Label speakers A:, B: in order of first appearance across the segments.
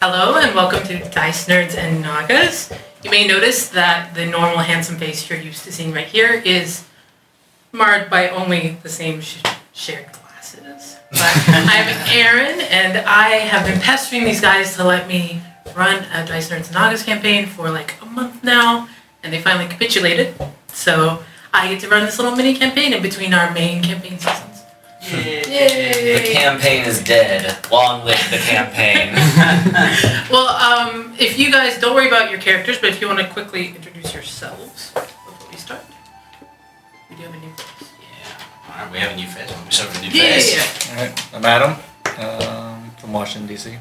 A: Hello and welcome to Dice Nerds and Nagas. You may notice that the normal handsome face you're used to seeing right here is marred by only the same sh- shared glasses. But I'm Aaron and I have been pestering these guys to let me run a Dice Nerds and Nagas campaign for like a month now and they finally capitulated. So I get to run this little mini campaign in between our main campaign seasons.
B: The campaign is dead. Long live the campaign.
A: Well, um, if you guys don't worry about your characters, but if you want to quickly introduce yourselves before we start, we do have a new.
B: Alright, we have a new face. We start with a new
A: Yeah,
B: face.
A: yeah,
C: Alright, I'm Adam um, from Washington, D.C.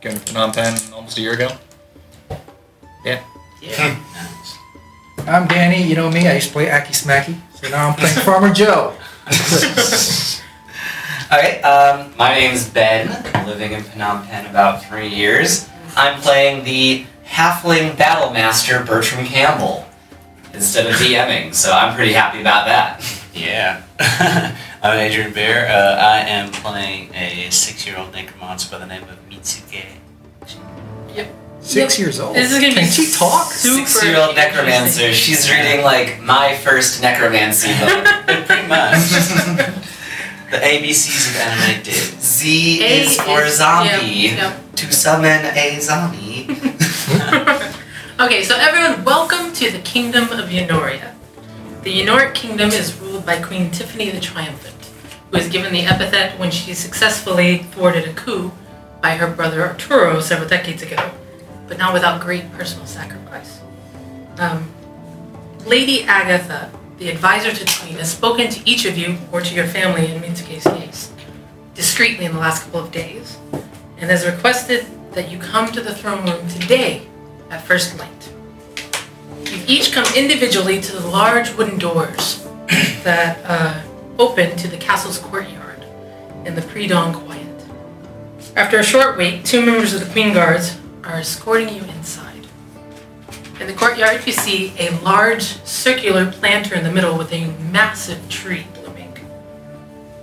C: Came to Phnom Penh almost a year ago.
A: yeah. yeah.
D: I'm Danny. You know me. I used to play Aki Smacky. So now I'm playing Farmer Joe.
B: Alright, um, my name's Ben. I'm living in Phnom Penh about three years. I'm playing the halfling battle master Bertram Campbell instead of DMing, so I'm pretty happy about that.
E: Yeah. I'm Adrian Bear. Uh, I am playing a six year old necromancer by the name of Mitsuke.
D: Six years old.
A: This is gonna
D: Can
A: be
D: she talk?
A: Super
B: Six year old
A: interesting.
B: necromancer. She's reading like my first necromancy book.
E: Pretty much. the ABCs of anime did.
B: Z
A: A
B: is for
A: is-
B: zombie.
A: yep,
B: To summon a zombie.
A: yep. okay, so everyone, welcome to the Kingdom of Eunoria. The Eunoric Kingdom is ruled by Queen Tiffany the Triumphant, who is given the epithet when she successfully thwarted a coup by her brother Arturo several decades ago, but not without great personal sacrifice. Um, Lady Agatha, the advisor to the Queen, has spoken to each of you, or to your family in Mitsuke's case, discreetly in the last couple of days, and has requested that you come to the throne room today at first light. You've each come individually to the large wooden doors that uh, open to the castle's courtyard in the pre dawn quiet. After a short wait, two members of the Queen Guards are escorting you inside. In the courtyard, you see a large circular planter in the middle with a massive tree blooming.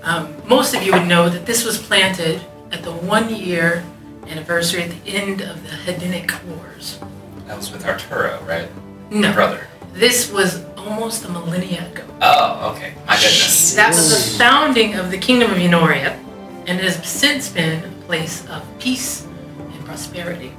A: Um, most of you would know that this was planted at the one year anniversary at the end of the Hedonic Wars.
B: That was with Arturo, right?
A: No.
B: brother.
A: This was almost a millennia ago.
B: Oh, okay. My goodness.
A: That was the founding of the Kingdom of Eunoria, and it has since been a place of peace and prosperity.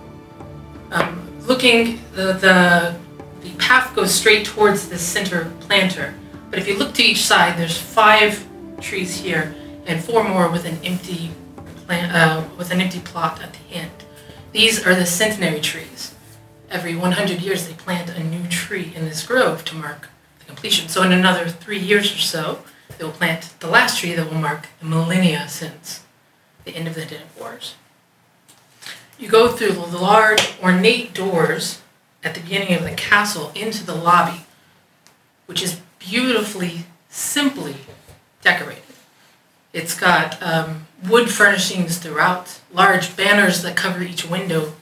A: Um, looking, the, the, the path goes straight towards the center planter, but if you look to each side, there's five trees here and four more with an empty plant, uh, with an empty plot at the end. These are the centenary trees. Every 100 years, they plant a new tree in this grove to mark the completion. So in another three years or so, they will plant the last tree that will mark the millennia since the end of the Dinic Wars. You go through the large, ornate doors at the beginning of the castle into the lobby, which is beautifully, simply decorated. It's got um, wood furnishings throughout, large banners that cover each window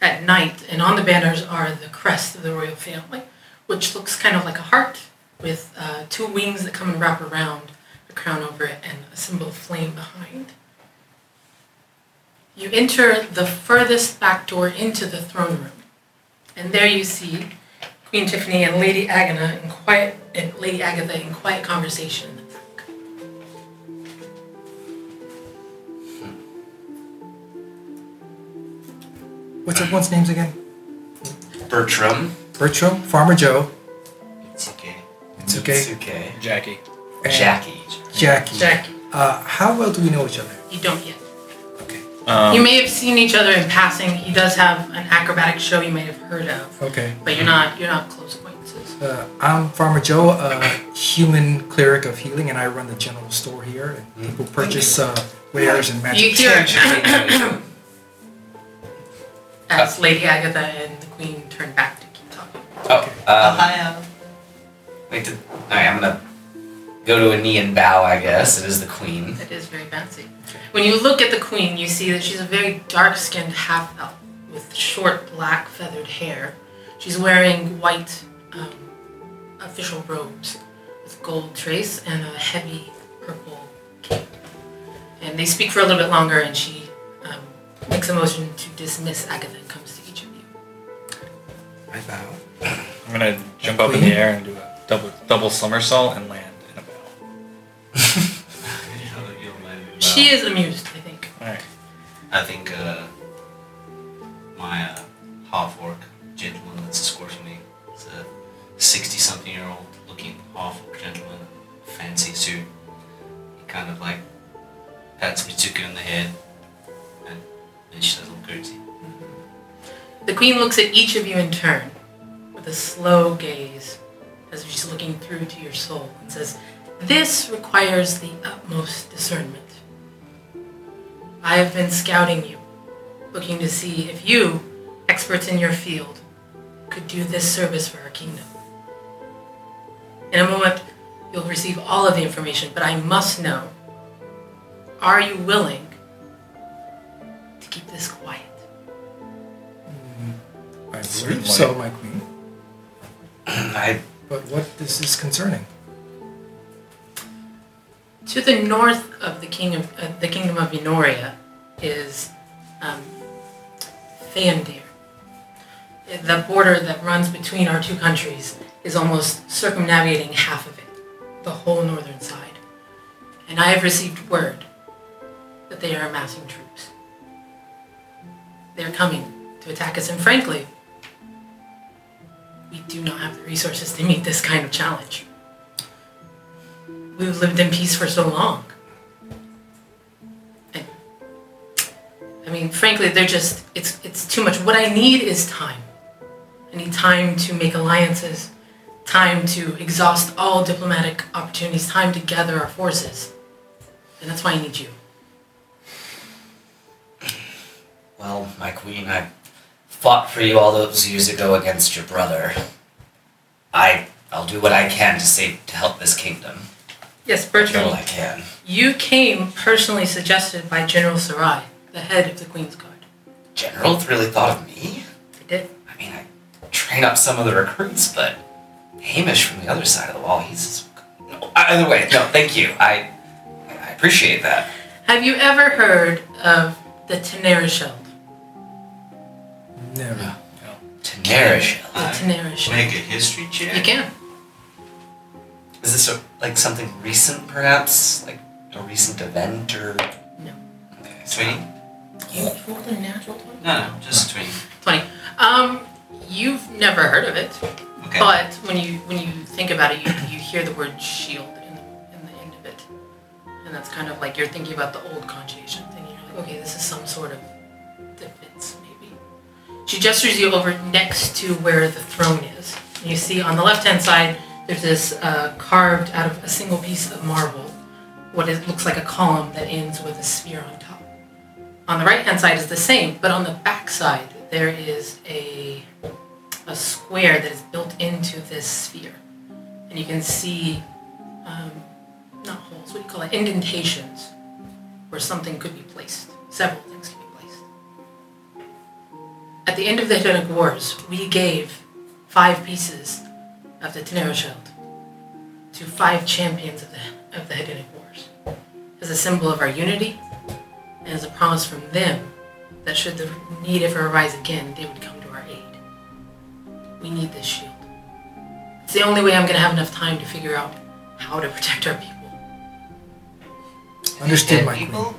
A: at night, and on the banners are the crest of the royal family, which looks kind of like a heart with uh, two wings that come and wrap around, a crown over it, and a symbol of flame behind. You enter the furthest back door into the throne room, and there you see Queen Tiffany and Lady Agatha in quiet and Lady Agatha in quiet conversation in the back.
D: What's everyone's names again?
B: Bertram.
D: Bertram, Farmer Joe,
B: Mitsuke.
D: It's okay.
B: Mitsuke.
C: Jackie.
D: and
B: Jackie.
D: Jackie.
A: Jackie,
D: Uh, how well do we know each other?
A: you don't yet.
D: Okay.
C: Um,
A: you may have seen each other in passing. He does have an acrobatic show you may have heard of,
D: Okay.
A: but you're not you're not close acquaintances.
D: Uh, I'm Farmer Joe, a human cleric of healing, and I run the general store here. And people purchase uh, wares and
A: Mm-hmm. You
D: magic.
A: hear
B: Jackie.
A: as Lady Agatha and the Queen turn back to keep talking.
B: oh, uh, wait, did, all right, I'm gonna go to a knee and bow, I guess. It is the queen.
A: It is very fancy. When you look at the queen, you see that she's a very dark-skinned half elf with short black feathered hair. She's wearing white um, official robes with gold trace and a heavy purple cape. And they speak for a little bit longer, and she um, makes a motion to dismiss Agatha comes to each of you.
D: I bow.
C: I'm gonna jump up in the air and do a double double somersault and land in a bow.
E: You'll- you'll maybe- well,
A: She is amused, I think.
C: Alright.
E: I think uh, my uh, half orc gentleman that's escorting me is a 60 something year old looking half orc gentleman, fancy suit. He kind of like pats Mitsuko on the head and then she does a little curtsy.
A: The queen looks at each of you in turn with a slow gaze as if she's looking through to your soul and says, This requires the utmost discernment. I have been scouting you, looking to see if you, experts in your field, could do this service for our kingdom. In a moment, you'll receive all of the information, but I must know are you willing to keep this quiet?
D: I
C: Certainly.
D: believe so, my queen.
B: I
D: But what this is concerning.
A: To the north of the king of uh, the kingdom of Enoria is um, Fandir. The border that runs between our two countries is almost circumnavigating half of it, the whole northern side. And I have received word that they are amassing troops. They're coming to attack us, and frankly, we do not have the resources to meet this kind of challenge. We've lived in peace for so long. And, I mean, frankly, they're just, it's, it's too much. What I need is time. I need time to make alliances, time to exhaust all diplomatic opportunities, time to gather our forces. And that's why I need you.
B: well, my queen, I fought for you all those years ago against your brother. I I'll do what I can to save to help this kingdom.
A: Yes,
B: Do
A: Bertram,
B: what I can.
A: you came personally suggested by General Sarai, the head of the Queen's Guard.
B: General really thought of me.
A: They did.
B: I mean, I train up some of the recruits, but Hamish from the other side of the wall, he's. No, either way, no, thank you. I, I appreciate that.
A: Have you ever heard of the Tenerisheld?
D: Never.
B: Tenerish.
A: The Tenerisheld.
E: Make a history
A: You
E: check.
A: can.
B: Is this a, like something recent, perhaps? Like a recent event or.
A: No.
B: Okay, so-
E: 20?
A: You rolled a natural 20?
E: No, no, just 20.
A: 20. Um, you've never heard of it,
E: Okay.
A: but when you when you think about it, you, you hear the word shield in, in the end of it. And that's kind of like you're thinking about the old conjugation thing. You're like, okay, this is some sort of defense, maybe. She gestures you over next to where the throne is. And you see on the left hand side, there's this uh, carved out of a single piece of marble, what is, looks like a column that ends with a sphere on top. On the right hand side is the same, but on the back side there is a a square that is built into this sphere, and you can see um, not holes, what do you call it? Indentations where something could be placed. Several things could be placed. At the end of the Hedonic Wars, we gave five pieces of the Tenero Shield to five champions of the of the Hedonic Wars as a symbol of our unity and as a promise from them that should the need ever arise again, they would come to our aid. We need this shield. It's the only way I'm going to have enough time to figure out how to protect our people.
D: Understood,
E: Dead
D: my queen.
E: people?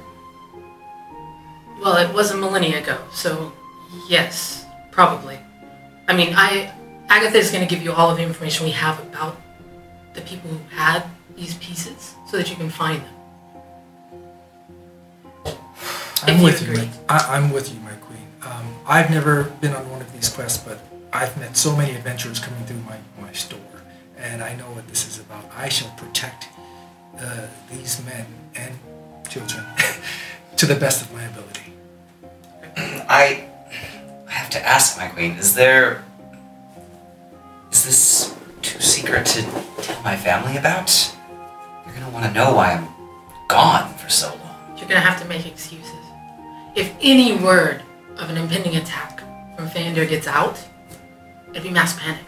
A: Well, it was a millennia ago, so yes, probably. I mean, I Agatha is going to give you all of the information we have about the people who had these pieces, so that you can find them. If
D: I'm
A: you
D: with you.
A: agree.
D: my- I, I'm with you, my queen. Um, I've never been on one of these quests, but I've met so many adventurers coming through my, my store, and I know what this is about. I shall protect uh, these men and children to the best of my ability.
B: I, I have to ask, my queen, is there. Is this too secret to tell my family about? They're gonna wanna know why I'm gone for so long.
A: You're gonna have to make excuses. If any word of an impending attack from Fander gets out, it'd be mass panic.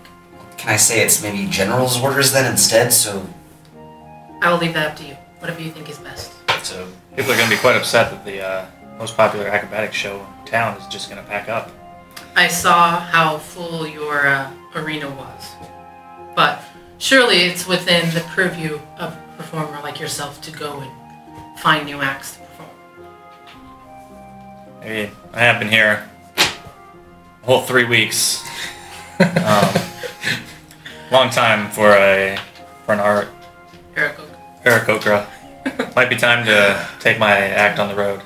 B: Can I say it's maybe general's orders then instead, so
A: I will leave that up to you. Whatever you think is best.
E: So
C: People are gonna be quite upset that the uh,
F: most popular acrobatic show in town is just going to pack up.
A: I saw how full your uh, arena was. But surely it's within the purview of a performer like yourself to go and find new acts to perform.
F: Hey, I have been here a whole three weeks. um, long time for a for an art
A: Eric, go-
F: Eric Okra. Might be time to take my act on the road.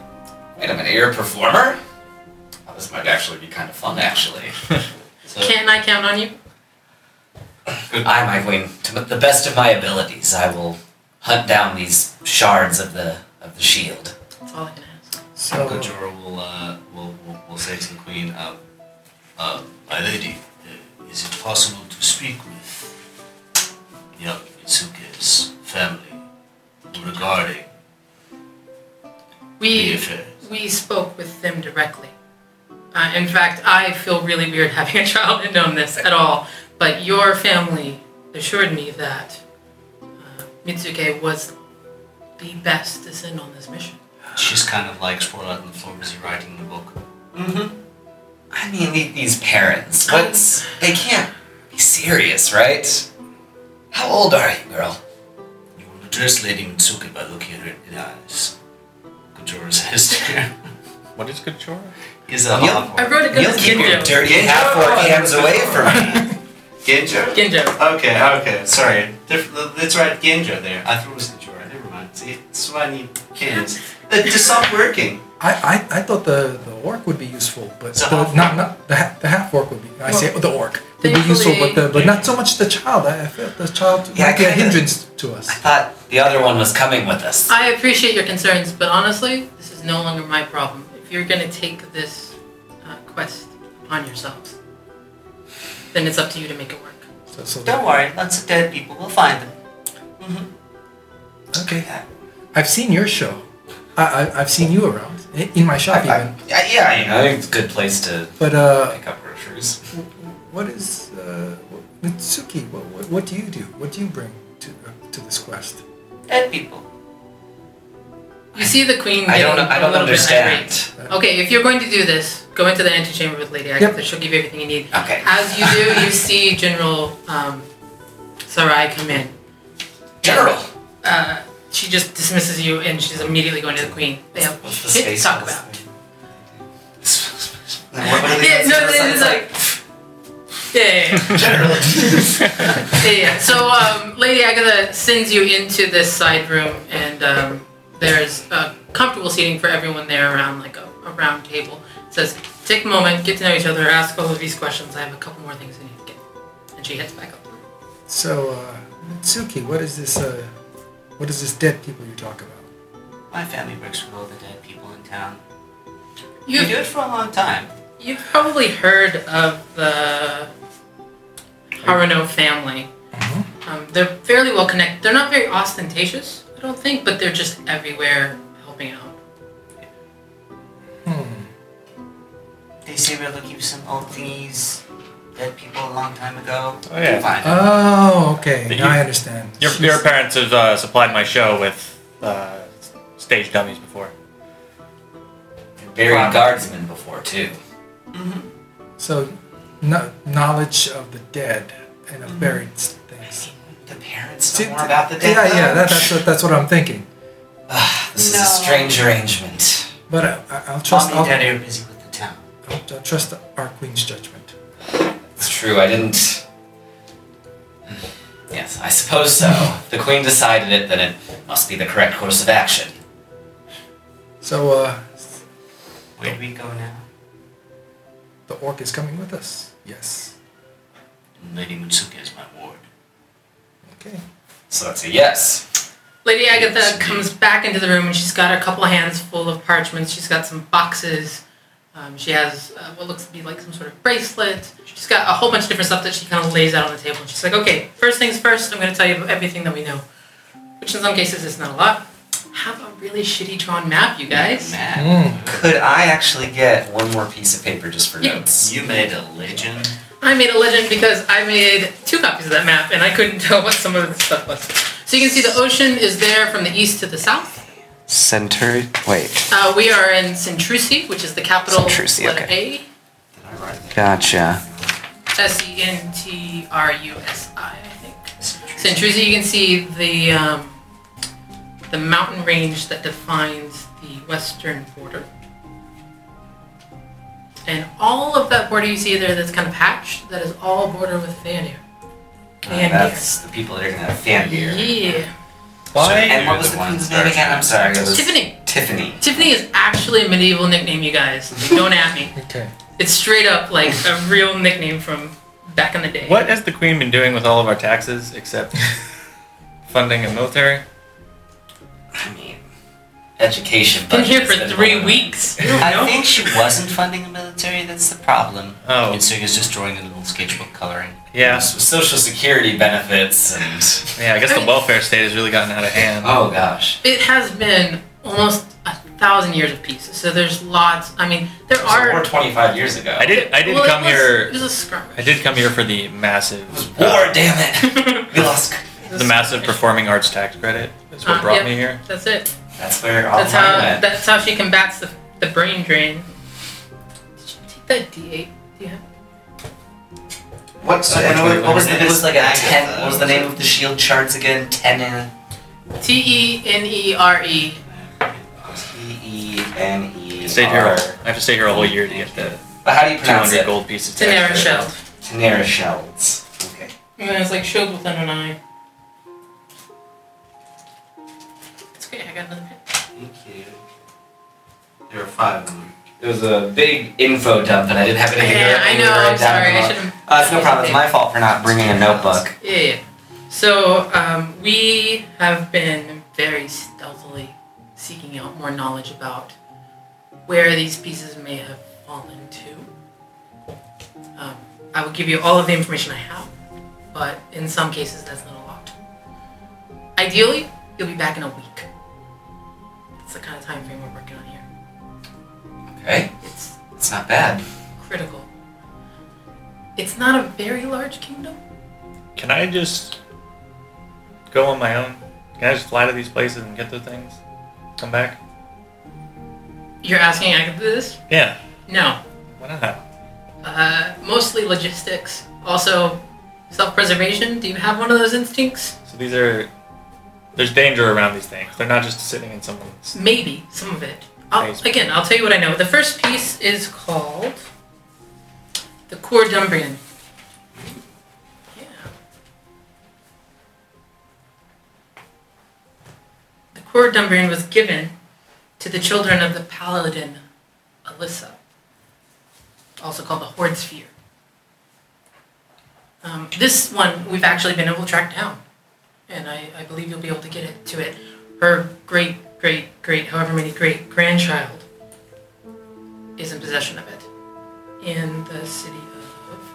B: Wait a minute, you're a performer? Oh, this might actually be kind of fun, actually.
E: So,
A: can I count on you?
B: I, my queen, to the best of my abilities, I will hunt down these shards of the of the shield.
A: That's all I can ask.
D: So,
E: Uncle Jorah will, uh, will, will, will say to the queen, um, uh, my lady, uh, is it possible to speak with young Mitsuke's family regarding the
A: We
E: affair?
A: we spoke with them directly. Uh, in fact, I feel really weird having a child and known this at all. But your family assured me that uh, Mitsuke was the best to send on this mission.
E: She's kind of like sprawled out on the floor busy writing the book.
B: Mm-hmm. I mean, the- these parents, what's... They can't be serious, right? How old are you, girl?
E: You will address Lady Mitsuke by looking at her in the eyes. Kajora says to her,
F: What is good chore?
E: is a
B: Yep.
E: hot
A: I wrote a good
B: You'll keep your
A: Ginjo.
B: dirty half-orc hands away from me.
E: Genjo?
A: Ginjo.
E: Okay, okay, sorry. Diff- That's right, Genjo there. I thought it was Kajora. Never mind. See, that's why I need pins. It just stopped working.
D: I, I, I thought the, the orc would be useful, but
E: It's a
D: the,
E: half-orc.
D: not not the, ha- the half orc would be. I say the orc would be useful, but the, but not so much the child. I, I felt the child
B: Yeah,
D: might be a
B: kinda.
D: hindrance to us.
B: I thought the other one was coming with us.
A: I appreciate your concerns, but honestly, this is no longer my problem. If you're gonna take this uh, quest upon yourselves, then it's up to you to make it work.
D: So, so
E: Don't worry, lots of dead people. We'll find them.
D: okay, I've seen your show. I, I I've seen you around i- in my shop
B: I-
D: even.
B: I- yeah, you know, I think it's a good place to
D: But uh,
B: pick up groceries.
D: what is uh, what- Mitsuki? What, what what do you do? What do you bring to uh, to this quest?
E: Dead people.
A: You see the queen.
B: I don't.
A: getting
B: I
A: a
B: don't
A: little bit irate.
B: understand.
A: Okay, if you're going to do this, go into the antechamber with Lady Agatha. She'll give you everything you need.
B: Okay.
A: As you do, you see General um, Sarai come in.
B: General,
A: Uh, she just dismisses you, and she's immediately going to the queen. They have
B: what's the
A: shit to
B: space
A: talk
B: for this
A: about.
B: thing? Now, what- what are they
A: Yeah, no,
B: gonna
A: they
B: say?
A: just like. Yeah, yeah, yeah.
B: General.
A: Yeah, yeah. So, um, Lady Agatha sends you into this side room, and um, there's uh, comfortable seating for everyone there around like a, a round table. It says, "Take a moment, get to know each other, ask all of these questions. I have a couple more things I need to get." And she heads back up.
D: So uh, Mitsuki, what is this? Uh, what is this dead people you talk about?
E: My family works with all the dead people in town. we do
A: You
E: it for a long time.
A: you've probably heard of the Haruno family. Um, they're fairly well connected. They're not very ostentatious, I don't think, but they're just everywhere helping out.
E: They say we're looking for some old thingies, dead people a long time ago.
F: Oh, yeah.
E: We'll find them.
D: Oh, okay.
F: But
D: now
F: you-
D: I understand.
F: Your, your parents have uh, supplied my show with uh, stage dummies before.
B: Buried guardsman before too.
D: So, kno- knowledge of the dead and of buried s- things.
B: The parents
D: See,
B: know more about the dead.
D: yeah, yeah,
B: though?
D: that, that's, what, that's what I'm thinking.
B: Ah, this is a
G: No.
B: strange arrangement.
D: But I, I- I'll
E: Mom
D: trust
E: and
D: I'll,
E: Daddy are busy with the town.
D: I'll, I'll trust our queen's judgment.
B: It's true. I didn't. Yes, I suppose so. If the queen decided it, then it must be the correct course of action.
D: So uh,
E: Where do we go now?
D: the orc is coming with us. Yes.
E: Lady Mutsuke is my ward.
D: Okay.
B: So that's a yes.
A: Lady Agatha
E: Yes.
A: comes back into the room and she's got a couple of hands full of parchments. She's got some boxes. Um, she has uh, what looks to be like some sort of bracelet. She's got a whole bunch of different stuff that she kind of lays out on the table. And she's like, okay, first things first, I'm going to tell you about everything that we know, which in some cases is not a lot. Have a really shitty drawn map, you guys.
E: Matt,
B: Could I actually get one more piece of paper just for
A: Yeah.
B: notes?
E: you made a legend.
A: I made a legend because I made two copies of that map and I couldn't tell what some of the stuff was. So you can see the ocean is there from the east to the south.
G: Center. Wait.
A: Uh, we are in Sintrusi, which is the capital
G: Sintrusi,
A: letter
G: okay.
B: Did I write that?
G: Gotcha.
A: A, S-E-N-T-R-U-S-I, I think. Sintrusi, you can see the, um, the mountain range that defines the western border. And all of that border you see there that's kind of hatched, that is all border with Fëanor.
B: Uh,
A: Fëanor.
B: that's the people that are gonna have fan beer.
A: Yeah.
B: So-
F: Why?
B: and what was
E: the
B: the
E: ones
B: queen's
E: that
B: name
E: are
B: again? I'm sorry. It was
A: Tiffany.
B: Tiffany.
A: Tiffany is actually a medieval nickname, you guys. Don't at me.
D: Okay.
A: It's straight up like a real nickname from back in the day.
F: What has the Queen been doing with all of our taxes except funding a military?
B: I mean, education.
A: Been here
B: budgets
A: for
B: that are
A: three
B: going up.
A: weeks.
E: I think she wasn't funding the military. That's the problem.
F: Oh,
E: Mitsuga's just drawing a little sketchbook coloring.
F: yeah.
B: Some Social security benefits and
F: Yeah, I guess the welfare state has really gotten out of hand.
B: oh gosh,
A: It has been almost a thousand years of peace, so there's lots. I mean, there
B: so
A: are.
B: war 25 years ago.
F: I did. I did
A: Well, it
F: come
A: was-
F: here.
A: It was a skirmish.
F: I did come here for the massive.
B: It was
F: uh,
B: war. Damn it. We lost.
F: the massive performing arts tax credit is what
A: Uh,
F: brought
A: yep.
F: me here.
A: That's it.
B: That's where all
A: That's
B: mine
A: how.
B: went.
A: That's how she combats the, the brain drain. Did you take that D eight? Yeah.
B: What,
E: So
B: and
E: which
B: what,
E: way-
B: what was
E: which
B: the,
E: way
B: it
E: is
B: was like a
E: that?
B: ten, what was the name of the shield charts again? Tenon.
A: T e n e r e.
B: E T-E-N-E-R.
F: I stayed here. All, I have to stay here a whole year to get the
B: But how do you pronounce
F: 200
B: it?
F: gold pieces. tax
A: Tenera
F: credit.
A: shell.
B: Tenera shells. Okay.
A: And then it's like shield with an eye. It's okay. I got another pen.
B: Thank you. There were five of them. There was a big info dump that I didn't have anything
A: Yeah, I know. I'm sorry. I should have.
B: Uh, it's no problem. It's my fault for not bringing a notebook.
A: Yeah, yeah. So um, we have been very stealthily seeking out more knowledge about where these pieces may have fallen to. Um, I will give you all of the information I have, but in some cases that's not a lot. Ideally, you'll be back in a week. That's the kind of time frame we're working on here.
B: Okay.
A: It's
B: It's not bad.
A: critical. It's not a very large kingdom.
F: Can I just go on my own? Can I just fly to these places and get the things? Come back?
A: You're asking I could do this?
F: Yeah.
A: No.
F: Why not?
A: Uh, mostly logistics. Also, self-preservation. Do you have one of those instincts?
F: So these are. There's danger around these things. They're not just sitting in someone's.
A: Maybe some of it. I'll,
F: Nice.
A: again, I'll tell you what I know. The first piece is called the Core Dumbrian. Yeah. The Core Dumbrian was given to the children of the paladin Alyssa, also called the Horde Sphere. Um, this one we've actually been able to track down, and I, I believe you'll be able to get it to it. Her great, great, great, however many great grandchild is in possession of it in the city of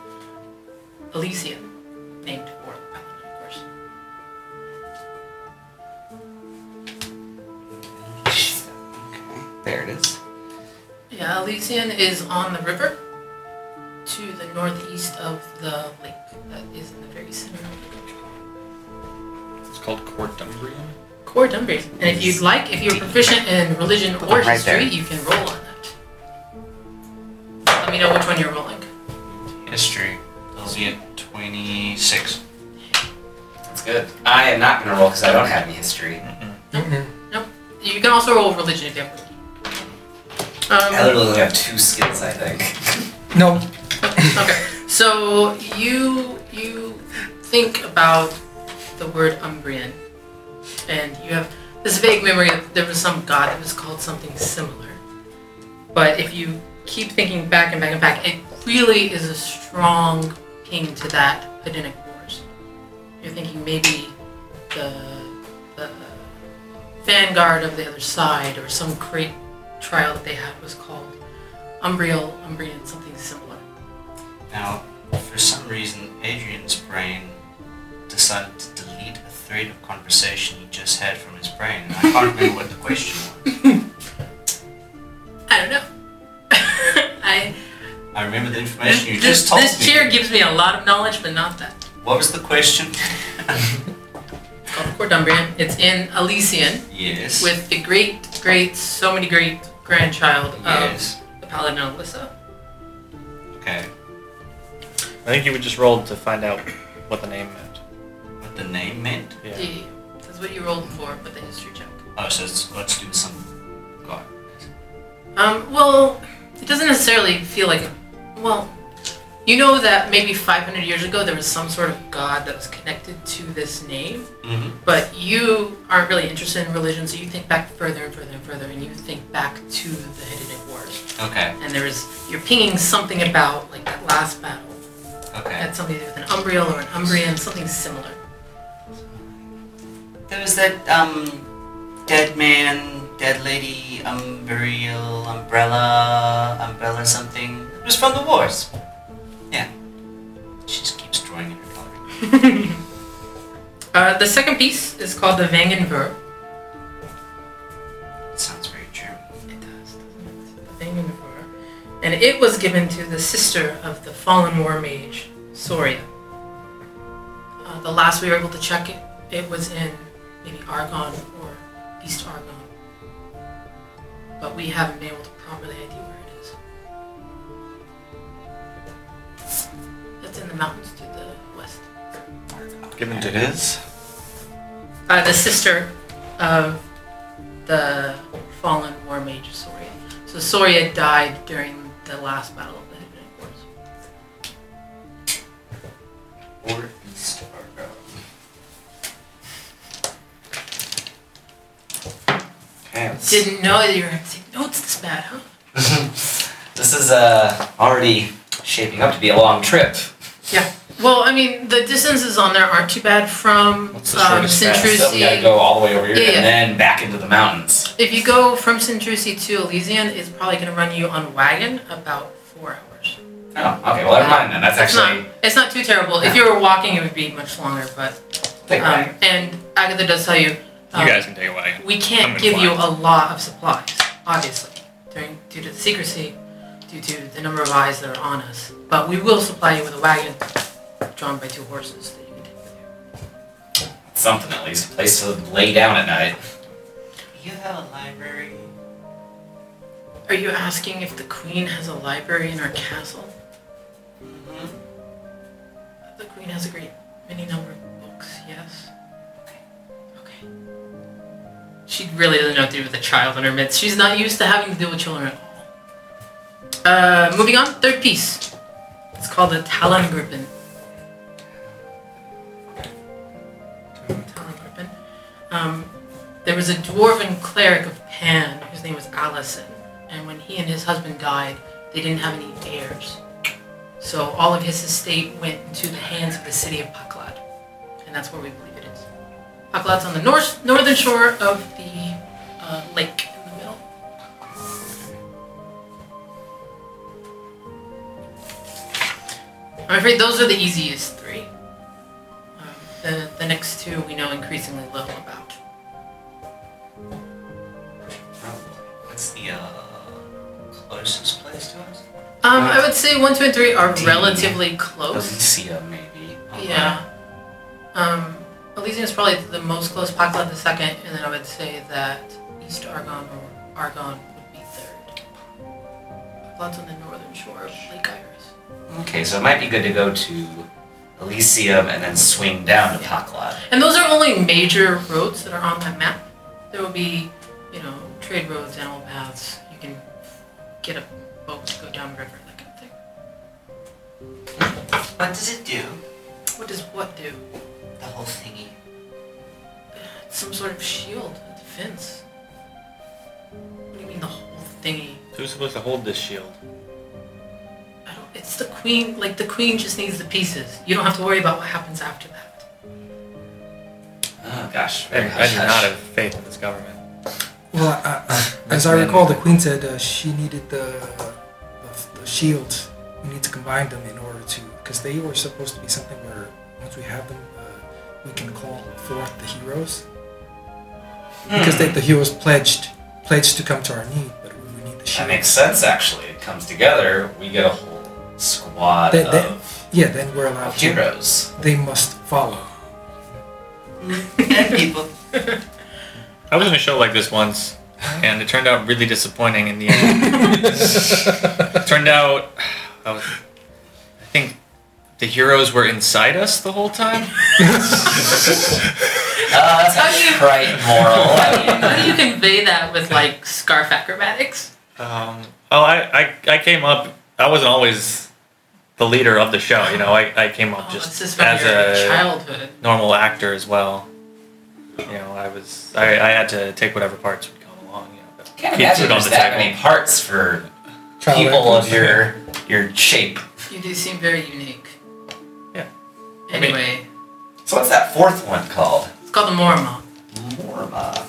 A: Elysia, named for the paladin, of course.
B: Okay. There it is.
A: Yeah, Elysian is on the river to the northeast of the lake that is in the very center.
F: It's called Cordumbrian.
A: Core Dumbrian. And if you'd like, if you're proficient in religion
G: Put
A: or
G: them right
A: history,
G: there.
A: you can roll on that. Let me know which one you're rolling.
E: History. That'll be at 26.
B: That's good. I am not gonna roll because I don't have any history.
A: You can also roll religion if you have religion.
B: I
A: Um,
B: literally have two skills, I think.
D: No,
A: okay, so you you think about the word Umbrian, and you have this vague memory that there was some god that was called something similar. But if you keep thinking back and back and back, it really is a strong ping to that Edenic Wars. You're thinking maybe the the vanguard of the other side or some great trial that they had was called Umbriel, Umbrian, something similar.
E: Now, for some reason, Adrian's brain decided to delete a thread of conversation he just had from his brain. and I can't remember what the question was.
A: I don't know. I
E: I remember the
A: this,
E: information you
A: this-
E: just told
A: this
E: me.
A: chair gives me a lot of knowledge, but not that.
E: What was the question?
A: It's called a Cordumbrian. It's in Elysian
E: Yes.
A: with the great, great, so many great grandchild of
E: yes.
A: the Paladin Alyssa.
E: Okay.
F: I think you would just roll to find out what the name meant.
E: What the name meant?
F: Yeah.
A: D. That's what you rolled for with the history check.
E: Oh, so it's got to do with some god.
A: Um, well, it doesn't necessarily feel like. Well, you know that maybe 500 years ago there was some sort of god that was connected to this name,
E: Mm-hmm.
A: but you aren't really interested in religion, so you think back further and further and further, and you think back to the Hittite Wars.
E: Okay.
A: And there was you're pinging something about like that last battle.
E: Okay.
A: Had something to do with an Umbriel or an Umbrian, something similar.
E: There was that um, dead man, dead lady, umbriel, umbrella, umbrella something. It was from the wars. Yeah. She just keeps drawing in her coloring.
A: Uh, the second piece is called the Vangenver.
E: It sounds very German.
A: It does, doesn't it? The Vangenver. And it was given to the sister of the fallen war mage, Soria. Uh, the last we were able to check it, it was in maybe Argon or East Argon. But we haven't been able to properly ID where it is. That's in the mountains to the west.
F: Given to
G: It is.
A: Uh, the sister of the fallen war mage Soria. So Soria died during the last battle of the Hidden Wars.
B: Or East Argo. Okay. let's-
A: Didn't know that you were going to take notes this bad, huh?
B: this is uh, already shaping up to be a long trip.
A: Well, I mean, the distances on there aren't too bad from
B: What's the
A: um,
B: shortest path? So we gotta
A: Sintrusi.
B: go all the way over here
A: Yeah, yeah.
B: and then back into the mountains.
A: If you go from Sintrusi to Elysian, it's probably going to run you on wagon about four hours.
B: Oh, okay. Well, never mind then. That's
A: Uh, It's
B: actually
A: not, it's not too terrible. If you were walking, it would be much longer, but.
B: think
A: Um, and Agatha does tell you. Um,
F: You guys can take it away.
A: We can't
F: I'm
A: give you a
F: inclined.
A: lot of supplies, obviously, during, due to the secrecy, due to the number of eyes that are on us. But we will supply you with a wagon drawn by two horses that you can take with you.
B: something at least, a place to lay down at night.
E: You have a library.
A: Are you asking if the queen has a library in our castle?
E: Mm-hmm.
A: The queen has a great many number of books, yes. Okay. She really doesn't know what to do with a child in her midst. She's not used to having to deal with children at all. Uh, moving on, third piece. It's called the Talangruppen. Talangruppen. Um, there was a dwarven cleric of Pan whose name was Allison, and when he and his husband died, they didn't have any heirs. So all of his estate went into the hands of the city of Paklad, and that's where we believe it is. Paklad's on the north northern shore of the uh, lake in the middle. I'm afraid those are the easiest three. Um, the, the next two we know increasingly little about.
E: What's the uh, closest place to us?
A: Um, I would say one, two, and three are
B: D.
A: relatively close.
B: Elysium, maybe.
A: Yeah. Um, Elysium is probably the most close. Pakla the second, and then I would say that East Argon or Argon would be third. Paklad's on the northern shore of Lake Iris.
B: Okay, so it might be good to go to Elysium and then swing down to Paklat.
A: And those are only major roads that are on that map. There will be, you know, trade roads, animal paths. You can get a boat to go down river, that kind of thing.
E: What does it do?
A: What does what do?
E: The whole thingy.
A: It's some sort of shield, a defense. What do you mean the whole thingy?
F: Who's supposed to hold this shield?
A: I don't, it's the queen. Like the queen just needs the pieces. You don't have to worry about what happens after that.
B: Oh gosh,
F: I,
B: very
F: I do
B: hush-hush.
F: not have faith in this government.
D: Well, I, I, as I recall, the queen said uh, she needed the, the the shields. We need to combine them in order to, because they were supposed to be something where once we have them, uh, we can call forth the heroes. Because they, the heroes pledged pledged to come to our need, but we would need the
B: That
D: shield.
B: makes sense. Actually, it comes together. We get a whole squad
D: That- that-
B: of,
D: yeah, then we're allowed.
B: of
D: to.
B: heroes.
D: They must follow.
H: and people.
F: I was in a show like this once, and it turned out really disappointing in the end. it turned out, I, was, I think the heroes were inside us the whole time.
B: Uh, that's
A: How do you-
B: a trite moral. I mean,
A: How do you convey that with like scarf acrobatics?
F: Um, oh, I, I, I came up. I wasn't always the leader of the show. You know, I, I came up
A: Oh,
F: just
A: it's just from
F: as
A: your
F: a
A: childhood.
F: normal actor as well. You know, I was I, I had to take whatever parts would come along. You know, but
B: can't
F: keep
B: imagine
F: it on
B: there's
F: the
B: that
F: table.
B: many parts for
D: Child
B: people
D: actors.
B: of your your shape.
A: You do seem very unique.
F: Yeah. I mean-
A: Anyway,
B: So what's that fourth one called?
A: it's called the Mormaw.
B: Morma.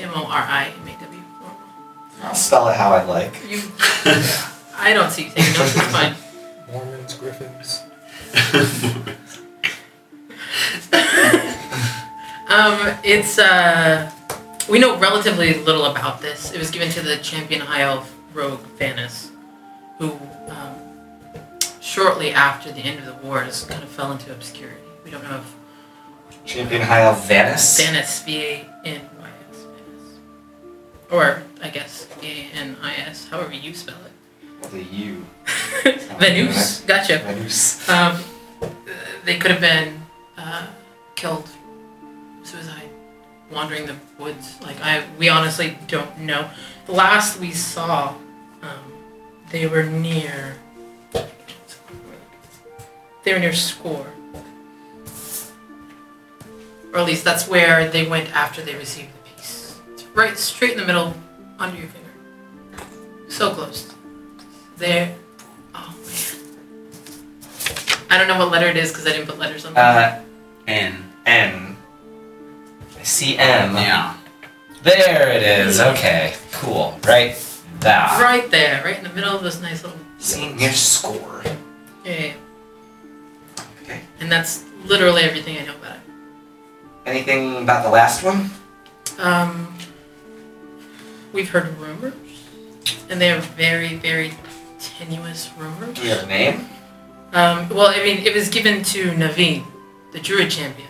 A: M O R I M A W. Mormaw.
B: I'll spell it how I like.
A: You. I don't see you taking notes. It's fine.
D: Mormons, Griffins.
A: Um, it's uh, we know relatively little about this. It was given to the champion high elf rogue Vanis, who um, shortly after the end of the wars kind of fell into obscurity. We don't know if
B: Champion High Elf Venice.
A: Vanis V A N Y S Vanis, or I guess V A N I S, however you spell
B: The U.
A: it. Venus, gotcha.
B: Venus.
A: Um, they could have been uh, killed, suicide, wandering the woods. Like I, we honestly don't know. The last we saw, um, they were near. They were near Score, or at least that's where they went after they received the piece. It's right, straight in the middle, under your finger. So close. There. Oh man. I don't know what letter it is because I didn't put letters on. mine.
B: Uh,
E: N.
B: N. C M.
E: Yeah.
B: There it is. Okay. Cool. Right. That.
A: right there, right in the middle of this nice little.
B: Senior score.
A: Yeah, yeah, yeah.
B: Okay.
A: And that's literally everything I know about it.
B: Anything about the last one?
A: Um, we've heard rumors, and they are very, very tenuous rumors.
B: Do we have a name?
A: Um, well, I mean, it was given to Naveen, the druid champion.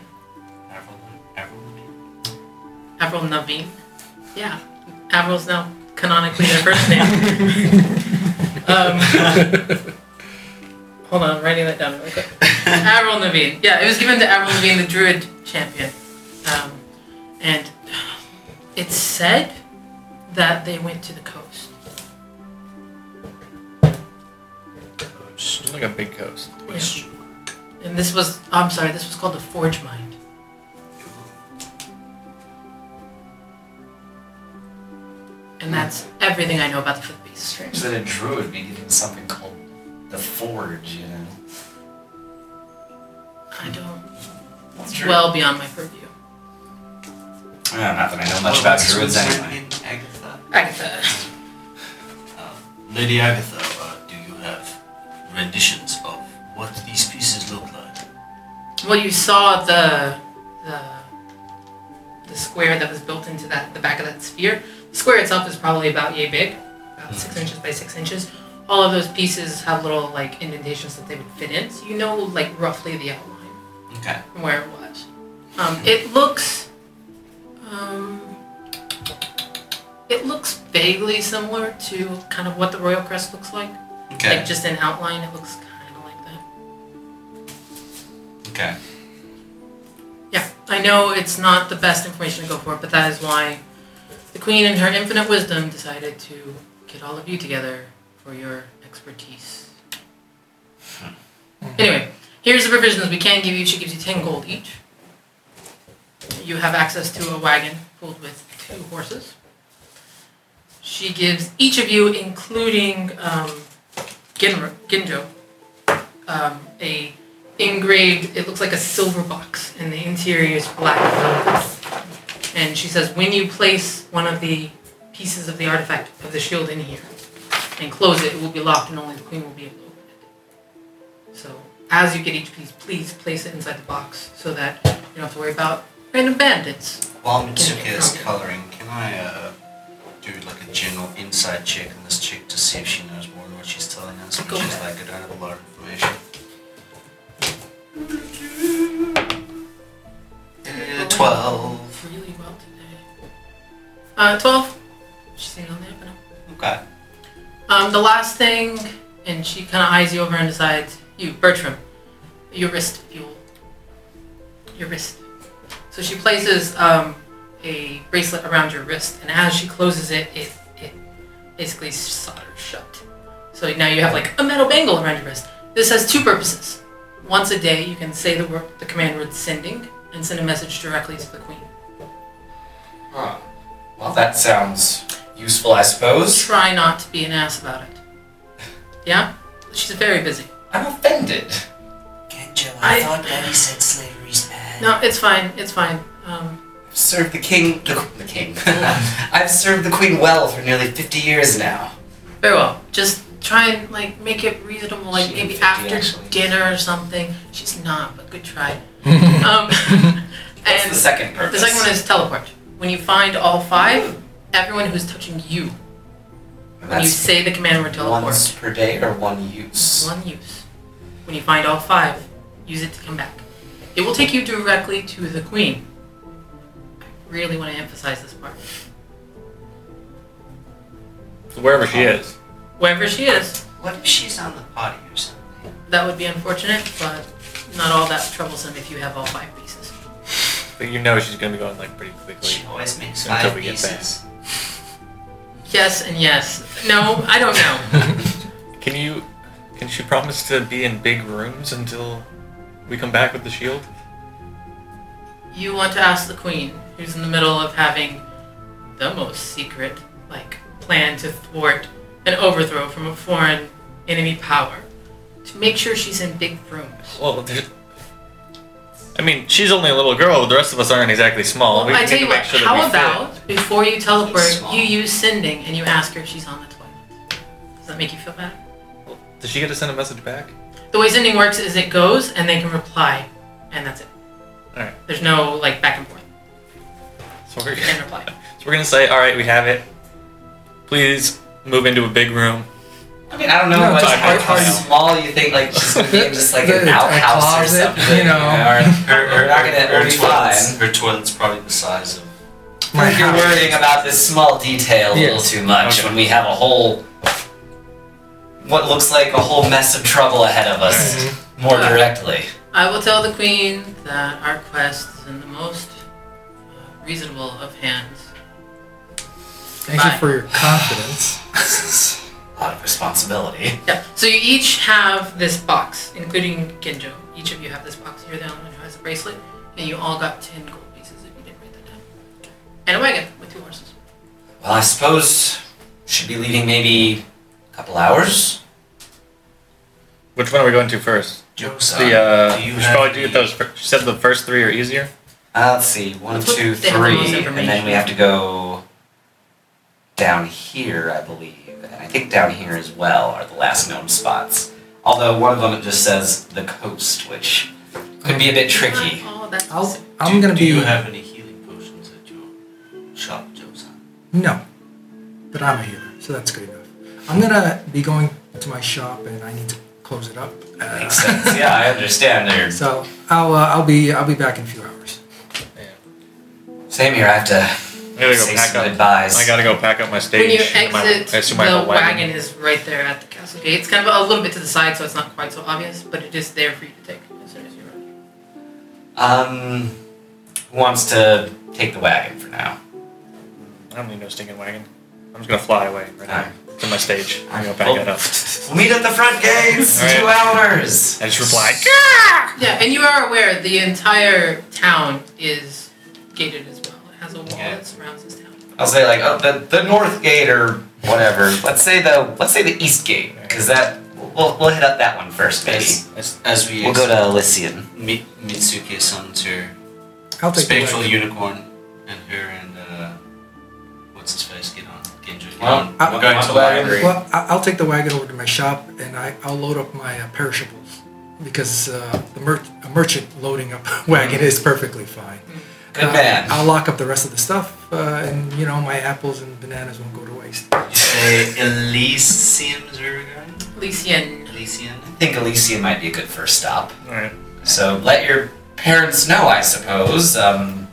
E: Avril. Avril.
A: Avril Naveen. Yeah, Avril's now canonically their first name. um, hold on, I'm writing that down really quick. Avril Naveen. Yeah, it was given to Avril Naveen, the druid champion. Um, and it's said that they went to the coast.
F: It's like a big coast.
A: Yeah. And this was, I'm sorry, this was called the Forge Mind. And that's everything I know about the fifth beast.
B: Strange that a druid would be given something called the Forge, you know?
A: I don't.
B: That's
A: It's well beyond my purview.
B: Well, not that I know
E: Oh,
B: much about druids anyway.
E: Agatha.
A: Agatha.
E: Lady Agatha, uh, do you have renditions of what these pieces look like?
A: Well, you saw the the the square that was built into that the back of that sphere. The square itself is probably about yay big, about six inches by six inches. All of those pieces have little like indentations that they would fit in, so you know like roughly the outline.
E: Okay.
A: and where it was. Um, it looks, um, it looks vaguely similar to kind of what the royal crest looks like.
E: Okay.
A: Like just in outline, it looks kind of like that.
E: Okay.
A: Yeah, I know it's not the best information to go for, but that is why the queen, in her infinite wisdom, decided to get all of you together for your expertise.
E: Hmm.
A: Anyway, here's the provisions we can give you. She gives you ten gold each. You have access to a wagon pulled with two horses. She gives each of you, including um, Ginro, Ginjo, um, a engraved, it looks like a silver box, and the interior is black velvet. And she says, when you place one of the pieces of the artifact of the shield in here and close it, it will be locked and only the queen will be able to open it. So as you get each piece, please place it inside the box so that you don't have to worry about random bandits.
E: While Mitsuki is coloring, can I uh, do like a general inside check on this chick to see if she knows more than what she's telling us?
A: Go
E: Which is
A: ahead.
E: like I don't have a lot of information. Uh, Twelve.
A: really well today. Uh, 12. She's sitting on there, but no.
E: Okay.
A: Um, the last thing, and she kind of eyes you over and decides, you, Bertram, your wrist, you, your wrist. So she places um, a bracelet around your wrist, and as she closes it, it, it basically solders shut. So now you have like a metal bangle around your wrist. This has two purposes. Once a day, you can say the word, the command word "sending" and send a message directly to the queen.
B: Huh. Well, that sounds useful, I suppose.
A: Try not to be an ass about it. Yeah, she's very busy.
B: I'm offended.
H: Kenjo,
A: I-
H: I thought Betty said slavery's bad.
A: No, it's fine. It's fine. Um,
B: I've served the king. The, the king. I've served the queen well for nearly 50 years now.
A: very well. Just try and like make it reasonable, like
B: She
A: maybe
B: didn't
A: after
B: fifty, actually.
A: dinner or something. She's not, but good try. um,
B: That's
A: and
B: the second
A: the
B: purpose.
A: second one is teleport. When you find all five, everyone who's touching you, when you
B: That's
A: say the command word teleport,
B: once per day or one use.
A: one use. When you find all five, use it to come back. It will take you directly to the queen. I really want to emphasize this part.
F: So wherever she is.
A: Wherever she is,
E: What if she's on the potty or something?
A: That would be unfortunate, but not all that troublesome if you have all five pieces.
F: But you know she's gonna be going like pretty quickly.
E: She always makes
F: Until
E: five
F: we get
E: pieces.
A: Yes and yes. No, I don't know.
F: Can you? Can she promise to be in big rooms until we come back with the shield?
A: You want to ask the queen, who's in the middle of having the most secret, like, plan to thwart an overthrow from a foreign enemy power, to make sure she's in big rooms.
F: Well, there's- I mean, she's only a little girl. The rest of us aren't exactly small. we
A: I
F: need
A: tell
F: to
A: you
F: make
A: what,
F: sure that we
A: how
F: fit.
A: about before you teleport,
E: small.
A: you use sending and you ask her if she's on the toilet? Does that make you feel better?
F: Does she get to send a message back?
A: The way sending works is it goes and they can reply, and that's it.
F: Alright.
A: There's no like back and forth.
F: So we're,
A: They can reply.
F: so we're gonna say, all right, we have it. Please move into a big room.
B: I mean, I don't know
D: No,
B: what,
D: it's
B: how,
D: hard-
B: how
D: hard-
B: small you think, like, she's gonna be in just like
D: The-
B: an
D: a
B: outhouse
D: closet,
B: or something.
D: you know.
B: or, or, we're not gonna
E: Her
B: it'll be
E: toilet's-
B: fine.
E: her toilet's probably the size of uh,
D: My
B: Like, you're
D: house.
B: worrying about this small detail a little
D: Yes.
B: too much
F: Okay.
B: when we have a whole, what looks like a whole mess of trouble ahead of us,
D: Mm-hmm.
B: more
A: Alright.
B: directly.
A: I will tell the queen that our quest is in the most uh, reasonable of hands.
D: Thank you for your confidence.
B: This is a lot of responsibility.
A: Yeah. So you each have this box, including Genjo. Each of you have this box. You're the only one who has a bracelet, and you all got ten gold pieces if you didn't write that down. And a wagon with two horses.
B: Well, I suppose should be leaving maybe a couple hours.
F: Which one are we going to first?
E: jokes. on.
F: The uh,
E: Do you
F: we should
E: have
F: probably do
E: the-
F: those. First. She said the first three are easier.
B: Uh, let's see, one,
A: That's what
B: two,
A: they have the most
B: three, and then we
A: information.
B: have to go down here, I believe. And I think down here as well are the last known spots. Although one of them just says the coast, which could be a bit tricky.
A: Not all that
D: I'll,
A: specific.
D: I'm
E: do,
D: gonna
E: do
D: be
E: you have any healing potions at your shop, Josan?
D: no, but I'm a healer, so that's good enough. I'm gonna be going to my shop, and I need to close it up. Uh,
B: Makes sense. Yeah, I understand. There.
D: so I'll uh, I'll be I'll be back in a few hours.
B: Same here. I have to
F: I gotta go
B: say
F: pack
B: some
F: up.
B: advice.
F: I gotta go pack up my stage.
A: When you
F: and my-
A: exit,
F: I
A: the
F: assume my
A: wagon.
F: whole wagon.
A: is right there at the castle gate. It's kind of a little bit to the side, so it's not quite so obvious, but it is there for you to take as soon as you arrive.
B: Um, who wants to take the wagon for now?
F: I don't need no stinking wagon. I'm just gonna fly away right now to my stage. I'm gonna pack
B: Well,
F: it up.
B: We'll meet at the front gates.
F: All right.
B: Two hours.
F: I just replied.
E: Ah!
A: Yeah, and you are aware the entire town is gated as well. It has a wall
B: Yeah.
A: that surrounds this town.
B: I'll say like oh, the the north gate or whatever. Let's say the let's say the east gate because that we'll we'll hit up that one first maybe.
E: As, as, as we
B: We'll go to Elysian.
E: Mi- Mitsuki summons her
D: I'll take the
E: spectral
D: wagon.
E: unicorn and her and uh, what's his face get on Genjo get
B: Well,
E: on.
D: I-
B: we're going to the library.
D: Well, I- I'll take the wagon over to my shop, and I, I'll load up my uh, perishables because uh, the mer- a merchant loading up wagon is perfectly fine.
B: Good
D: Uh,
B: man.
D: I'll lock up the rest of the stuff, uh, and you know my apples and bananas won't go to waste.
E: You say Elysium is where we're going.
A: Elysian.
E: Elysium.
B: I think Elysian might be a good first stop.
F: All right.
B: So let your parents know, I suppose. Um,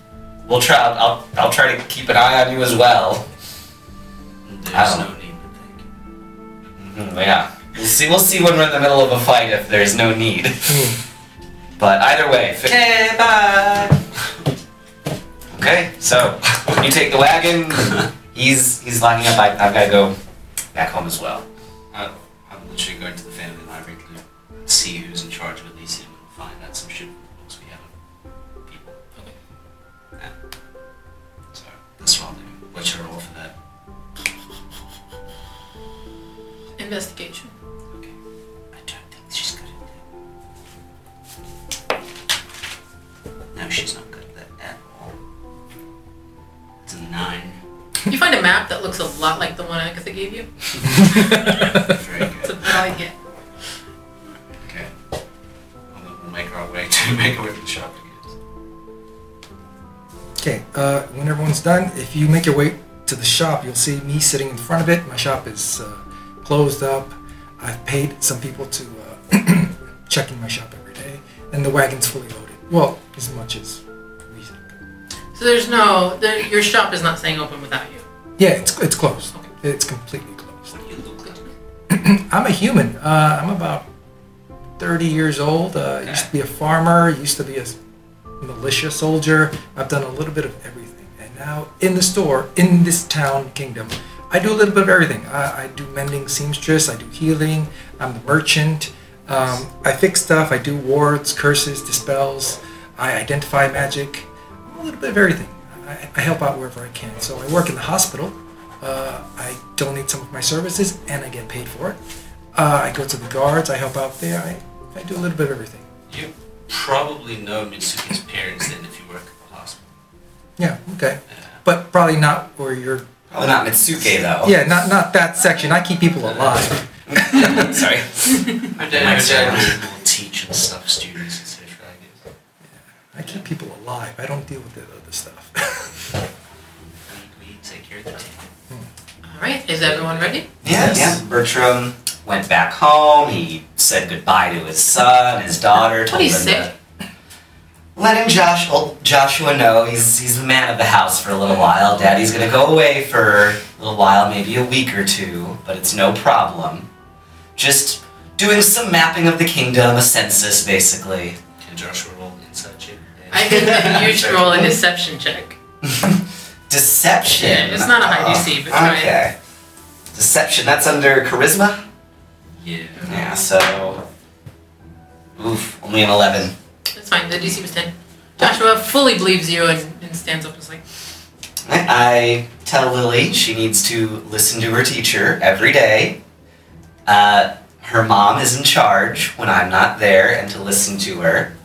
B: We'll try. I'll, I'll, I'll try to keep an eye on you as well.
E: There's
B: don't-
E: no need to thank you.
B: Mhm, yeah. We'll see. We'll see when we're in the middle of a fight if there's no need. but either way. fi-
E: Okay, bye.
B: Okay. So you take the wagon. He's he's locking up. I, I've got to go back home as well.
E: I'm literally going to the family library to see who's in charge of Elysium and find out some shit books we haven't. People. Yeah. So that's what I'll do. What's your roll for that?
A: Investigation.
E: I don't think she's good at that. No, she's not good at that at all. It's a nine.
A: You find a map that looks a lot like the one Agatha gave you.
E: Very
A: It's
E: good.
A: about all you get.
E: Okay. We'll we'll make our way to make our way to the shop again.
D: Okay, uh, when everyone's done, if you make your way to the shop, you'll see me sitting in front of it. My shop is uh, closed up. I've paid some people to uh, check in my shop every day, and the wagon's fully loaded. Well, as much as reasonable.
A: So there's no, there, your shop is not staying open without you.
D: Yeah, it's, it's closed. It's completely closed.
E: You look like
D: I'm a human. Uh, I'm about 30 years old. Uh, I used to be a farmer, used to be a s- militia soldier. I've done a little bit of everything. And now in the store, in this town kingdom, I do a little bit of everything. I, I do mending seamstress, I do healing, I'm the merchant. Um, I fix stuff, I do wards, curses, dispels, I identify magic, a little bit of everything. I, I help out wherever I can. So I work in the hospital. Uh, I donate some of my services and I get paid for it. Uh, I go to the guards. I help out there. I, I do a little bit of everything.
E: You probably know Mitsuki's parents then if you work at the hospital.
D: Yeah. Okay. But probably not where you're.
B: Probably not Mitsuke
E: Oh.
B: though.
D: Yeah. Not not that section. I keep people alive.
B: Sorry.
E: My
B: dad- my dad
E: will teach and stuff students, etc. I guess.
D: I keep people alive. I don't deal with the other stuff.
E: And we take care of the team.
A: All right, is everyone ready?
B: Yes. Bertram went back home. He said goodbye to his son, his daughter.
A: What'd he
B: told them
A: say?
B: to- Letting Josh, old Joshua know he's, he's the man of the house for a little while. Daddy's gonna go away for a little while, maybe a week or two, but it's no problem. Just doing some mapping of the kingdom, a census basically.
E: Can Joshua roll inside check?
A: I think that you should roll a deception check.
B: Deception.
A: Yeah, it's not a high DC, but try it.
B: okay. Deception. That's under charisma.
E: Yeah.
B: Yeah, so. Oof, only an 11.
A: That's fine. The DC was ten. Joshua fully believes you and, and stands up and is like,
B: I tell Lily she needs to listen to her teacher every day. Uh, her mom is in charge when I'm not there and to listen to her.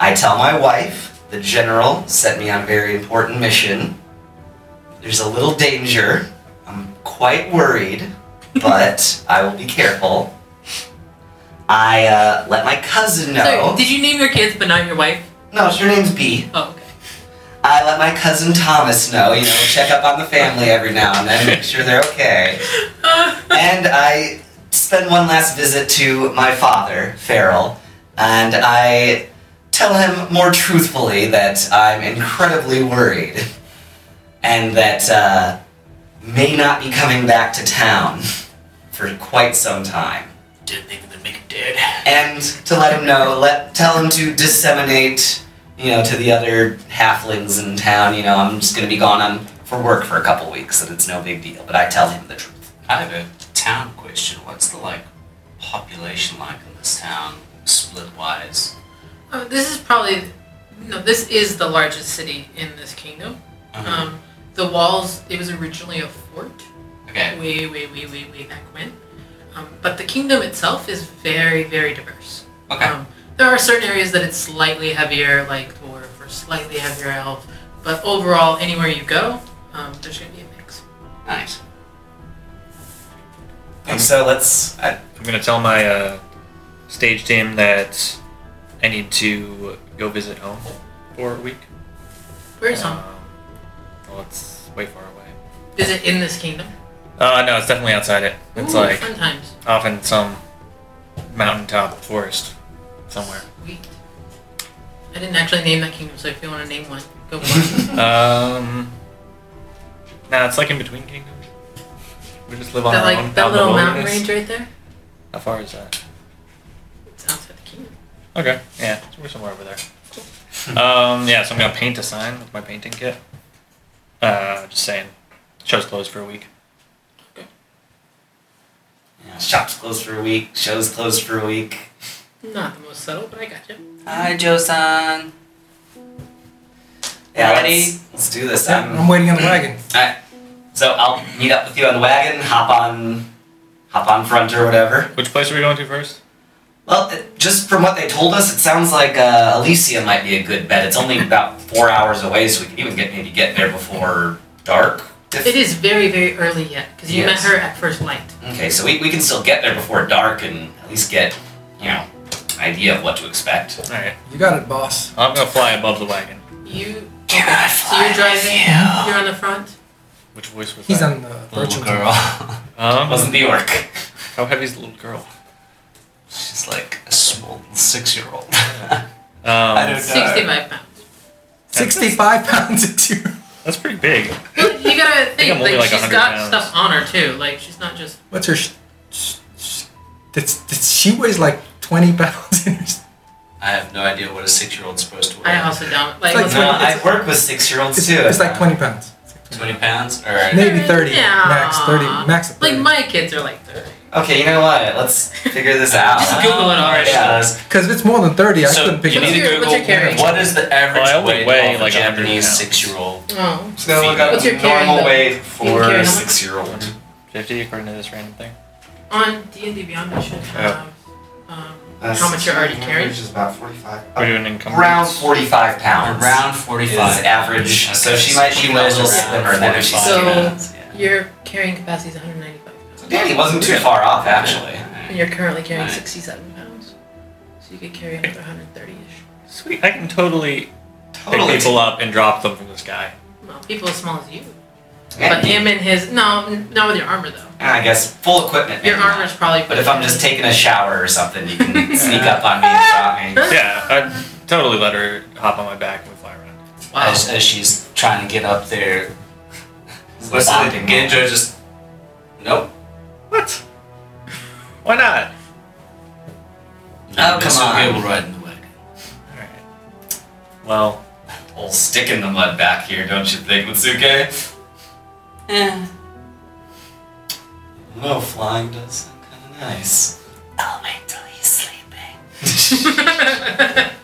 B: I tell my wife the general sent me on a very important mission. There's a little danger. I'm quite worried, but I will be careful. I uh, let my cousin know.
A: "Sorry, did you name your kids but not your wife?"
B: no, her name's Bee.
A: Oh, okay.
B: I let my cousin Thomas know, you know, check up on the family every now and then, make sure they're okay. And I spend one last visit to my father, Farrell, and I tell him more truthfully that I'm incredibly worried and that uh, may not be coming back to town for quite some time.
E: Didn't think they'd make it dead.
B: And to let him know, let tell him to disseminate you know, to the other halflings in town, you know, I'm just gonna be gone on for work for a couple weeks, and it's no big deal. But I tell him the truth.
E: I have a town question. What's the like population like in this town, split wise?
A: Uh, this is probably no. This is the largest city in this kingdom.
E: Mm-hmm.
A: Um, the walls. It was originally a fort.
E: Okay.
A: Way, way, way, way, way back when. Um, but the kingdom itself is very, very diverse.
E: Okay.
A: Um, there are certain areas that it's slightly heavier, like dwarf, or slightly heavier elf. But overall, anywhere you go, um, there's gonna be a mix.
E: Nice.
B: And so let's. I,
F: I'm gonna tell my uh, stage team that I need to go visit home for a week.
A: Where's home?
F: Um, well, it's way far away.
A: Is it in this kingdom?
F: Uh, no, it's definitely outside it. It's
A: Ooh,
F: like
A: fun times.
F: off in some mountaintop forest somewhere.
A: Sweet. I didn't actually name that kingdom, so if you want to name one, go for it.
F: Um, nah, it's like in between kingdoms. We just live on
A: that
F: our own.
A: like
F: out
A: that
F: in the
A: little mountain
F: wilderness.
A: range right there.
F: How far is that?
A: It's outside the kingdom.
F: Okay, yeah, so we're somewhere over there. Um, yeah, so I'm gonna paint a sign with my painting kit. Uh, just saying, show's closed for a week.
B: Yeah, shop's closed for a week. Show's closed for a week.
A: Not the most subtle, but I got you.
H: Hi, Josan.
B: Yeah,
H: Alrighty.
B: let's, let's do this.
E: Um,
D: I'm,
B: I'm,
D: waiting on the wagon.
B: so I'll meet up with you on the wagon. Hop on, hop on front or whatever.
F: Which place are we going to first?
B: Well, it, just from what they told us, it sounds like uh, Elysium might be a good bet. It's only about four hours away, so we could even get maybe get there before dark. if-
A: It is very, very early yet, because you
B: Yes.
A: met her at first light.
B: Okay, so we, we can still get there before dark and at least get, you know, an idea of what to expect.
F: All right,
D: You got it, boss.
F: I'm gonna fly above the wagon.
A: You
H: Can I fly
A: so you're
H: with
A: driving.
H: you?
A: You're on the front.
F: Which voice was
D: He's
F: that?
D: on the
E: Little
D: virtual.
E: girl.
B: It
F: Um,
B: wasn't the orc.
F: how heavy's the little girl?
E: She's like a small six year old.
F: Um, I
E: don't- No.
A: 65 pounds.
D: 65 pounds of two.
F: That's pretty big.
A: Well, you gotta think,
F: I'm only
A: like,
F: like
A: she's
F: 100
A: got
F: pounds.
A: stuff on her too. Like she's not just
D: What's her? Sh- sh- sh- that's, that's, she weighs like 20 pounds. In her s-
E: I have no idea what a six year old's supposed to
A: I
E: weigh.
A: also don't like.
D: It's
B: No,
D: like-
B: I work with six year olds
D: it's,
B: too.
D: it's like 20 pounds.
E: 20 pounds? Alright.
D: Maybe 30.
A: Yeah.
D: Max 30. Max of 30.
A: like my kids are like thirty.
B: Okay, you know what? Let's figure this out.
A: Just Google it already.
B: Yeah.
D: Because if it's more than 30, I
E: uh, So,
D: couldn't pick
E: you
D: it
A: what's
E: need
D: up.
E: to
A: your, what's your
E: Google
A: carrying?
E: What is the
F: Well, I
E: average
F: only
E: weight
F: weigh
E: of
F: like
E: a
F: 100
E: Japanese
F: pounds.
E: six year old?
A: Oh,
B: Just gonna look up
A: What's your carrying
B: normal
A: though?
B: weight
A: You
B: for
A: carry
B: a
A: how much?
B: six year old.
F: 50 according to this random thing.
A: on D and D Beyond, I should have. Um, how much you're already carrying?
B: Which is about 45.
F: We're doing income.
B: Around 45 pounds.
E: Around
B: is
E: 45.
B: average. So she might be a
E: was
B: little
E: around
B: slimmer than if she's
E: 45
A: So-
B: pounds.
A: your carrying capacity is 195 pounds,
B: So Danny wasn't too far off actually.
A: and you're currently carrying
E: Right.
A: 67 pounds, so you could carry another 130 ish.
F: Sweet. I can totally,
B: Totally.
F: pick people up and drop them from the sky.
A: Well, people as small as you,
B: Yeah,
A: but him and his no, n- not with your armor though.
B: I guess full equipment.
A: Your
B: maybe not.
A: armor's probably.
B: But if I'm just taking a shower or something, you can sneak up on me and drop me.
F: Yeah, I'd totally let her hop on my back and we fly around.
A: wow.
E: As, as she's trying to get up there.
B: What's the
E: Bonding moment.
B: Genjo
E: just. Nope.
B: Oh,
F: What? Why not?
E: No,
H: Oh,
E: this
H: come
E: will be
H: on.
E: able to ride in the wagon.
F: Alright. Well,
B: Old stick in the mud back here, don't you think, Matsuke?
H: Eh,
B: No, flying does sound kind of nice.
H: I'll wait till he's sleeping.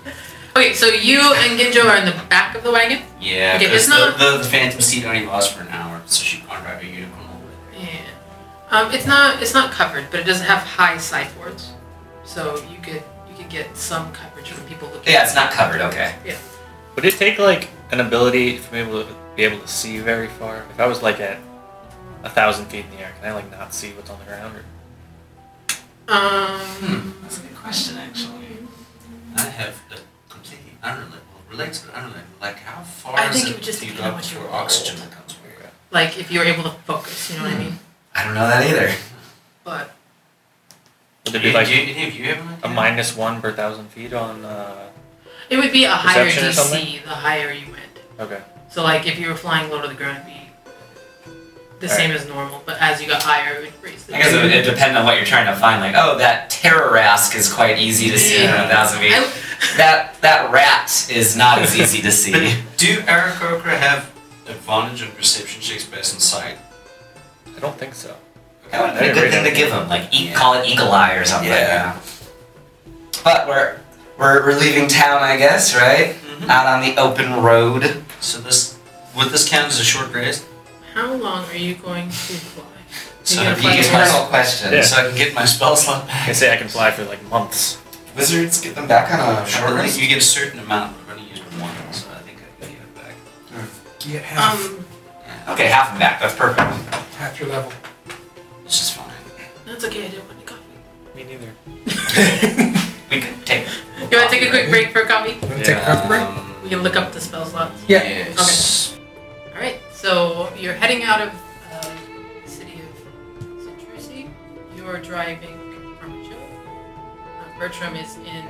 A: okay, so you and Ginjo are in the back of the wagon.
E: Yeah,
A: Okay,
E: because
A: it's not-
E: the, the phantom seat only lasts for an hour, so she can't drive a unicorn all the way.
A: Yeah. Um, it's not it's not covered, but it doesn't have high sideboards, so you could you could get some coverage from people looking.
B: Yeah, it's not covered, okay.
F: would it take like an ability for me to be able to see very far? If I was like at a thousand feet in the air, can I like not see what's on the ground? Or...
A: Um,
E: That's a good question, actually. I have a completely unrelated, well, relates but unrelated. Like, how far
A: I
E: is
A: think
E: it
A: it would just
E: to
A: depend on
E: go
A: what you
E: for
A: roll.
E: oxygen that comes from here?
A: like if you were able to focus, you know what I mean.
B: I don't know that either.
A: But
F: Would it be like
E: do you, any of you have an
F: a
E: idea?
F: minus one per thousand feet on. Uh...
A: it would be a higher
F: Perception or something?
A: DC the higher you went.
F: Okay.
A: So like if you were flying low to the ground, it'd be the
F: Alright.
A: same as normal. But as you got higher, it would raise the.
B: I guess it would it depend on what you're trying to find. Like, oh, that terrorisk is quite easy to see from a thousand feet.
A: I-
B: That that rat is not as easy to see.
E: Do Arakocra have advantage on perception checks based on sight?
F: I don't think so.
B: That would have been a good thing to give him, like eat, call it eagle eye or something.
E: Yeah.
B: you know. But we're we're we're leaving town, I guess, right?
A: Mm-hmm.
B: Out on the open road.
E: Mm-hmm. So this, would this count as a short rest?
A: How long are you going to fly?
E: So
A: Yeah,
E: if
B: The
A: fly to
E: you get my,
A: rest.
B: eternal question.
F: Yeah.
E: so I can get my spell slot
F: I
E: back.
F: can say I can fly for like months.
B: Wizards get them back on a
E: I
B: Uh, short
E: believe
B: rest.
E: you get a certain amount. I've only used one, so I think I can get it back.
D: Get half,
A: Um,
B: Okay, half them back. That's perfect.
D: half your level.
E: It's just fine.
A: that's okay. I didn't want to coffee.
F: Me neither.
B: We could take.
A: You want to take a quick break for a coffee?
D: You want to take a half break?
E: Um,
A: We can look up the spell slots.
D: Yeah.
E: Yes.
A: All right, so you're heading out of uh, the city of Centrusi. You're driving from a show. Uh, Bertram is in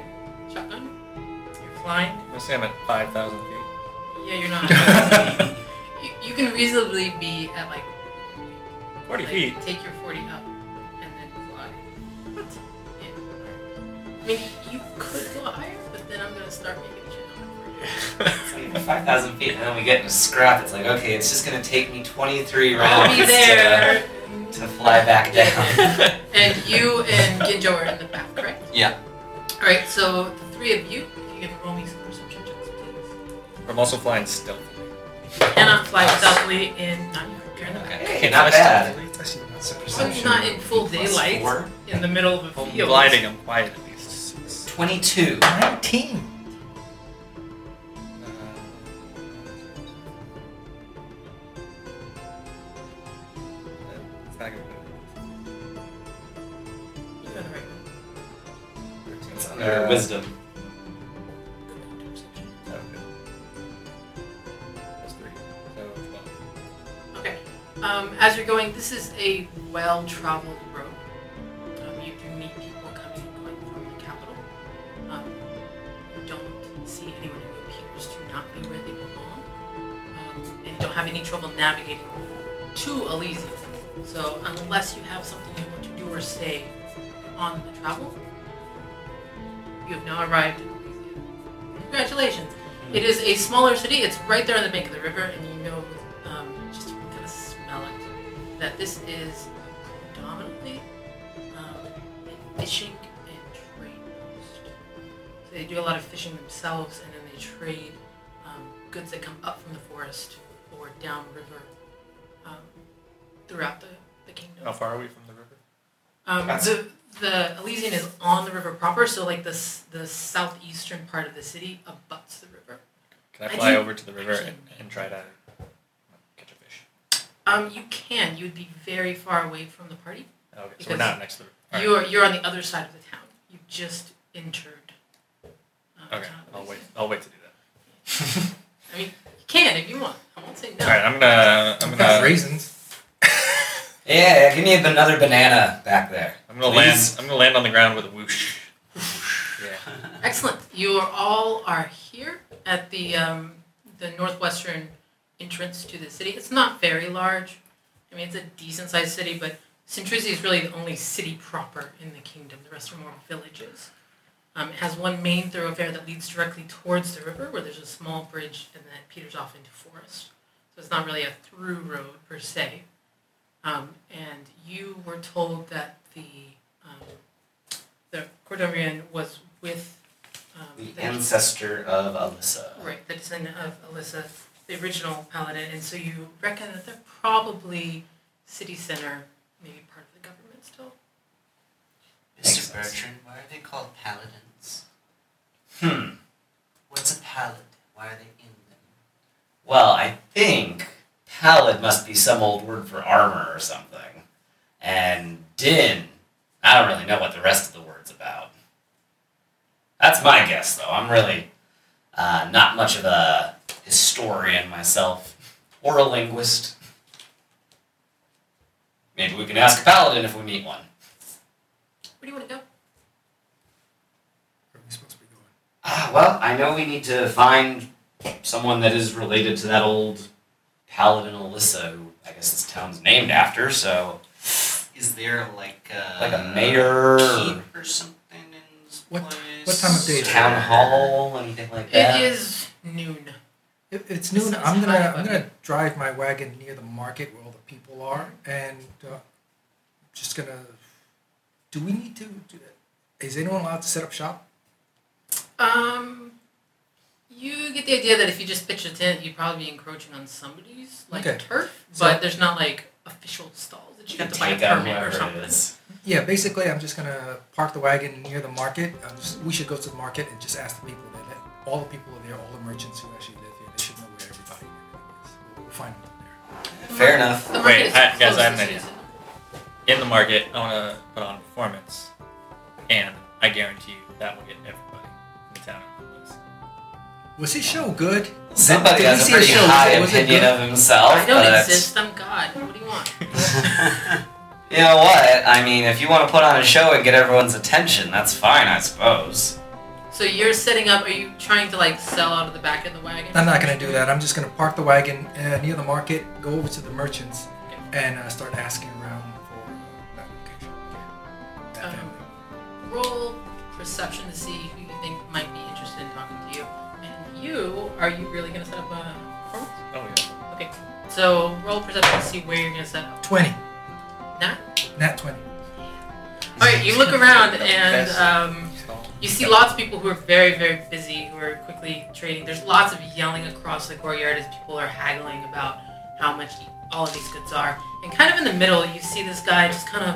A: shotgun. You're inclined.
F: I'm gonna say I'm at 5,000 feet.
A: Yeah, you're not. you, you can reasonably be at like
F: 40
A: like,
F: feet.
A: Take your 40 up and then fly. What? Yeah. I mean, you could go higher, but then I'm gonna start making shit on it for you.
B: Five thousand feet, and then we get in a scrap. It's like, okay, it's just gonna take me twenty-three rounds
A: I'll be
B: to,
A: there.
B: to fly back down.
A: And you and Ginjo are in the back, correct?
E: Yeah.
A: Alright, so the three of you, if you can roll me some perception checks, please.
F: I'm also flying stealth.
A: You cannot fly stealthily in not you're in the back.
B: Hey, not bad.
D: I see what that's-
A: So you're not in full daylight
B: Four.
A: in the middle of a
F: I'm
A: field.
F: gliding, I'm quiet at least.
B: Twenty-two.
F: Uh,
C: 19.
F: It's not gonna be
A: You're in the right
B: It's under
F: Uh,
B: wisdom.
F: that good. That's three. So, 12.
A: Okay. Um, as you're going, this is a well-traveled road. Um, you do meet people coming and going from the capital. Um, you don't see anyone who appears to not be where they belong, um, and don't have any trouble navigating to Elysium. So unless you have something you want to do or say on the travel, you have now arrived in Elysium. Congratulations! It is a smaller city. It's right there on the bank of the river, and you know, um, just kind of smell it, that this is predominantly um, a fishing and trade post. So they do a lot of fishing themselves, and then they trade um, goods that come up from the forest or downriver um, throughout the, the kingdom.
F: How far are we from the river?
A: Um,
B: That's-
A: the, the Elysian is on the river proper, so like the, s- the southeastern part of the city abuts the river.
F: Can I
A: I
F: fly
A: do-
F: over to the river and, and try to catch a fish?
A: Um, you can. You would be very far away from the party.
F: Okay, so we're
A: Because
F: not next to the river. All
A: You are you're on the other side of the town. You just entered. Um,
F: right. Okay,
A: town.
F: I'll wait. I'll wait to do that.
A: I mean, you can if you want. I won't say no.
F: All right, I'm gonna, I'm
D: I've got
F: gonna,
D: raisins.
B: Yeah, give me another banana back there.
F: I'm gonna
B: Please.
F: land. I'm gonna land on the ground with a whoosh. Yeah.
A: Excellent. You are all are here at the um, the northwestern entrance to the city. It's not very large. I mean, it's a decent sized city, but Centruzzi is really the only city proper in the kingdom. The rest are more villages. Um, it has one main thoroughfare that leads directly towards the river, where there's a small bridge, and then it peters off into forest. So it's not really a through road per se. Um, and you were told that the um, the Cordoverian was with um,
B: The ancestor of Alyssa.
A: Right, the descendant of Alyssa, the original paladin, and so you reckon that they're probably city center, maybe part of the government still.
B: Makes
E: Mr.
B: sense.
E: Bertrand, why are they called paladins?
B: Hmm.
E: What's a paladin? Why are they in them?
B: Well, I think pallid must be some old word for armor or something. And din, I don't really know what the rest of the word's about. That's my guess, though. I'm really uh, not much of a historian myself or a linguist. Maybe we can ask a paladin if we meet one.
A: Where do you want to go?
D: Where are we supposed to be going?
B: Ah, well, I know we need to find someone that is related to that old paladin Alyssa, who I guess this town's named after, so
E: Is there like a
B: like a mayor,
E: keep or something in this
D: What-
E: place?
D: what time of day is it?
B: town hall, anything like that.
A: It is noon.
D: If it's noon,
A: It's
D: I'm gonna
A: high,
D: I'm
A: but-
D: gonna drive my wagon near the market where all the people are, and uh, just gonna. Do we need to? Do, is anyone allowed to set up shop?
A: Um, you get the idea that if you just pitch a tent, you'd probably be encroaching on somebody's like
D: Okay.
A: turf,
D: So-
A: but there's not like official stalls that you have to buy a
B: Take out
A: permit or
B: whoever it
A: something.
B: is.
D: Yeah, basically, I'm just gonna park the wagon near the market. I'm just, we should go to the market and just ask the people that, that all the people are there, all the merchants who actually live here. They should know where everybody is. We'll find them there.
B: Fair enough.
A: The market
F: Wait,
A: is
F: I- guys, I have an
A: closed
F: idea.
A: this season.
F: in the market, I want to put on a performance, and I guarantee you that will get everybody in the town.
D: Was his show good? Did
B: Somebody
D: we
B: has a
D: see a
B: pretty
D: show?
B: high
D: Was it
B: opinion
D: good?
B: of himself,
A: I
D: Oh,
A: don't
B: but
A: exist. I'm God. What do you want?
B: you know what? I mean, if you want to put on a show and get everyone's attention, that's fine, I suppose.
A: So you're setting up. Are you trying to like sell out of the back of the wagon?
D: I'm not gonna do that. I'm just gonna park the wagon uh, near the market, go over to the merchants, and uh, start asking around for that location. Yeah. That
A: Um,
D: family.
A: Roll perception to see who you think might be interested in talking to you. And you, are you really gonna set up a performance?
F: Oh yeah.
A: Okay. So roll perception to see where you're gonna set up.
D: Twenty,
A: Not.
D: not twenty.
A: All right. You look around
F: The
A: and.
F: best.
A: Um, You see lots of people who are very, very busy, who are quickly trading. There's lots of yelling across the courtyard as people are haggling about how much e- all of these goods are. And kind of in the middle, you see this guy just kind of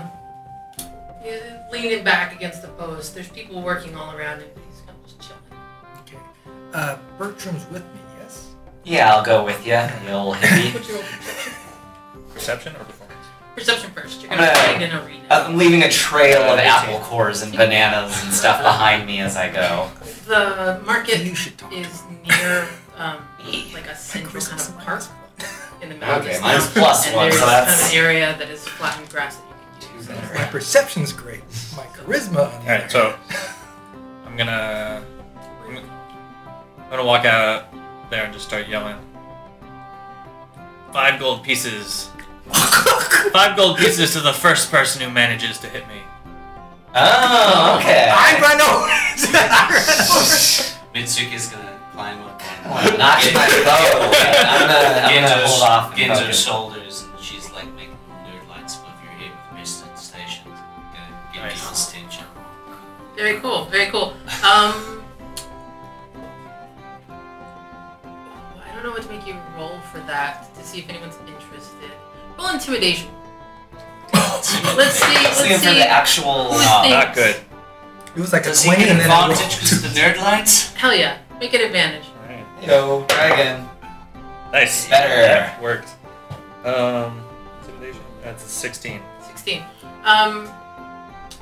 A: yeah, leaning back against the post. There's people working all around him, but he's kind of just chilling.
D: Okay. Uh, Bertram's with me. Yes.
B: Yeah, I'll go with you, you old hippie.
A: What's your roll?
F: Perception or performance?
A: perception first? You're
B: I'm
A: gonna
B: gonna-
A: find an arena.
B: I'm leaving a trail of
F: Uh,
B: apple cores and bananas and stuff behind me as I go.
A: the market
D: you should talk. to
A: is near um,
B: Me.
A: like a
D: him.
A: central kind of
D: Christmas
A: park
D: lights.
A: in the mountains.
B: Okay, mine's plus
A: and
B: one,
A: there's
B: so
A: kind of
B: that's
A: an area that is flattened grass that you can use.
B: Two better.
D: My perception's great. My charisma. On the
F: All right,
D: other
F: so I'm gonna I'm gonna walk out there and just start yelling. Five gold pieces. Five gold pieces to the first person who manages to hit me.
B: Oh, okay.
D: I run over. I
E: Mitsuki's gonna climb up on
B: I'm gonna notch my bow. but I'm gonna, I'm gonna
E: Genzo's,
B: hold off. and
E: Genzo's
B: focus.
E: shoulders, and she's like making nerd lights above your head with wrist stations. Gonna get
F: Nice.
E: people's attention.
A: Very cool. Very cool. Um, I don't know what to make you roll for that to see if anyone's interested. Roll intimidation. Let's see. Let's
B: Let's
A: see.
B: see for the actual.
A: Who's
B: uh,
A: thinking?
F: Not good.
D: know. It was like a
E: Does he
D: twenty,
E: get
D: and then I rolled
E: advantage because of the nerd lights?
A: Hell yeah! Make it advantage.
B: Yo, dragon.
F: Nice.
B: Better.
F: Yeah, worked. Um, intimidation. That's a 16.
A: 16. Um,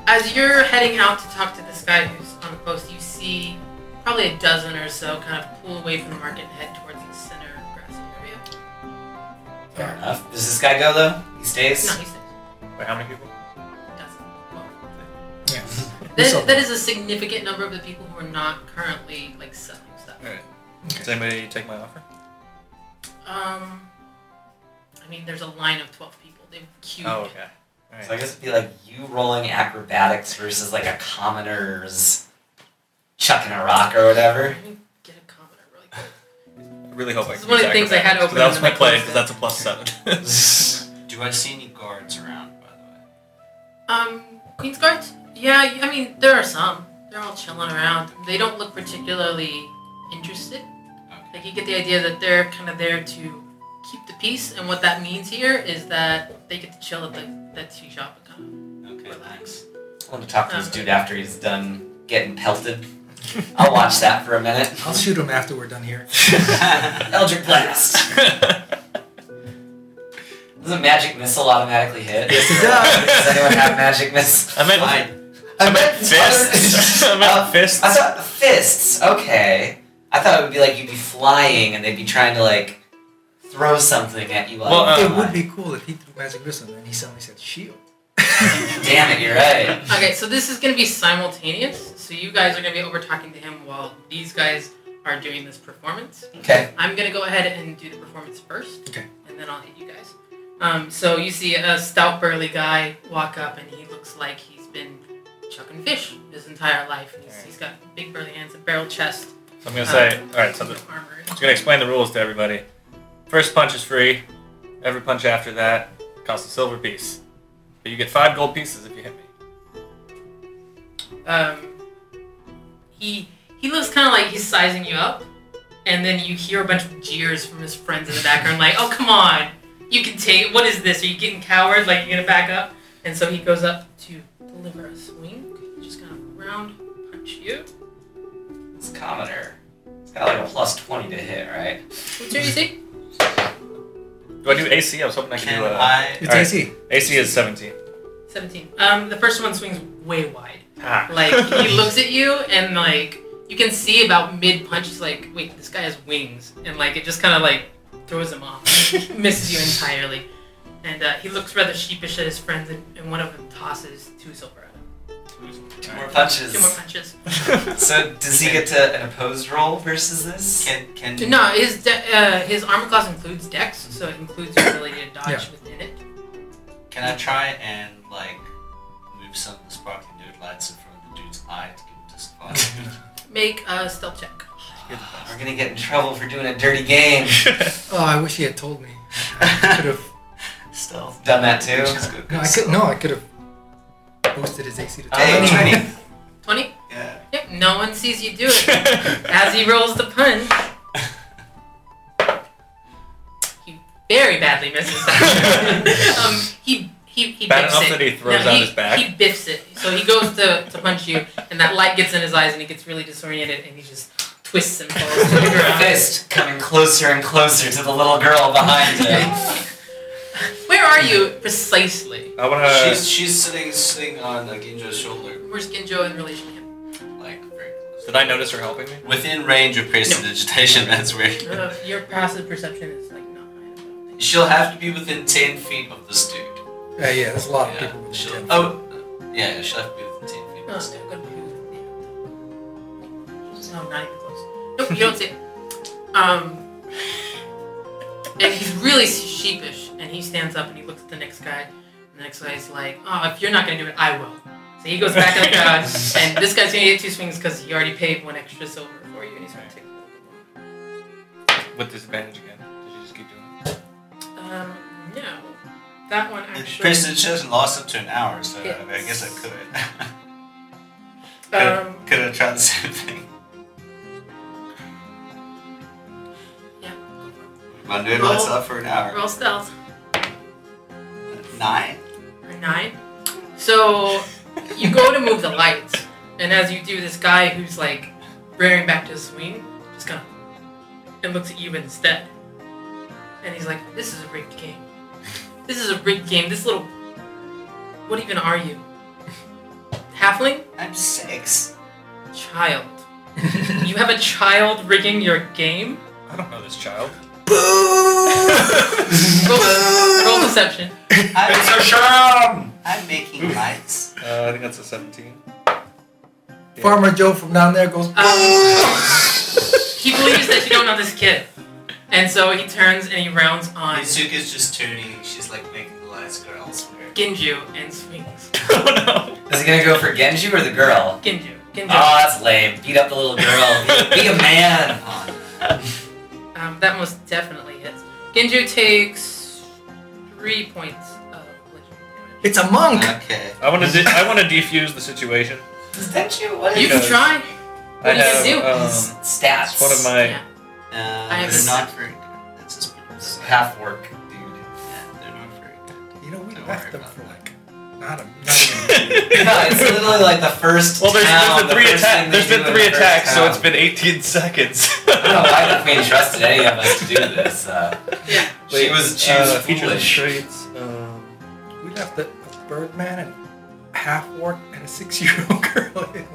A: as you're heading out to talk to this guy who's on the post, you see probably a dozen or so kind of pull away from the market and head towards the center grass area.
B: Fair enough. Does this guy go though? He stays.
A: No, he said
F: Wait, how many people?
A: a dozen. Well,
D: Yeah.
A: that, that is a significant number of the people who are not currently like selling stuff.
F: Does anybody take my offer?
A: Um, I mean, there's a line of 12 people. They've queued.
F: Oh, okay.
B: So I guess it'd be like you rolling acrobatics versus like a commoner's chucking a rock or whatever.
A: Let me get a commoner really quick.
F: I really hope I
A: It's
F: can
A: one of
F: use
A: the things I had
F: acrobatics,
A: open
F: 'cause That was
A: and
F: my
A: then I
F: play,
A: closed
F: because
A: it.
F: that's a plus seven.
E: Do I see any guards around, by the way?
A: Um, Queen's Guards? Yeah, I mean, there are some. They're all chilling around. They don't look particularly interested. Like, you get the idea that they're kind of there to keep the peace, and what that means here is that they get to chill at the, that tea shop and kind of
E: Okay, thanks.
B: I want to talk to this dude after he's done getting pelted. I'll watch that for a minute.
D: I'll shoot him after we're done here.
B: Eldritch Blast. Does a magic missile automatically hit?
D: Yes, it does.
B: Does anyone have magic miss?
F: I meant, I
E: Fine.
F: meant fists. I
B: Uh,
F: meant fists.
B: I thought fists. Okay. I thought it would be like you'd be flying and they'd be trying to like throw something at you.
F: Well, uh,
B: out of
D: it
B: the
D: would
B: line.
D: be cool if he threw magic missile and he suddenly said shield.
B: Damn it, you're right.
A: Okay, so this is gonna be simultaneous. So you guys are gonna be over talking to him while these guys are doing this performance.
B: Okay.
A: I'm gonna go ahead and do the performance first.
D: Okay.
A: And then I'll hit you guys. Um, so you see a stout burly guy walk up and he looks like he's been chucking fish his entire life. And he's, he's got big burly hands, a barrel chest,
F: So I'm gonna say, all right. So
A: no
F: the,
A: armor.
F: I'm gonna explain the rules to everybody. First punch is free. Every punch after that costs a silver piece, but you get five gold pieces if you hit me.
A: Um, he he looks kind of like he's sizing you up, and then you hear a bunch of jeers from his friends in the background, like, "Oh come on, you can take. What is this? Are you getting coward? Like you're gonna back up?" And so he goes up to deliver a swing, just gonna round punch you.
B: It's commoner. It's got like a plus twenty to hit, right?
A: What's your AC?
F: Do I do AC? I was hoping I could
E: Can
F: do. Uh,
E: I
D: It's
F: All right.
D: AC.
F: AC is 17.
A: Seventeen. Um, the first one swings way wide.
F: Ah.
A: Like he looks at you and like you can see about mid punch, he's like, wait, this guy has wings, and like it just kind of like throws him off, misses you entirely, and uh, he looks rather sheepish at his friends, and, and one of them tosses two silver at him.
B: Two more
A: Two more
B: punches.
A: punches.
B: So does he get to an opposed roll versus this?
E: Can can
A: No, his de- uh, his armor class includes dex, so it includes your ability to dodge
D: Yeah.
A: within it.
E: can I try and like move some of the sparkling dude lights in front of the dude's eye to give him disadvantage?
A: Make a stealth check.
B: We're gonna get in trouble for doing a dirty game.
D: Oh, I wish he had told me. I could have.
E: Stealth.
B: Done that too?
E: Which is good.
D: No, I could. No, I could have boosted his AC to
B: Hey,
D: 20.
B: Trini.
A: 20?
E: Yeah.
A: Yep, no one sees you do it. As he rolls the pun, he very badly misses that. um, he, he, he biffs
F: Bad enough
A: it.
F: that he throws
A: No,
F: out
A: he,
F: his back.
A: He biffs it. So he goes to, to punch you, and that light gets in his eyes, and he gets really disoriented, and he just twists and falls to the
B: Her
A: ground.
B: fist coming closer and closer to the little girl behind him.
A: Where are you precisely?
F: I want to.
E: she's she's sitting sitting on like Ginjo's shoulder,
A: Where's Ginjo in relation to him?
E: like very close.
F: Did I notice her helping me?
E: Within range of prestidigitation, that's where
A: Uh, your passive perception is like not high. I don't think.
E: she'll have to be within ten feet of this dude.
D: Uh, yeah, there's a lot of
E: Yeah,
D: people with
E: she'll-
D: ten.
E: Oh, yeah, she'll have to be within ten feet of
A: Oh,
E: this
A: so
E: dude.
A: good move. No, not even close. Nope, you don't see it. Um, and he's really sheepish, and he stands up and he looks at the next guy. And the next guy's like, "Oh, if you're not gonna do it, I will." So he goes back in the crowd, and this guy's gonna get two swings because he already paid one extra silver for you, and he's gonna take.
F: With disadvantage again. Did you just keep doing it?
A: Um, no, that one actually.
E: Prestidigitation lasts up to an hour, so
A: Yeah.
E: I, mean, I guess I could.
A: Um,
E: could have tried the same thing.
A: Yeah.
E: My dude lights up for an hour.
A: roll stealth.
E: Nine.
A: or nine. So you go to move the lights, and as you do, this guy who's like rearing back to his swing just kind of and looks at you instead, and he's like, "This is a rigged game. This is a rigged game. This little what even are you? Halfling
B: I'm six.
A: child. you have a child rigging your game.
F: I don't know this child.
A: Roll, roll deception.
B: I'm,
F: charm!
B: I'm making lights.
F: Uh, I think that's a 17.
D: Farmer Joe from down there goes.
A: Um, he believes that you don't know this kid, and so he turns and he rounds on.
E: Mitsuka's just tuning. She's like making the lights go elsewhere.
A: Ginju and swings.
F: oh
B: Is he gonna go for Genji or the girl?
A: Ginju. Ginju.
B: Oh, that's lame. Beat up the little girl. Be a man.
A: um, that most definitely hits. Ginju takes three points of bludgeoning
D: It's a monk.
E: Okay.
F: no. I want to. De- I want to defuse the situation.
B: Didn't you? What
A: damage. You
B: is
A: can try.
F: I
A: What do you
F: have.
A: do?
F: Um,
B: stats?
F: it's one of my.
A: Yeah.
E: Uh,
A: have
E: they're
A: a-
E: not very good. That's just what I'm saying.
B: half work, dude.
E: Yeah, they're not very good.
D: You know, we
E: Don't
D: left
E: worry
D: them
E: about
D: for
E: that.
D: like not a. Not even
B: No, it's literally like the first.
F: Well, there's,
B: town,
F: there's been three
B: the first thing
F: attacks.
B: they
F: There's been
B: do in
F: three
B: the first
F: attacks, so
B: town.
F: it's been 18 seconds.
B: I don't know why the queen trusted any of us to do this. Uh,
A: Yeah.
B: she was she was
F: uh, features and
B: foolish.
F: traits. Um,
D: we left a, a Birdman and a half orc and a six-year-old girl. in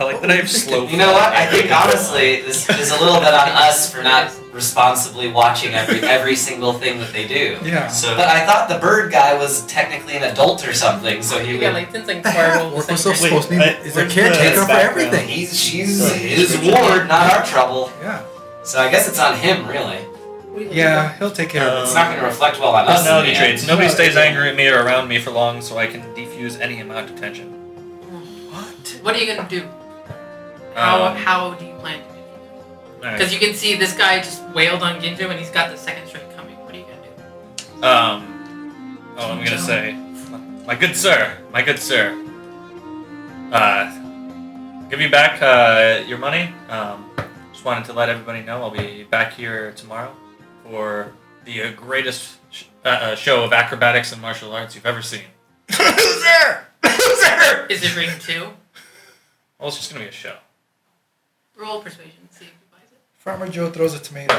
F: I like that I have slow.
B: You know what? I
F: fire.
B: think honestly, this is a little bit on us for not responsibly watching every every single thing that they do.
D: yeah.
E: So
B: But I thought the bird guy was technically an adult or something, so he
A: You got
B: would.
A: like ten seconds
D: The
A: for a
D: half
A: roll.
D: orc was
A: deception.
F: Wait,
D: supposed to be
F: I-
D: is a
F: where's the
D: caretaker for
F: background?
D: everything.
B: He's she's his ward, not our trouble.
D: Yeah.
B: So I guess it's on him really.
A: What are you looking
D: Yeah, he'll take care of
B: It's
D: it.
B: not going to reflect well on us. in the
F: Personality
B: end.
F: traits. Nobody
D: No,
F: stays
D: it's-
F: angry at me or around me for long, so I can defuse any amount of tension.
A: for? What are you gonna do?
B: Uh,
A: How
F: Um,
A: how do you plan?
F: Alright.
A: Because you can see this guy just wailed on Ginju and he's got the second strike coming. What are you gonna do?
F: Um. Oh, I'm gonna say, my good sir, my good sir. Uh, give you back uh, your money. Um, just wanted to let everybody know I'll be back here tomorrow for the uh, greatest sh- uh, uh, show of acrobatics and martial arts you've ever seen.
D: Who's there? Who's there?
A: Is it ring two?
F: Well, it's just gonna be a show.
A: Roll persuasion. See if he buys it.
D: Farmer Joe throws a tomato.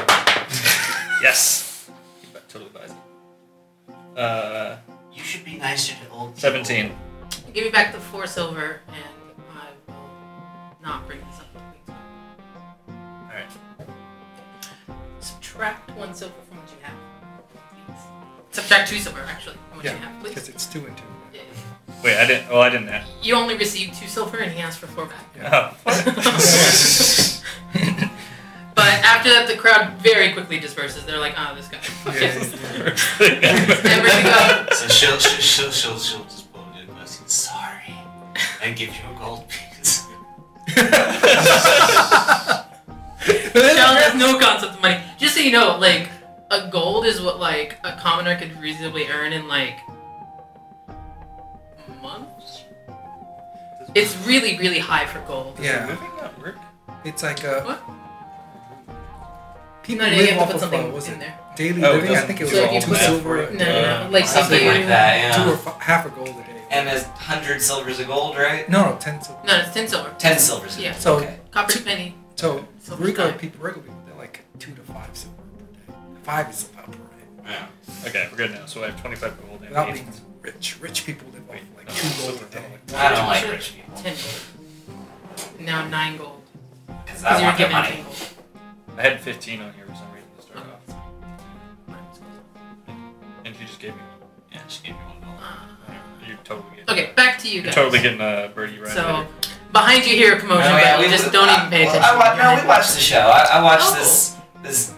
F: Yes. You bet- totally buys it. Uh,
E: you should be nicer to old. people.
F: seventeen.
A: Give me back the four silver and I will not bring this up. next time.
F: All right.
A: Subtract one silver from what you have, please. Subtract two silver, actually, from what
D: Yeah,
A: you have, please.
D: because it's two and two.
A: Yeah, yeah, yeah.
F: Wait, I didn't. Oh, I didn't. Ask.
A: You only received two silver, and he asked for four back.
F: Oh,
A: but after that, the crowd very quickly disperses. They're like, "Ah, this guy." Okay. And we're gonna
E: So she'll, she'll, she'll, she'll, she'll just blow you a glass. Sorry. And give you a gold piece.
A: go. John has no concept of money. Just so you know, like a gold is what like a commoner could reasonably earn in like months. It's really, really high for gold.
D: Yeah,
F: Moving that work?
D: it's like a.
A: What?
D: People
A: No, no, you
D: live
A: have
D: off
A: to put
D: of,
A: something
D: uh, was
A: in
D: it
A: there.
D: daily
F: Oh, it
D: living? I
F: doesn't-
D: think it was
A: so if you
D: like two
B: put-
D: silver,
A: No, no, no. Like
B: Something
A: something.
B: like that,
D: two or
B: yeah.
D: f- half a gold a day.
B: And a hundred silvers of gold, right?
D: no, no, ten silver.
A: No, it's tin silver.
B: Ten silvers. of
A: Yeah.
B: gold,
D: So-
B: okay.
A: Copper penny.
D: So
A: Silver's
D: regular
A: fine.
D: people, regular people, they're like two to five silver per day. Five is about per day.
B: Yeah.
F: Okay, we're good now. So I have 25 gold. and
D: Without
F: eight.
D: being rich, rich people live off like
F: no,
D: two gold
F: silver,
D: a day.
B: I don't like rich people
A: Ten gold. Now nine gold.
B: because
A: Because
B: I
A: you were
B: want their
A: given
B: money.
A: ten gold.
F: I had 15 on here for some reason to start off, and she just gave me. one.
E: Yeah, she gave you one gold.
F: You're totally getting.
A: Okay, back to you
F: You're
A: guys.
F: totally getting a birdie right.
A: So, behind you hear a commotion,
B: Oh, yeah,
A: but you
B: we-
A: just don't
B: I-
A: even pay
B: well,
A: attention.
B: I, wa- no, we watched the show. I, I watched
A: Oh.
B: this this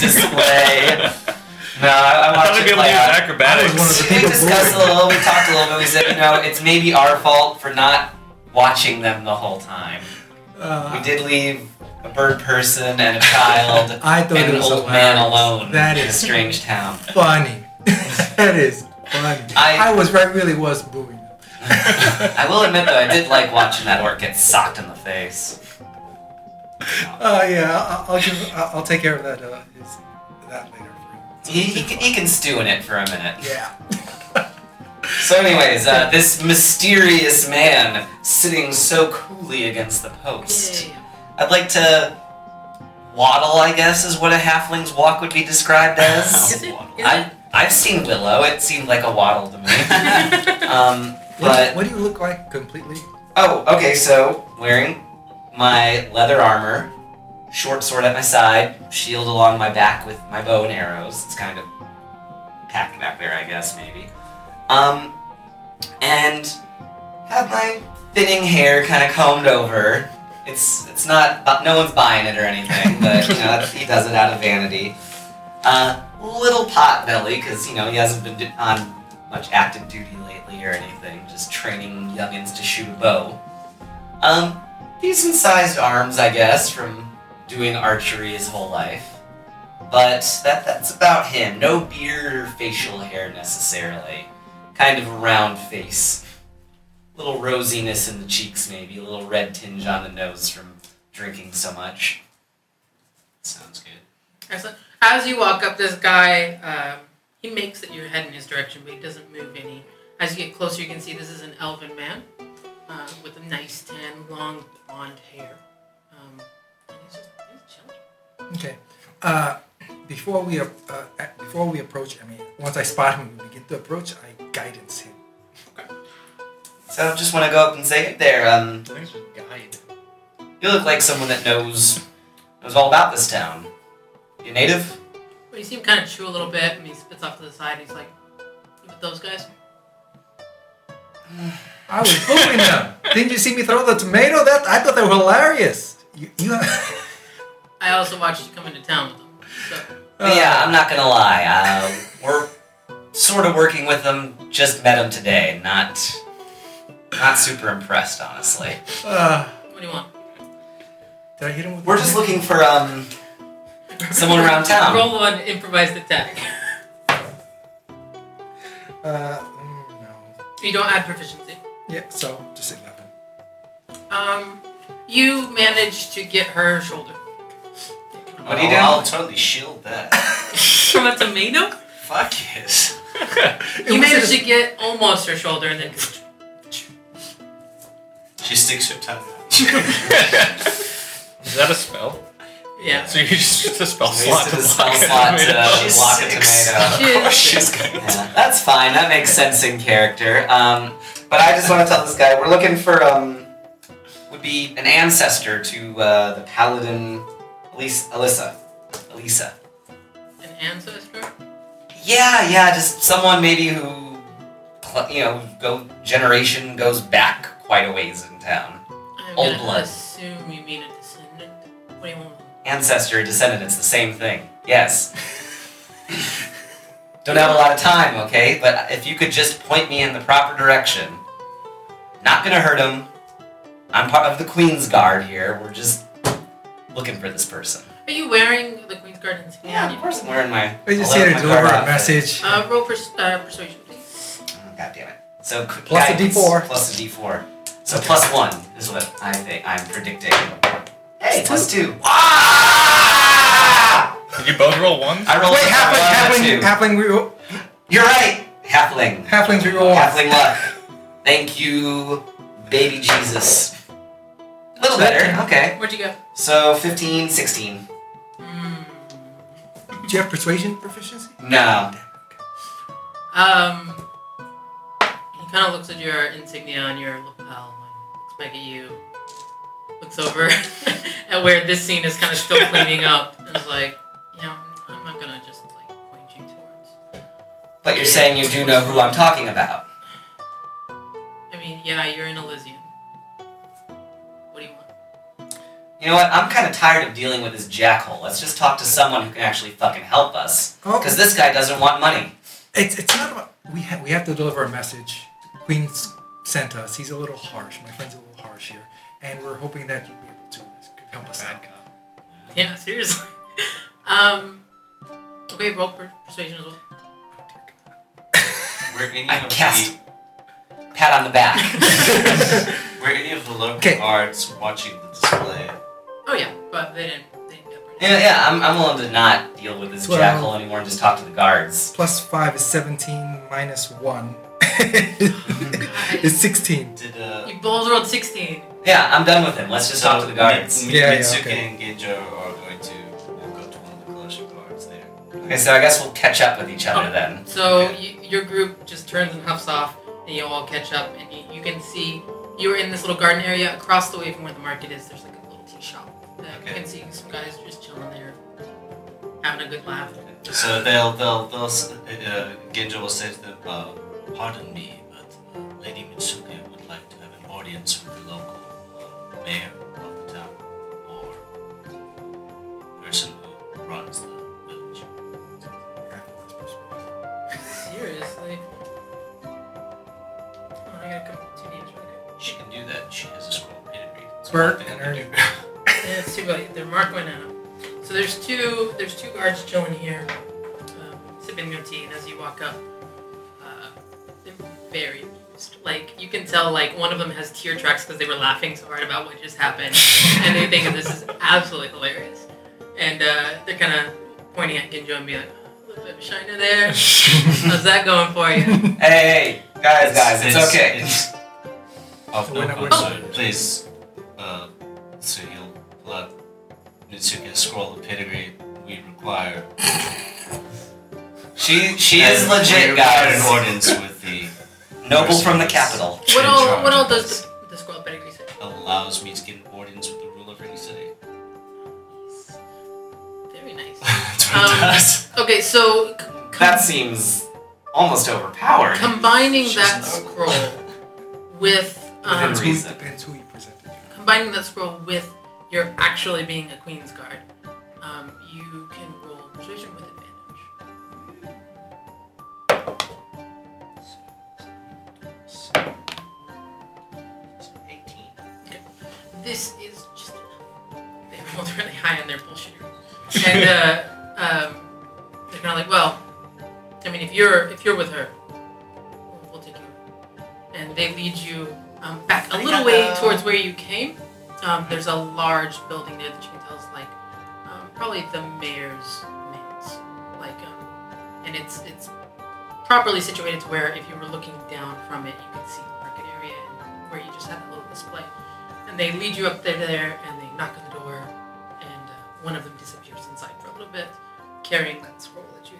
B: display. No, I, I
F: I thought
B: watched
F: it'd
B: it
F: be able to
B: play
F: use
B: out.
F: acrobatics.
D: I was one of the-
B: we discussed a little, we talked a little bit, we said, you know, it's maybe our fault for not watching them the whole time. We
D: Uh,
B: did leave a bird person and a child
D: I thought
B: and
D: it
B: an
D: was
B: old man
D: hilarious.
B: alone
D: That
B: in a
D: is
B: strange town.
D: funny. that is funny.
B: I-
D: I, was right, really was booing. them.
B: I will admit, though, I did like watching that orc get socked in the face.
D: Uh, yeah, I'll, I'll give. I'll, I'll take care of that. Uh, his, that later.
B: He, he, can, he can stew in it for a minute.
D: Yeah.
B: So, anyways, uh, this mysterious man sitting so coolly against the post.
A: Yay.
B: I'd like to waddle, I guess, is what a halfling's walk would be described as.
A: Is it? Is
B: I, I've seen Willow. It seemed like a waddle to me.
A: it?
B: um,
D: What, do you-
B: but
D: what do you look like completely?
B: oh, okay. So wearing my leather armor, short sword at my side, shield along my back with my bow and arrows. It's kind of packed back there, I guess maybe. Um, and have my thinning hair kind of combed over. It's it's not uh, no one's buying it or anything, but you know that's- he does it out of vanity. Uh, little pot belly because you know he hasn't been d- on much active duty lately or anything, just training youngins to shoot a bow. Um, decent sized arms, I guess, from doing archery his whole life. But that that's about him. No beard or facial hair necessarily. Kind of a round face. Little rosiness in the cheeks, maybe, a little red tinge on the nose from drinking so much.
E: Sounds good.
A: Excellent. As you walk up, this guy, um, he makes that you head in his direction, but he doesn't move any. As you get closer, you can see this is an elven man uh, with a nice tan, long blonde hair. Um, and he's just he's chilling.
D: Okay. Uh, before we ap- uh, a- before we approach, I mean, once I spot him, we begin to approach. I guidance him.
B: So I just want to go up and say, hey there, um,
C: Thanks for guide.
B: you look like someone that knows knows all about this town. You native?
A: But you see him kind of chew a little bit, and he spits off to the side, and he's like, "With those guys."
D: I was booing them. Didn't you see me throw the tomato? That I thought they were hilarious. You, you
A: I also watched you come into town with them. So
B: But yeah, I'm not gonna lie. Uh, we're sort of working with them. Just met them today. Not, not super impressed, honestly.
D: Uh,
A: what do you want?
D: did I hit him with?
B: We're just looking for um someone around town.
A: Roll on improvised attack.
D: Uh, mm, no.
A: You don't add proficiency.
D: Yeah. So just eleven.
A: Um, you managed to get her shoulder
B: What do you do?
E: Oh, I'll, I'll totally shield that.
A: from a tomato.
E: Fuck yes.
A: You
D: was
A: managed
D: a-
A: to get almost her shoulder, and then
E: She sticks her tongue out.
F: Is that a spell?
A: yeah.
F: So you just it's a spell slot.
B: Wasted
F: to
B: a spell
F: lock it.
B: slot to block a
E: She's six.
B: tomato.
A: She is-
E: Oh,
B: Yeah, that's fine. That makes sense in character. Um, but I just want to tell this guy we're looking for um, would be an ancestor to uh, the paladin, Elisa. Elisa. Elisa.
A: an ancestor.
B: Yeah, yeah, just someone maybe who fu- you know, go generation goes back quite a ways in town.
A: I'm
B: Old
A: gonna
B: blood.
A: assume you mean a descendant. What do you want?
B: Ancestor, descendant, it's the same thing. Yes. Don't have a lot of time, okay? But if you could just point me in the proper direction. Not gonna hurt him. I'm part of the Queen's Guard here. We're just looking for this person.
A: Are you wearing the Queen's Guard insignia?
B: Yeah, of course I'm wearing my.
D: I just
B: I
D: here to
B: love my
D: deliver
B: guard
D: a
B: outfit.
D: message.
A: Uh, roll pers- uh, persuasion, please.
B: Oh, God damn it. So qu-
D: Plus a
B: guidance,
D: D4.
B: Plus a D4. So plus one is what I think I'm predicting. Hey, plus two. Ah!
F: Did you both roll ones?
B: I rolled
D: Wait,
B: a one
D: halfling, halfling,
B: and a two.
D: halfling, we roll,
B: You're right. Halfling.
D: halflings, we roll off.
B: Halfling luck. Thank you, baby Jesus. A little better. Okay.
A: Where'd you go?
B: So 15, 16.
A: Hmm.
D: Do you have persuasion proficiency?
B: No.
A: Um, he kind of looks at your insignia on your lapel, and looks back at you, looks over at where this scene is kind of still cleaning up, and is like, you know, I'm not gonna just like point you towards.
B: But you're saying you do know who I'm talking about.
A: I mean, yeah, you're in Elysium. What do you want?
B: You know what? I'm kind of tired of dealing with this jackhole. Let's just talk to someone who can actually fucking help us.
D: Oh,
B: Because this guy doesn't want money.
D: it's, it's not about, we, ha- we have to deliver a message. Queen's sent us. He's a little harsh. My friend's a little harsh here. And we're hoping that you'll be able to help us out.
A: Yeah, seriously. um, okay, roll per- persuasion as well.
E: Were any
B: I
E: of
B: cast pat on the back.
E: the were any of the local
D: Okay.
E: guards watching the display?
A: Oh yeah, but they didn't. They didn't get
B: Yeah, yeah, I'm, I'm willing to not deal with this
D: Well-
B: jackhole anymore and just talk to the guards.
D: Plus 5 is 17, minus 1
A: pretty.
D: is 16.
E: Did uh,
A: You both rolled 16.
B: Yeah, I'm done with him. Let's just talk to the guards.
E: Mi- Mi-
D: Yeah, yeah,
E: Mitsuki
D: okay.
E: and Genjo are going to walk up to one of the collection guards there.
B: Okay, so I guess we'll catch up with each
D: Oh.
B: other then.
A: So y- your group just turns and huffs off, and you all catch up, and you, you can see you're in this little garden area across the way from where the market is. There's like a little tea shop. Uh, You
E: Okay.
A: can see some guys just chilling there, having a good laugh.
E: So they'll they'll they'll s- uh, Genjo will say to them, uh, "Pardon me, but uh, Lady Mitsuki would like to have an audience with the local uh, mayor of the town or person who runs the village."
A: Seriously. Oh, I gotta come up with two names right now.
E: She can do that. She has a scroll. It agrees. It's
D: Bert
E: one thing
D: and
E: I can
A: Yeah, it's too late. They're Mark went out. So there's two there's two guards chilling here, um, sipping their tea, and as you walk up, uh, they're very amused. Like you can tell, like one of them has tear tracks because they were laughing so hard about what just happened, and they think this is absolutely hilarious. And uh, they're kind of pointing at Ginjo and being like, "Oh, "A little bit of shiner there. How's that going for you?"
B: Hey, hey, guys, guys, it's, okay. Oh,
E: it's of no
D: When I- when-
E: concern. Please, uh, so he'll pull out Mitsuki a scroll of pedigree. We require.
B: she she is
E: and
B: legit,
E: we require
B: guys.
E: An audience with the
B: Noble from the
E: mercenaries
B: capital.
E: in
A: what all
E: charge
A: what all
E: of
A: does
E: this.
A: the, the scroll of pedigree say?
E: allows me to get an audience with the ruler of any city?
A: Very nice.
E: That's what
A: Um,
E: it does.
A: Okay, so c- com-
B: That seems almost overpowered.
A: combining
E: She's
A: that
E: not-
A: scroll with um,
D: Depends who,
B: reason.
D: depends who you present it to.
A: combining that scroll with your actually being a queen's guard, um, you can roll persuasion with advantage.
B: Eighteen.
A: This is just they rolled really high on their bullshitter, and uh, um, they're kind of like, well, I mean, if you're if you're with her, we'll- we'll take you. And they lead you um, back a little way
H: Arigato.
A: towards where you came. Um, there's a large building there that you can tell is like um, probably the mayor's manse, like, um, and it's it's properly situated to where if you were looking down from it, you could see the market area and where you just had a little display. And they lead you up there, there, and they knock on the door, and uh, one of them disappears inside for a little bit, carrying that scroll that you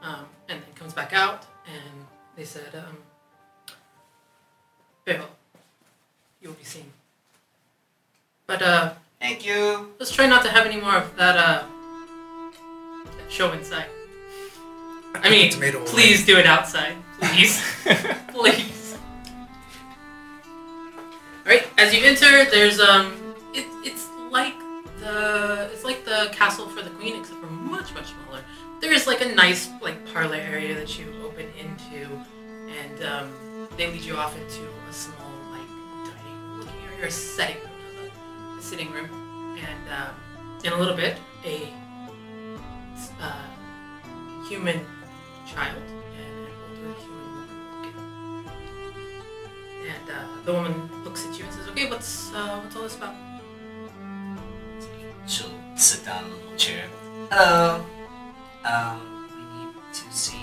A: had, um, and then comes back out, and they said, um, "Very well, you'll be seen." But uh,
B: Thank you.
A: Let's try not to have any more of that uh that show inside. I mean,
D: Tomato.
A: please do it outside. Please. Please. Alright, as you enter, there's um it, it's like the it's like the castle for the queen, except for much, much smaller. There is like a nice like parlor area that you open into and um, they lead you off into a small like dining looking area or setting room, a sitting room. And um, in a little bit, a uh, human child and an older human woman. look at- And uh, the woman looks at you and says, "Okay, what's uh, what's all this about?"
E: She'll sit down in a little chair.
H: Hello. Um, we need to see.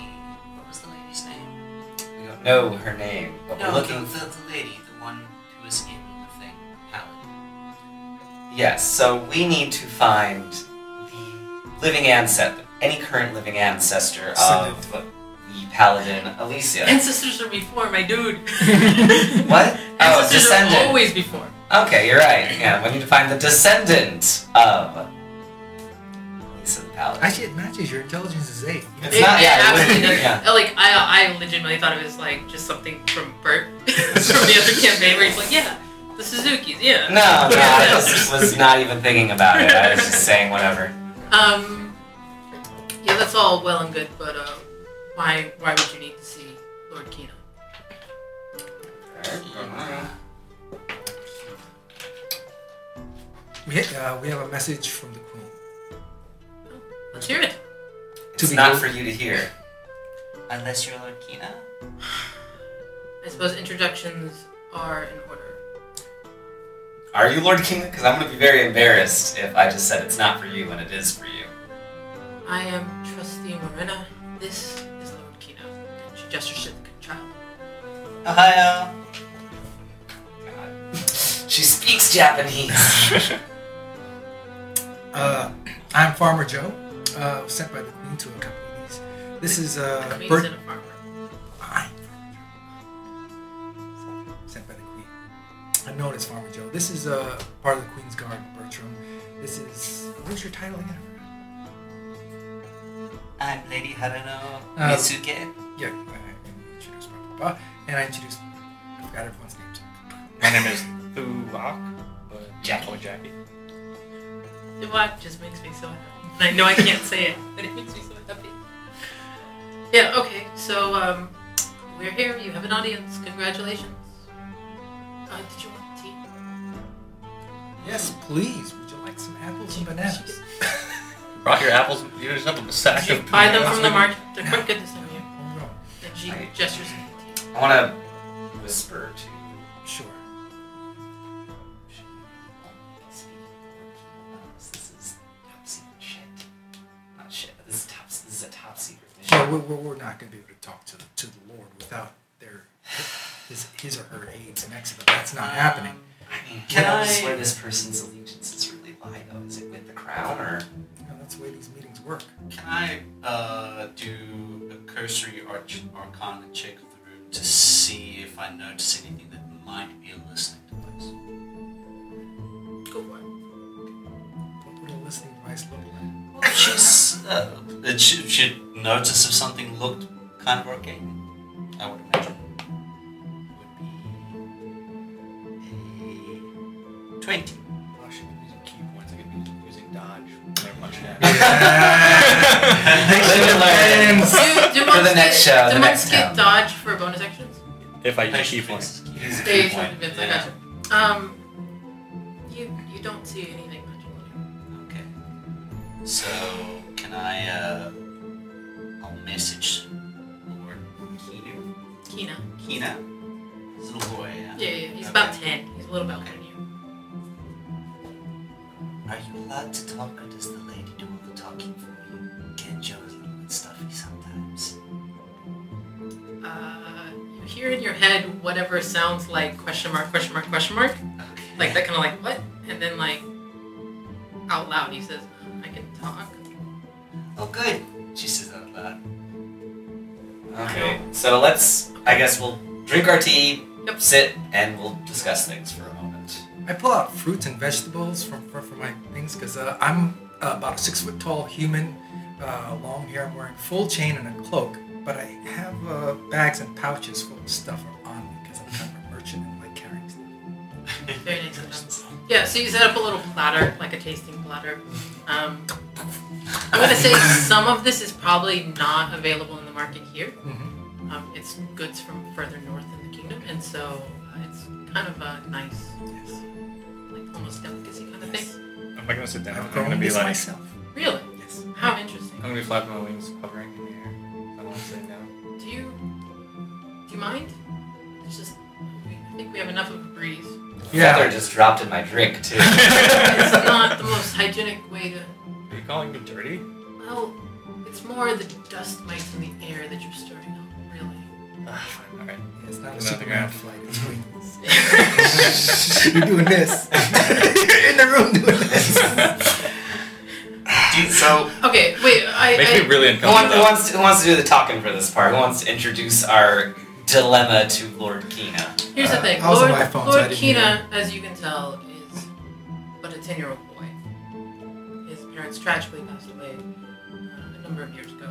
H: What was the lady's name?
B: We don't know her name, but
H: No,
B: we're looking.
H: the, the, the lady, the one who was in the thing. Palette.
B: Yes, so we need to find the living ancestor, any current living ancestor of the paladin Alicia.
A: Ancestors are before, my dude.
B: what? Oh,
A: Ancestors are
B: descendant.
A: always before.
B: Okay, you're right. Yeah, we need to find the descendant of Alicia the paladin.
D: Actually, it matches. Your intelligence is eight.
B: It's not- yeah, it
A: absolutely
B: wouldn't-
A: does.
B: yeah.
A: Uh, Like I, I legitimately thought it was like just something from Bert from the other campaign where he's like, yeah, the Suzuki's, yeah.
B: No, no, I just was not even thinking about it. I was just saying whatever.
A: Um, yeah, that's all well and good, but uh, why why would you need to see Lord Kino?
D: We, ha- uh, we have a message from the queen.
A: Let's hear it.
B: It's
D: be
B: not
D: good.
B: for you to hear.
H: Unless you're Lurkina.
A: I suppose introductions are in order.
B: Are you Lord King? Because I'm going to be very embarrassed if I just said it's not for you when it is for you.
A: I am Trustee Morena. This is Lord Kino. And she gestures to the child.
H: Ohio.
B: God. She speaks Japanese.
D: Uh, I'm Farmer Joe, uh, sent by the queen to accompany these. This is
A: The
D: uh,
A: queen's
D: Bert.
A: in a farmer.
D: I- Sent by the queen. I'm known as Farmer Joe. This is uh, part of the queen's guard, Bertram. This is what's your title again?
H: I'm Lady Haruno
D: Uh,
H: Mizuke.
D: Yeah, I introduced blah, blah, blah, and I introduced. I forgot everyone's names.
F: My name is Thuwak. but Jackie. or Jackie.
A: The walk just makes me so happy. And I know I can't say it, but it makes me so happy. Yeah, okay, so um, we're here. You have an audience. Congratulations. Uh, did you want tea?
D: Yes, please. Would you like some apples and bananas?
F: Brought your apples. You just have a sack
A: Did
F: of
A: you buy them
F: bananas
A: from the
F: with-
A: market? They're quite good this time of year.
D: Oh no.
A: And she
B: Right.
A: gestures at the tea.
B: I want to whisper to.
D: Sure.
B: This is top secret shit. Not shit. but This is top. This is a top secret
D: Sure.
B: mission.
D: We're, we're, we're not going to be able to talk to the, to the Lord without their his, his or her aides next to them. That's not happening.
B: I mean,
H: Can
B: who knows
H: I-
B: where this person's allegiances really lie, though? Is it with the crown or?
D: You know, that's the way these meetings work.
E: Can I uh, do a cursory arch- arcana check of the room to see if I notice anything that might be a listening device?
A: Go for it.
D: What would a listening device look like?
E: She's, uh, it should, should notice if something looked kind of arcane. I would imagine. Would be a
C: I
E: 20.
C: should be using key points. I could be using dodge. Never much
B: Live and learn.
A: Do, do
B: For the
A: monks
B: next
A: get-
B: show,
A: Do
B: the
A: monks
B: next
A: get
B: town.
A: dodge for bonus actions?
F: If I use
E: Actually,
F: key points.
B: Use a
A: They
B: key
A: use
B: point.
A: events, I
E: yeah.
A: gotcha. Um, you you don't see anything magical. here.
E: Okay. So, can I, uh, I'll message Lord Kino.
A: Kina.
E: Kina. He's a little boy, yeah.
A: Yeah, yeah. He's
E: Okay.
A: about ten. He's a little bit older than you.
H: Are you allowed to talk or does the lady do all the talking for you? Get joking and stuffy sometimes.
A: Uh, you hear in your head whatever sounds like question mark, question mark, question mark. Like that kind of like what? And then like out loud he says, I can talk.
H: Oh, good.
E: She says that out loud.
B: Okay, so let's. I guess we'll drink our tea,
A: Yep.
B: sit, and we'll discuss things for a moment.
D: I pull out fruits and vegetables from from, from my things because uh, I'm uh, about a six foot tall human, uh, long hair. I'm wearing full chain and a cloak, but I have uh, bags and pouches full of stuff on me because I'm kind of a merchant and like carrying stuff.
A: Very nice of them. Yeah, so you set up a little platter, like a tasting platter. Um, I'm gonna say some of this is probably not available in the market here.
F: Mm-hmm.
A: Um, it's goods from further north in the kingdom, and so uh, it's kind of a nice,
D: Yes.
A: like almost delicacy kind of
D: Yes.
A: thing.
F: I'm not gonna sit down.
D: I've
F: I'm gonna
D: grown
F: be
D: this
F: like,
D: myself.
A: Really?
D: Yes.
A: How interesting.
F: I'm gonna be flapping my wings, hovering in the air. I don't want to say no.
A: Do you do you mind? It's just I think we have enough of a breeze.
B: Feather just dropped in my drink too.
A: It's not the most hygienic way to.
F: Are you calling me dirty?
A: Well, it's more the dust mites in the air that you're stirring up, really.
F: All right.
D: It's not a
F: Nothing
D: Superman
F: happened.
D: flight. It's wings. You're doing this in the room doing this.
B: so
A: Okay, wait. I,
F: Makes me
A: I
F: really
B: who, want- who
F: uncomfortable.
B: wants to, who wants to do the talking for this part? Who wants to introduce our dilemma to Lord Kina?
A: here's the
D: Uh,
A: thing.
D: I was on
A: Lord,
D: my phone, so I
A: Lord
D: didn't
A: Kina, as you can tell, is but a ten-year-old boy. His parents tragically passed away uh, a number of years ago.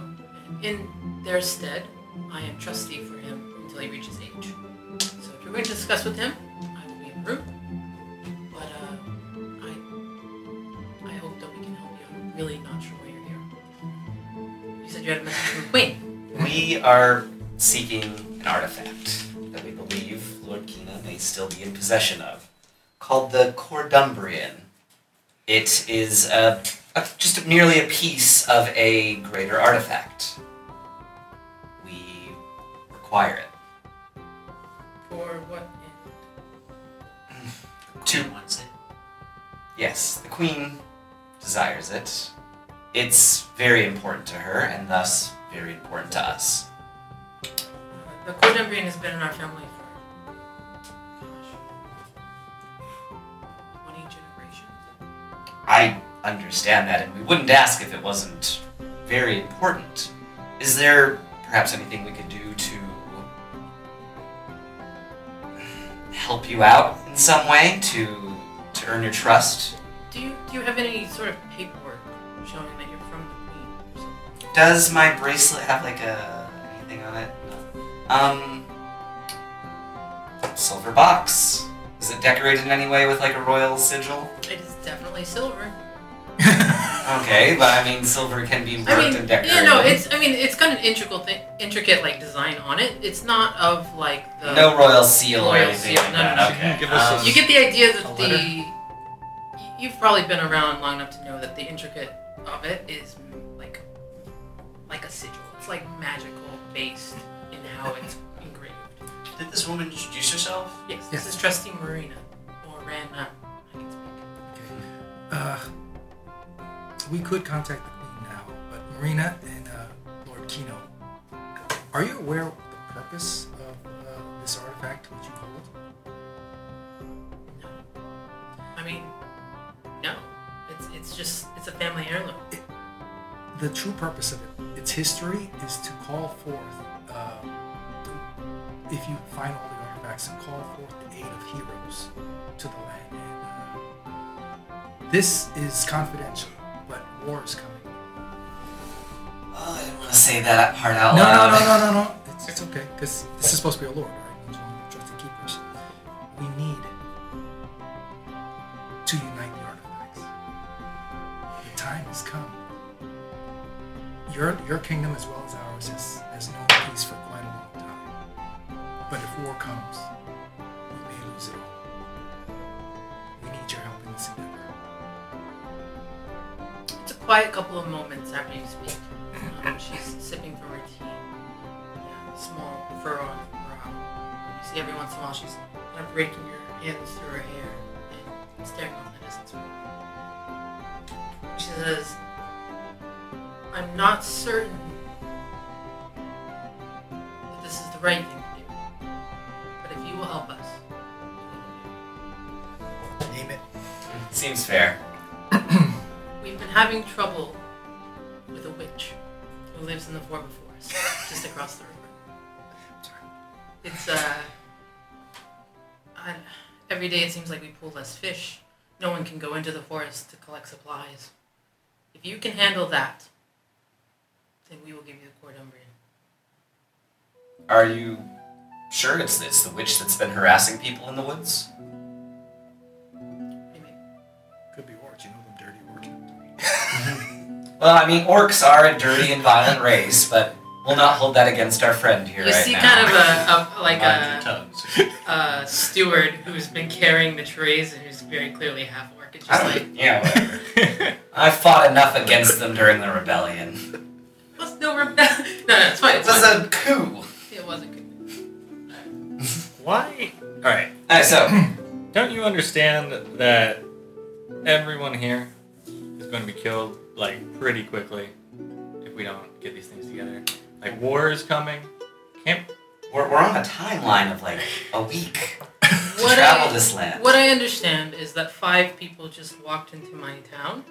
A: In their stead, I am trustee for him until he reaches age. So if you're going to discuss with him, I will be in the room. But uh, I, I hope that we can help you. I'm really not sure why you're here. You said you had a message from the Queen.
B: We are seeking an artifact that we believe Lord Kina may still be in possession of, called the Cordumbrian. It is a, a, just merely a piece of a greater artifact. We require it
A: For what?
B: to
E: wants it.
B: Yes, the queen desires it. It's very important to her, and thus very important to us.
A: The Cordembrian has been in our family for, gosh, 20 generations.
B: I understand that, and we wouldn't ask if it wasn't very important. Is there perhaps anything we could do to help you out in some way to to earn your trust?
A: Do you, do you have any sort of paperwork showing that you're from the Queen or something?
B: Does my bracelet have like a anything on it? No. Um, silver box. Is it decorated in any way with like a royal sigil?
A: It is definitely silver.
B: Okay, but I mean, silver can be worked
A: I mean,
B: and
A: yeah,
B: decorated.
A: no, it's, I mean, it's got an integral thing, intricate, like, design on it. It's not of, like, the...
B: no royal seal or
A: Royal
B: anything
A: seal,
B: like
A: no, no,
B: that.
A: no.
B: Okay.
F: Give us a-
B: um,
A: You get the idea
B: A
A: that
B: letter?
A: the... y- You've probably been around long enough to know that the intricate of it is, like, like a sigil. It's, like, magical based in how it's engraved.
E: Did this woman introduce herself?
A: Yes,
D: Yes.
A: this is Trustee Marina. Or Rana. I can speak.
D: Uh, we could contact the queen now, but Marina and uh, Lord Kino, are you aware of the purpose of uh, this artifact which you hold?
A: I mean, no. It's it's just it's a family heirloom.
D: the true purpose of it, its history, is to call forth, uh, if you find all the artifacts, and call forth the aid of heroes to the land. And, uh, this is confidential, but war is coming.
B: oh, I didn't want to say that part out
D: No, no,
B: loud.
D: no, no, no, no. It's, it's okay, because this is supposed to be a lord, right? It's one of the trusted keepers. We need to unite the artifacts. The time has come. Your your kingdom as well as ours has, has known peace for quite a long time. But if war comes, we may lose it all. We need your help in this endeavor.
A: It's a quiet couple of moments after you speak. Um, she's sipping from her tea. Yeah, small fur on her brow. You see every once in a while she's kind of raking her hands through her hair and staring off in the distance. She says, I'm not certain that this is the right thing to do, but if you will help us,
D: Name it.
B: Seems fair.
A: We've been having trouble with a witch who lives in the four before us, just across the river. It's uh, I, every day it seems like we pull less fish. No one can go into the forest to collect supplies. If you can handle that, then we will give you the Cordumbria.
B: Are you sure it's it's the witch that's been harassing people in the woods?
D: Could be orcs. You know them dirty orcs.
B: Well, I mean, orcs are a dirty and violent race, but we'll not hold that against our friend here
A: you
B: right
A: see
B: now.
A: kind of a, a like
I: Mind your
A: a,
I: tongues.
A: a steward who's been carrying the trays and who's very clearly half orc. It's
B: I
A: just like,
B: don't, yeah,
F: Um,
B: whatever. I fought enough against them during the rebellion.
A: what's no rem- no, no, it's fine.
B: It
A: It's
B: was
A: fine.
B: a coup.
A: It wasn't good.
F: Why? All right.
B: Alright, so
F: Don't you understand that everyone here is going to be killed like pretty quickly if we don't get these things together? Like war is coming. Can't
B: we're, we're on a timeline of like a week to
A: What
B: travel
A: I-
B: this land.
A: What I understand is that five people just walked into my town,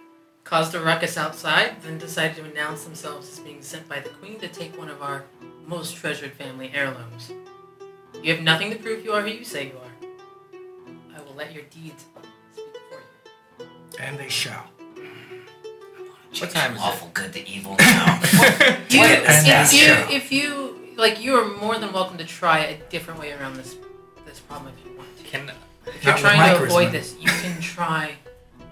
A: caused a ruckus outside, then decided to announce themselves as being sent by the queen to take one of our most treasured family heirlooms. You have nothing to prove you are who you say you are. I will let your deeds speak for you.
D: And they shall.
F: What time is it?
B: Awful good to evil now.
A: You,
B: What is
A: if
B: that show?
A: you, if you, like, you are more than welcome to try a different way around this this problem if you want to.
F: can
A: If you're
D: Not with my
A: trying to avoid
D: charisma.
A: this, you can try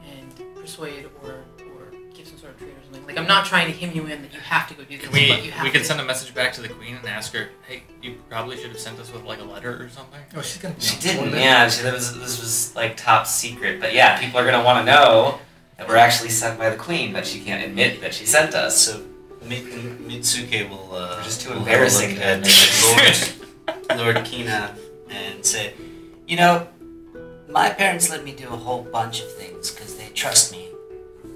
A: and persuade or or give some sort of trade or something. Like I'm not trying to him you in that you have to go do this,
F: we
A: but you have
F: we
A: to.
F: could send a message back to the queen and ask her, hey, you probably should have sent us with like a letter or something.
D: Oh, she's gonna.
B: She didn't. Yeah, she, that was, this was like top secret. But yeah, people are gonna want to know that we're actually sent by the queen, but she can't admit that she sent us.
I: So Mi- Mi- Mitsuke will. Uh,
B: We're just too
I: will have a
B: embarrassing
I: look
B: to
I: at
B: admit.
I: Lord, Lord Kina and say, you know,
E: My parents let me do a whole bunch of things because they trust me.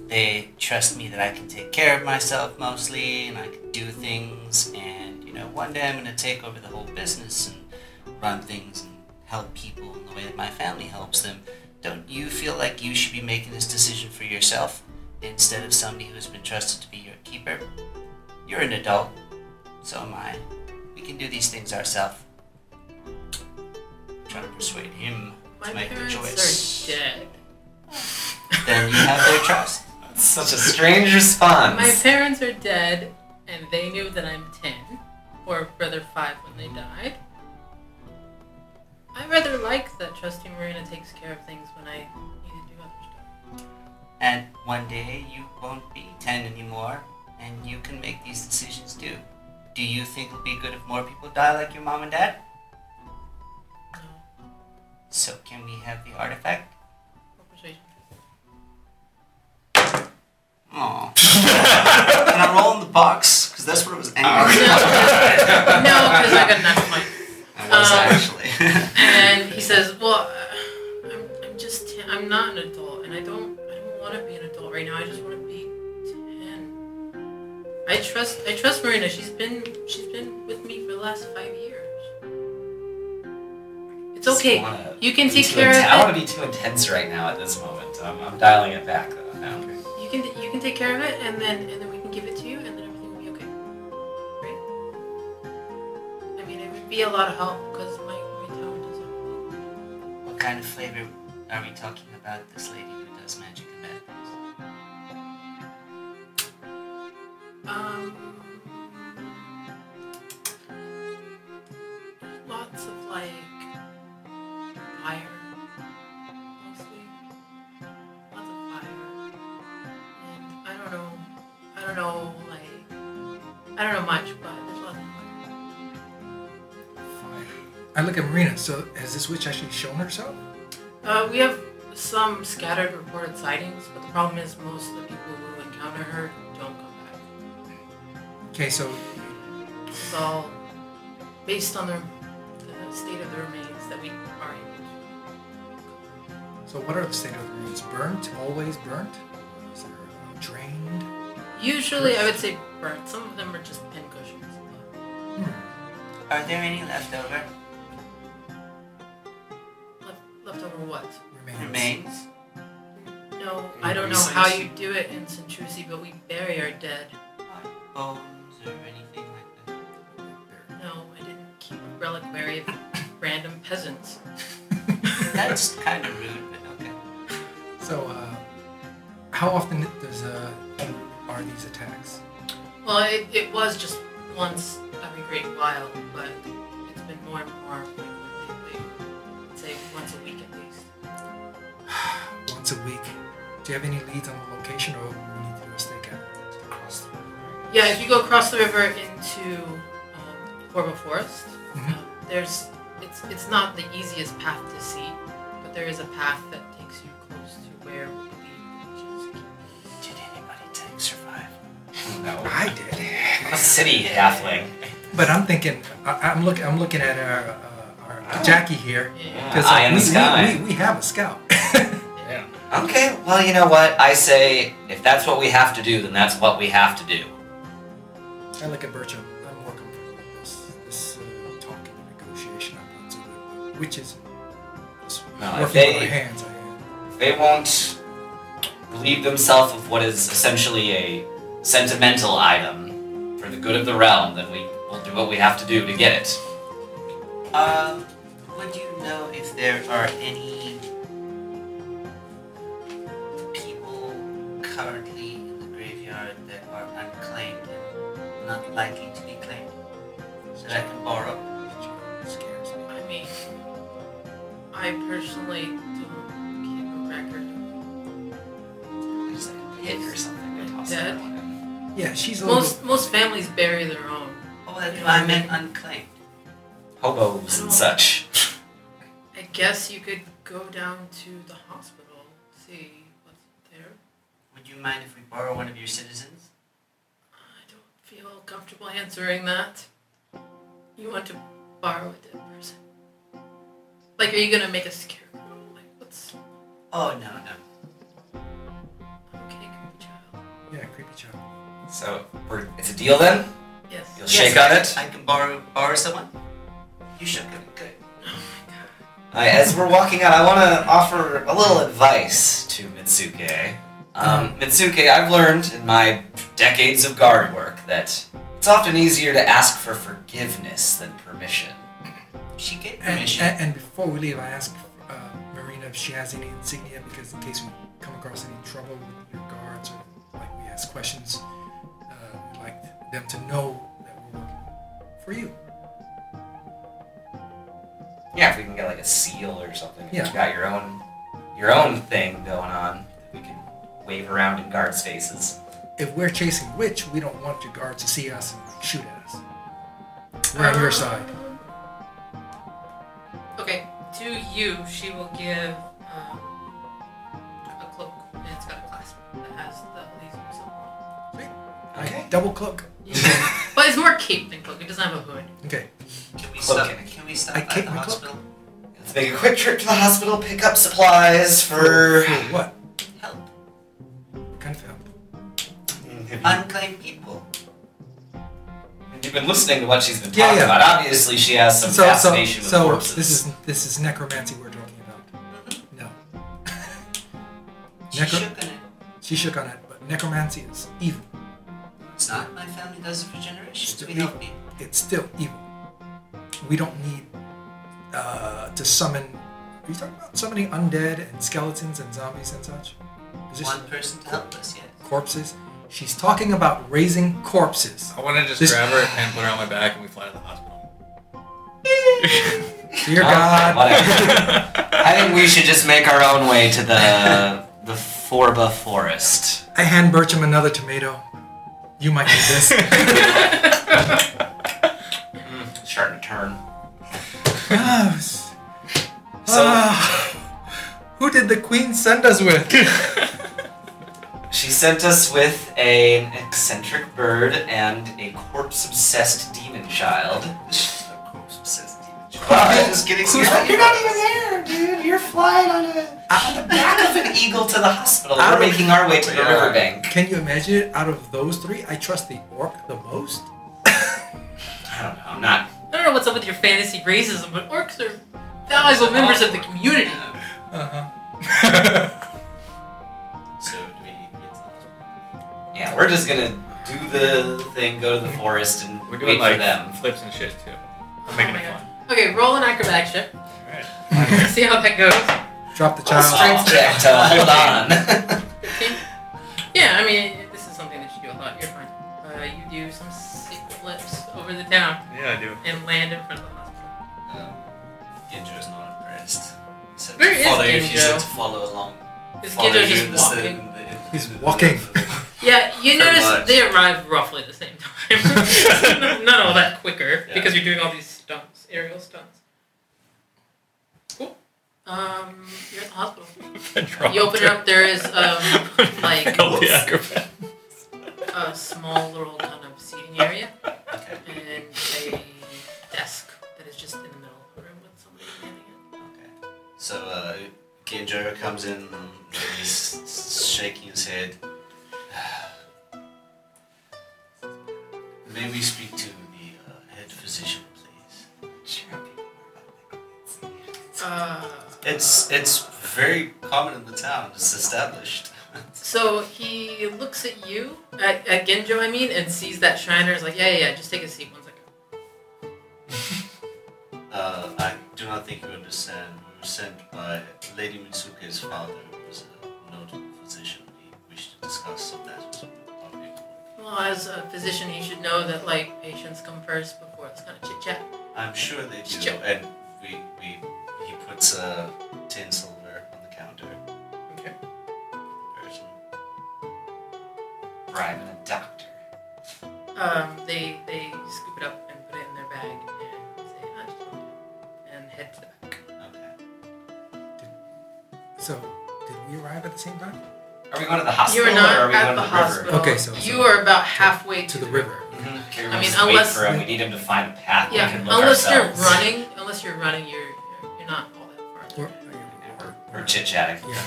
E: They trust me that I can take care of myself mostly and I can do things. And, you know, one day I'm going to take over the whole business and run things and help people in the way that my family helps them. Don't you feel like you should be making this decision for yourself instead of somebody who's been trusted to be your keeper? You're an adult, so am I. We can do these things ourselves. Try to persuade him
A: My
E: to make the
A: parents
E: choice.
A: are dead.
E: Then you have their trust.
B: It's Such a strange response.
A: My parents are dead, and they knew that I'm ten, or rather five when they died. I rather like that Trusty Marina takes care of things when I need to do other stuff.
E: And one day you won't be 10 anymore, and you can make these decisions too. Do you think it'll be good if more people die like your mom and dad? So can we have the artifact?
A: No persuasion.
E: Aw. can I roll in the box? Because that's what it was
B: Oh,
E: angry.
A: No, because I got enough money.
E: I was
A: Um,
E: actually.
A: and he says, "Well, uh, I'm, I'm just ten. I'm not an adult, and I don't I don't want to be an adult right now. I just want to be ten. I trust I trust Marina. She's been she's been with me for the last five years. It's
B: Just
A: okay.
B: wanna-
A: You can
B: I'm
A: take
B: too
A: care
B: intense- I
A: of
B: want to be too intense right now at this moment. I'm, I'm dialing it back though. Now.
A: it. You can you can take care of it, and then and then we can give it to you, and then everything will be okay. Right? I mean, it would be a lot of help because my my town doesn't.
E: what kind of flavor are we talking about this lady who does magic and bad things?
A: Um, lots of like fire, mostly. Lots of fire, and I don't know. I don't know like I don't know much, but there's lots of fire.
D: I look at Marina. So has this witch actually shown herself?
A: Uh, we have some scattered reported sightings, but the problem is most of the people who encounter her don't come back.
D: Okay, so
A: It's all based on the, the state of the remains that we are able to.
D: so what are the state of the ruins? Burnt? Always burnt? Is there uh, drained?
A: Usually, I would say burnt. Some of them are just pin cushions.
D: Hmm,
E: Are there any left over?
A: Left, left over what?
D: Remains.
E: Remains?
A: No, I don't know how you do it in Santrusi, but we bury our dead.
E: Bones or anything like that?
A: No, I didn't keep a reliquary of random peasants.
E: That's kind of rude, but okay.
D: So uh, how often does uh, are these attacks?
A: Well, it, it was just once every great while, but been more and more frequently lately. I'd Say once a week at least.
D: once a week. Do you have any leads on the location, or we need to do a stakeout across the
A: Yeah, if you go across the river into um, Corvo Forest,
D: Mhm.
A: um, there's it's it's not the easiest path to see, but there is a path that takes you close to where we believe the witches
H: Did anybody take survive?
B: No.
D: I did,
B: A city halfling.
D: but I'm thinking, I, I'm looking, I'm looking at our uh, our Jackie here
B: Yeah,
D: because
B: eye in
D: we,
B: the sky.
D: we, we, we have a scout.
B: Okay, well, you know what? I say if that's what we have to do, then that's what we have to do.
D: I look at Bertram. I'm more comfortable with this this uh, talk and negotiation. I'm not so good, but which is this
B: No,
D: working
B: if Ah, they-
D: with our hands. I am.
B: They won't relieve themselves of what is essentially a sentimental item for the good of the realm, then we will do what we have to do to get it.
H: Um, would you know if there are any people currently in the graveyard that are unclaimed and not likely to be claimed that I can borrow?
D: Scares me.
A: I mean, I personally don't keep a record.
B: Just like a pit or something. they toss
A: Dead?
B: that one in.
D: Yeah, she's a little.
A: Most most families bury their own.
H: Oh, that's why I meant unclaimed.
B: Hobos and such.
A: I guess you could go down to the hospital, see what's there.
H: Would you mind if we borrow one of your citizens?
A: I don't feel comfortable answering that. You want to borrow a dead person? Like, are you gonna make a scarecrow? Like, what's
H: Oh, no, no.
A: okay, good child?
D: Yeah, creepy child.
B: So we're, it's a deal then?
A: Yes.
B: You'll
A: Yes.
B: shake on it?
H: I can borrow borrow someone? You shook him. Good.
B: Uh, as we're walking out, I want to offer a little advice to Mitsuke. Um, Mitsuke, I've learned in my decades of guard work that it's often easier to ask for forgiveness than permission.
H: She gave
D: And,
H: permission.
D: and, and before we leave, I ask uh, Marina if she has any insignia because in case we come across any trouble with your guards or like we ask questions, uh, we'd like them to know that we're working for you.
B: Yeah, if we can get like a seal or something. if
D: Yeah.
B: You got your own your own thing going on. that We can wave around in guard spaces.
D: If we're chasing witch, we don't want your guards to see us and like, shoot at us. We're
A: Uh,
D: on your side.
A: Okay, to you, she will give um, a cloak, and it's got a clasp that has the lasers on.
B: Okay.
D: Double cloak.
A: it. but it's more cape than cloak. It doesn't have a hood.
D: Okay.
H: Can we
B: Cloak
H: stop?
B: it.
H: Can we stop
D: I
H: at
D: kicked
H: the
D: my cloak.
H: hospital?
B: Let's make a quick trip to the hospital, pick up supplies for.
D: for what?
H: Help.
D: Kind of help.
H: Unclaimed people.
B: You've been listening to what she's been talking
D: Yeah, yeah.
B: about. Obviously, she has some
D: So, so,
B: fascination with
D: so
B: corpses.
D: this is this is necromancy we're talking about. No,
H: She
D: Necro-
H: shook on it.
D: she shook on it, but necromancy is evil.
H: It's not. My family does it for generations.
D: Still
H: We help
D: evil.
H: people.
D: it's still evil. We don't need uh, to summon. Are you talking about summoning undead and skeletons and zombies and such? Is this
H: One person to help us, yes.
D: corpses? She's talking about raising corpses.
F: I want to just
D: This-
F: grab her and put her on my back, and we fly to the hospital.
D: Dear
B: Okay,
D: God.
B: whatever. I think we should just make our own way to the the Forba Forest.
D: I hand Bertram another tomato. You might need this.
B: Starting to turn.
D: Ah,
B: So
D: who did the queen send us with?
B: she sent us with a- an eccentric bird and a corpse-obsessed demon child. But-
H: Just getting
B: You're not you're not even there, dude. You're flying on, a, on the back of an eagle to the hospital.
D: Out
B: We're
D: of-
B: making our way to the
F: Yeah.
B: riverbank.
D: Can you imagine it? Out of those three, I trust the orc the most.
B: I don't know. I'm not.
A: I don't know what's up with your fantasy racism, but orcs are valuable members of the community.
E: So do we need to get to the hospital?
B: Yeah, we're just gonna do the thing, go to the forest, and
F: We're
B: wait
F: doing
B: for
F: like
B: them.
F: flips and shit too. I'm making
A: Oh my
F: it
A: God.
F: fun.
A: Okay, roll an acrobatic check.
F: Alright.
A: See how that goes.
D: Drop the
B: Let's
D: child.
B: check to hold on.
A: Yeah, I mean, this is something that you do a lot. You're fine. Uh, you do some sick flips over the town
F: Yeah, I do.
A: and land in front of the hospital. Where is
E: follow you if you
A: Ginjo?
E: to follow along.
A: Is
E: Follow
A: Ginjo
E: you in
A: just
E: the same-
A: walking?
E: the-
D: He's walking.
A: Yeah, you
E: Very
A: notice
E: much.
A: they arrive roughly at the same time. Not all that quicker
E: Yeah.
A: because you're doing all these stunts, aerial stunts. Cool. Um, you're at the hospital. You open it up. There is um, like
F: Help the acrobat.
A: a small little kind of seating area and a desk that is just in the middle of the room with somebody standing at.
E: Okay. So uh, Ginjo comes in, and he's s- shaking his head. May we speak to the uh, head physician, please?
A: Uh,
E: It's it's very common in the town. It's established.
A: so he looks at you, at, at Genjo, I mean, and sees that Shriner. Is like, yeah, yeah, yeah. Just take a seat one second.
E: Uh, I do not think you understand. We were sent by Lady Mitsuke's father, who was a notable physician. He wished to discuss some matters with the public.
A: Well, as a physician, he should know that like patients come first before this kind of chit chat.
E: I'm sure they do.
A: Sure.
E: And we, we he puts uh, tin silver on the counter.
A: Okay.
E: Person.
B: Bribing a doctor.
A: Um, they they scoop it up and put it in their bag and say, I just want it," and head to the back.
E: Okay.
D: So, did we arrive at the same time?
B: Are we going to the hospital
A: you are not
B: or are we
A: at
B: going
A: the,
B: to the river?
A: hospital.
D: Okay, so-
A: you are about halfway
D: To the river.
B: Mhm. Can we
A: I mean,
B: just
A: unless-
B: wait for him? We need him to find a path. we
A: Yeah,
B: can look
A: unless you're
B: ourselves.
A: running, unless you're running, you're you're not all that far.
D: Or,
B: We're chit chatting.
D: yeah.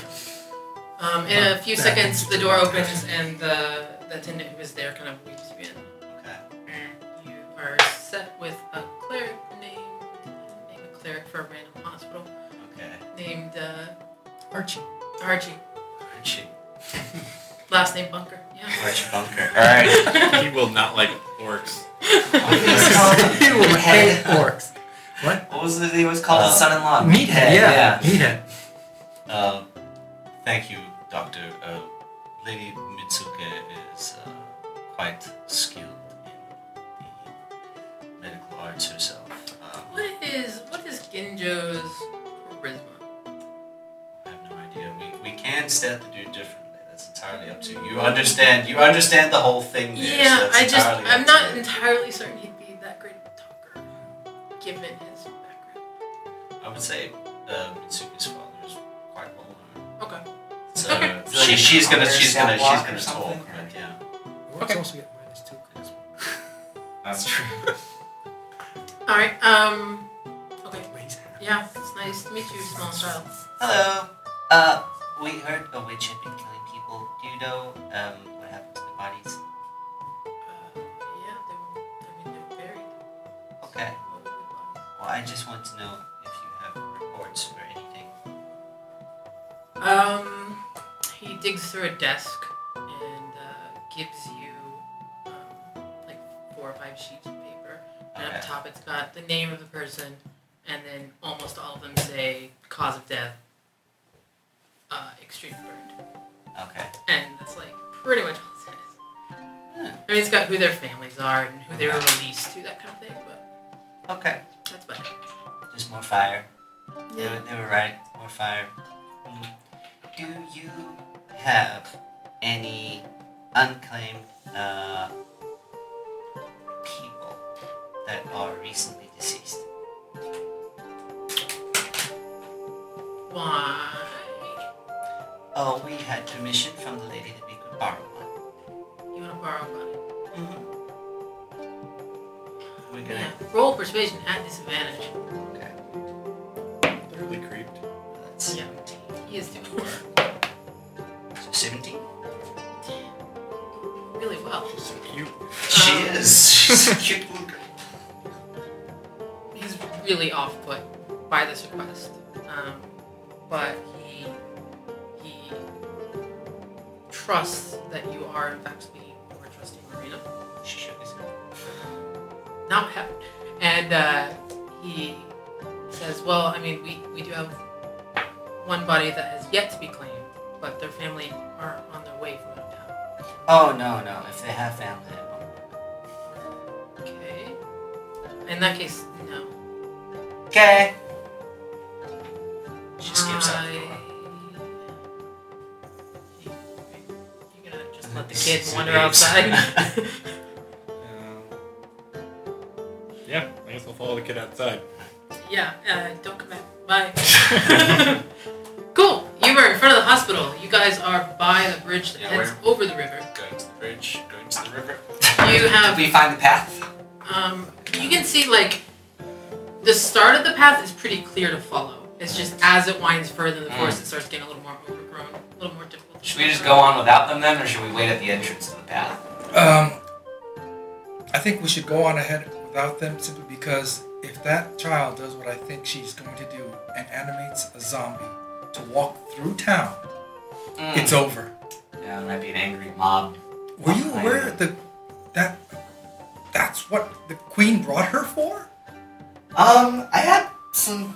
A: Um, in a few
D: Back
A: seconds,
D: into
A: the
D: the
A: door
D: bathroom.
A: opens and the the attendant who was there kind of leads you in,
E: Okay.
A: and you are set with a cleric named name a cleric for a random hospital
E: Okay.
A: named uh,
D: Archie.
A: Archie,
E: Archie.
A: last name Bunker. Yeah.
E: Archie Bunker.
B: All right.
F: He will not like orcs.
D: you will hate orcs.
B: What was it he was called?
E: Uh,
B: His son-in-law.
D: Meathead, yeah. Meathead.
E: Um, thank you, Doctor. Uh, Lady Mitsuke is uh, quite skilled in the medical arts herself. Um,
A: What is what is Ginjo's charisma?
E: I have no idea. We, we can step to do differently. That's entirely up to you. You understand. You understand the whole thing. There, so
A: Yeah,
E: that's
A: I just
E: entirely
A: I'm
E: up to
A: not
E: you.
A: entirely certain he'd be that great a talker, given his background.
E: I would say uh, Mitsuki's father is quite well known.
A: Okay.
E: So
A: Okay.
B: uh,
E: I feel like she's gonna she's gonna she's
B: walk or
E: gonna talk.
B: something,
E: But yeah.
D: Orcs
A: Okay.
D: also get minus two charisma.
B: That's true.
A: All right. Um. Okay.
D: Wait, he's-
A: Yeah, it's nice to meet you, small child.
H: Hello. Uh, we heard a witch had been killing people. Do you know um what happened to the bodies?
A: Uh, yeah, they were. I mean, they're buried.
H: Okay.
A: What was the body?
H: Well, I just want to know if you have reports or anything.
A: Um, he digs through a desk and uh, gives you um, like four or five sheets of paper. And up
H: Okay.
A: top, it's got the name of the person, and then almost all of them say cause of death, uh, extreme burned,
H: Okay.
A: and that's like pretty much all it says.
H: Hmm.
A: I mean, it's got who their families are and who they were released to, that kind of thing. But
H: Okay.
A: that's about it.
H: Just more fire. They were, they were right. More fire. Mm. Do you have any unclaimed uh, people that are recently deceased?
A: Why?
H: Oh, we had permission from the lady that we could borrow one.
A: You want to borrow money?
H: Mm-hmm. We're gonna.
A: Yeah. Roll persuasion at disadvantage.
H: Okay.
C: Really creeped.
H: That's
A: Yeah. He is doing work
H: so 17.
A: really well.
E: She
A: Um,
E: is. She's a cute little girl.
A: He's really off put by this request, um, but he he trusts that you are in fact speaking or trusting Marina.
H: She shook his head.
A: not him. And uh, he says, Well, I mean, we, we do have one body that has yet to be claimed, but their family are on their way from out of town.
H: Oh, no, no. If they have family, they won't.
A: Okay. In that case, no.
H: Okay.
E: She skips out the door.
A: You're gonna just let the kid wander outside.
F: yeah, I guess I'll follow the kid outside.
A: yeah, uh, don't come back. Bye. cool. You are in front of the hospital. You guys are by the bridge that
E: Yeah,
A: heads over the river.
E: Going to the bridge, going to the river.
A: You have
H: Did we find the path?
A: Um, you can see like the start of the path is pretty clear to follow. It's just as it winds further,
E: Mm.
A: the forest it starts getting a little more overgrown, a little more difficult.
B: Should we just go on without them then, or should we wait at the entrance of the path?
D: Um, I think we should go on ahead without them simply because if that child does what I think she's going to do and animates a zombie to walk through town,
A: Mm.
D: it's over.
B: Yeah, it might be an angry mob.
D: Were you
B: I
D: aware
B: know.
D: that that that's what the queen brought her for?
B: Um, I had some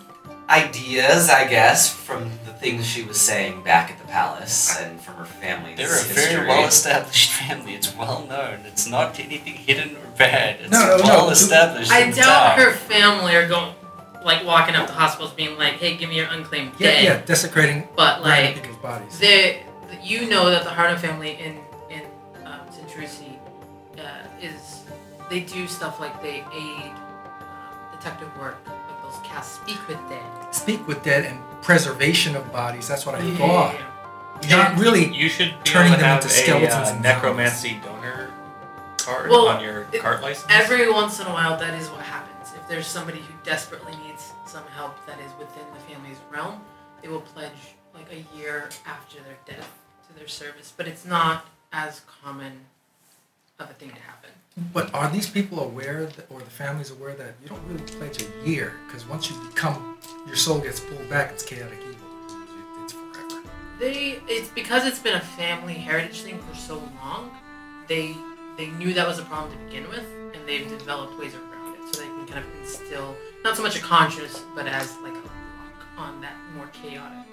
B: ideas, I guess, from the things she was saying back at the palace and from her family's
H: They're a
B: history.
H: very well established family. It's well known. It's not anything hidden or bad. It's
D: No, no, no.
H: well established.
A: I
H: in
A: doubt
H: town.
A: her family are going like walking up to hospitals being like, "Hey, give me your unclaimed
D: Yeah,
A: dead."
D: yeah, desecrating
A: But
D: random
A: like,
D: people's bodies.
A: they, you know that the Harden family in in um, Centrusi uh, is they do stuff like they aid um, detective work, like those cast speak with dead.
D: Speak with dead and preservation of bodies. That's what I
A: Yeah,
D: thought.
A: yeah, yeah.
D: Not really.
F: You should be
D: Turning
F: able to
D: them
F: have
D: into
F: a
D: skeletons
F: uh,
D: and
F: necromancy donor card
A: Well,
F: on your
A: it-
F: cart license.
A: Every once in a while, that is what happens. If there's somebody who desperately needs some help that is within the family's realm, they will pledge like a year after their death to their service. But it's not as common of a thing to happen.
D: But are these people aware, that, or the families aware that you don't really pledge a year? Because once you become, your soul gets pulled back. It's chaotic evil. It- It's forever.
A: They it's because it's been a family heritage thing for so long. They they knew that was a problem to begin with, and they've developed ways around it so they can kind of instill not so much a conscience, but as like a block on that more chaotic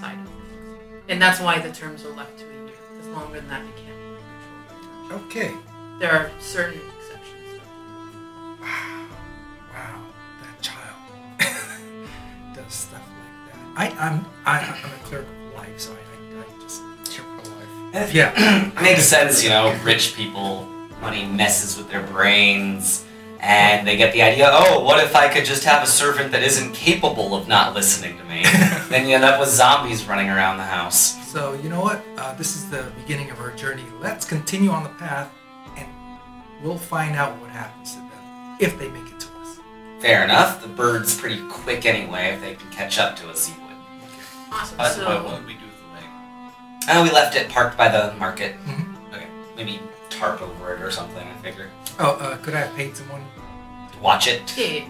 A: side of things. And that's why the terms are left to a year. It's longer than that, you can't. really control very much.
D: Okay.
A: There are certain exceptions. but-
D: Wow. That child does stuff like that. I, I'm I, I'm a cleric of life, so I, I, I just clerical life. Yeah.
B: it makes sense, you know, rich people, money messes with their brains, and they get the idea, oh, what if I could just have a servant that isn't capable of not listening to me? then you end up with zombies running around the house.
D: So you know what? Uh, this is the beginning of our journey. Let's continue on the path, and we'll find out what happens to them if they make it to us.
B: Fair enough, the bird's pretty quick anyway, if they can catch up to us, he would.
A: Awesome.
E: By the way,
A: so
E: what did we do with the leg?
B: Oh, we left it parked by the market.
D: Mhm.
B: Okay, maybe tarp over it or something, I figure.
D: Oh, uh, could I have paid someone?
B: Watch it.
A: yeah, yeah, yeah,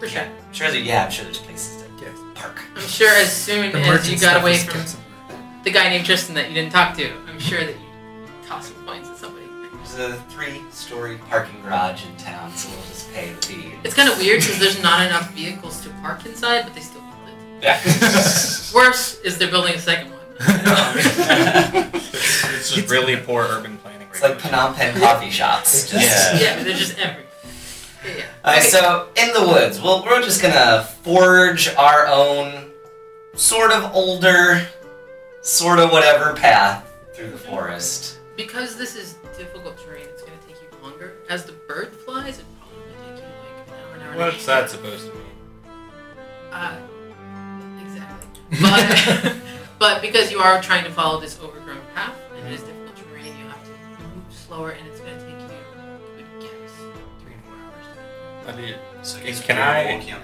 A: for sure.
B: Yeah, I'm sure, there, yeah, I'm sure there's places to
D: Yes.
B: park.
A: I'm sure as soon
D: The
A: as you
D: merchant
A: got
D: stuff
A: away
D: is
A: from
D: kept somewhere.
A: the guy named Tristan that you didn't talk to. I'm sure that you tossed some coins at somebody.
B: There's a three-story parking garage in town, so we'll just pay the fee.
A: It's kind of weird because there's not enough vehicles to park inside, but they still build it. Worse is they're building a second one.
F: It's just really poor urban planning.
B: It's like Phnom Penh coffee shops. Just,
E: Yeah.
A: yeah, they're just everywhere. Yeah, Yeah.
B: All right, so in the woods, well, we're just gonna forge our own sort of older, sort of whatever path through the forest.
A: because this is difficult terrain, it's going to take you longer. As the bird flies, it probably will take you like an hour, an hour and a half.
F: What's that supposed to mean?
A: Uh, exactly. But, but because you are trying to follow this overgrown path, and
B: Mm-hmm.
A: it is difficult terrain, you have to move slower, and it's going to take you, I would guess, three to four hours.
F: That'd be-
E: So
F: Can I?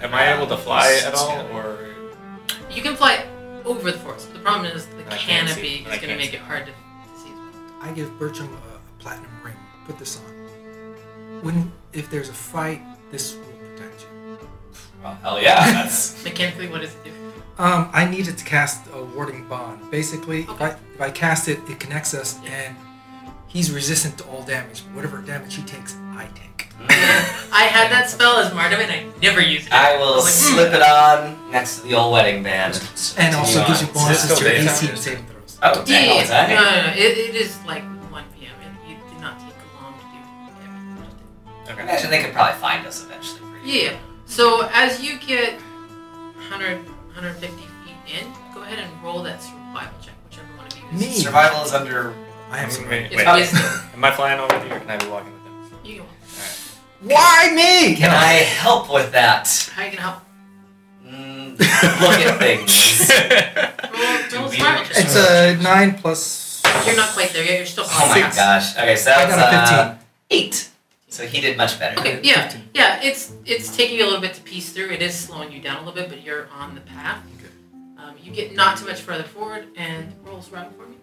F: Am I able to fly at all, or
A: You can fly over the forest, but the problem is the
F: I can't see.
A: canopy
F: I
A: is going to
F: can't
A: make
F: see.
A: it hard to, to see. as well.
D: I give Bertram a, a platinum ring. Put this on. When if there's a fight, this will protect you.
B: Well, hell yeah, that's
A: Mechanically, what does it do?
D: Um, I needed to cast a warding bond. Basically, if, I,
A: Okay.
D: if I cast it, it connects us, and he's resistant to all damage. Whatever damage he takes, I take.
A: I had that spell as Mardim, and I never used
F: Oh,
A: it.
B: I will
A: was like, "Hmm."
B: slip it on next to the old wedding band.
D: And also gives you
B: Nuance.
D: bonuses to your
F: Still
D: AC
F: daytime?
D: and saving throws.
B: Oh,
A: Yeah,
B: dang,
A: yeah,
B: all
A: yeah.
B: day.
A: No, no, no. It, it is like 1 p.m. It, it did not take long to do everything. Just
B: I imagine they could probably find us eventually. pretty
A: Yeah. So as you get 100, 150 feet in, go ahead and roll that survival check, whichever one of you
D: Me.
A: is.
B: Survival is under.
D: I have some.
F: Wait,
A: It's
F: wait.
A: wisdom.
F: Am I flying already, or can I be walking with them?
A: You can walk.
B: Why me? Can I help with that?
A: How you can help?
B: Mm, look at things.
A: Roll, roll a
B: Do
A: survival
B: we-
A: check.
D: It's a nine plus.
A: You're not quite there yet. You're still
B: Oh my
A: six.
B: gosh. Okay, so
D: I
B: that was
D: got a
B: uh, eight. So he did much better.
A: Okay, yeah, yeah. It's it's taking you a little bit to piece through. It is slowing you down a little bit, but you're on the path. Um, you get not too much further forward, and rolls around for me.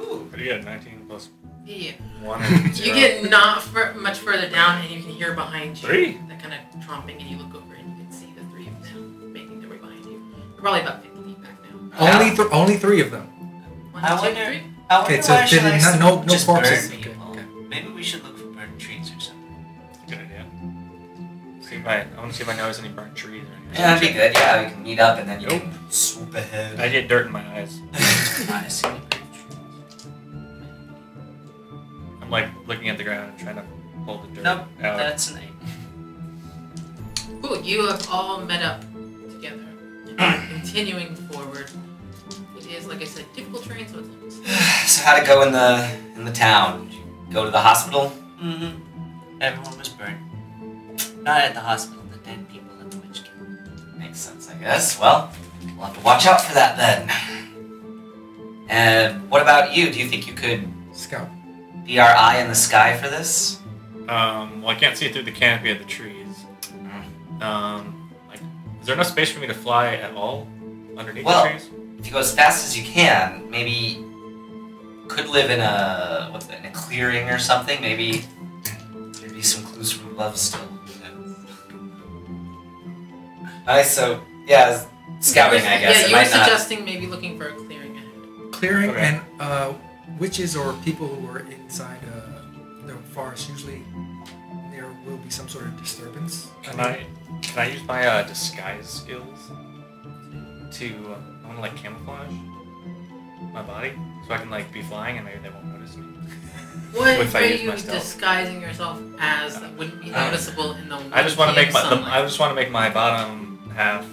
B: Ooh.
F: Pretty good. 19 plus
A: Yeah,
F: 1.
A: you get not fur- much further down, and you can hear behind you
F: Three.
A: that kind of tromping, and you look over and you can see the three of them making their way behind you. They're probably about 50 feet back now.
D: Only, th- only three of them.
A: One,
H: I
A: two,
H: wonder-
A: three.
H: I wonder
D: Okay, so
H: why
D: they
H: she
D: didn't-
H: likes to
D: no, no
H: just
D: corpses.
H: burn
D: Okay,
H: people.
D: okay.
H: Maybe we should look for burnt trees or something.
F: Good idea. See if I, I want to see if I notice any burnt trees or anything.
B: Yeah, that'd be good. Yeah, we can meet up and then you can swoop ahead.
F: I get dirt in my eyes.
H: I see burnt trees.
F: I'm like looking at the ground and trying to pull the dirt
H: Nope,
F: out.
H: that's an eight.
A: Cool. You have all met up together, and continuing forward. It is, like I said, difficult terrain, so it's a little
B: So how to go in the in the town? Did you go to the hospital?
H: Mm-hmm. Everyone was burnt. Not at the hospital, the dead people at the witch camp.
B: Makes sense, I guess. Well, we'll have to watch out for that then. And what about you? Do you think you could
D: Scout.
B: be our eye in the sky for this?
F: Um, well, I can't see through the canopy of the trees. Um, like, is there enough space for me to fly at all underneath
B: Well-
F: the trees?
B: If you go as fast as you can, maybe could live in a what's that, in a clearing or something. Maybe there'd be some clues from above still. Alright, so yeah, scouting I guess.
A: Yeah,
B: it
A: you were
B: might not
A: suggesting maybe looking for a clearing ahead.
D: Clearing
F: Okay.
D: and uh, witches or people who are inside uh, the forest, usually there will be some sort of disturbance.
F: Can I can I use my uh, disguise skills to uh, I want to like camouflage my body so I can like be flying and maybe they won't notice me.
A: What
F: If I
A: are
F: use
A: you
F: my stealth.
A: disguising yourself as that wouldn't be
F: Uh,
A: noticeable in the
F: I just want to
A: PM
F: make my the,
A: sunlight?
F: I just want to make my bottom half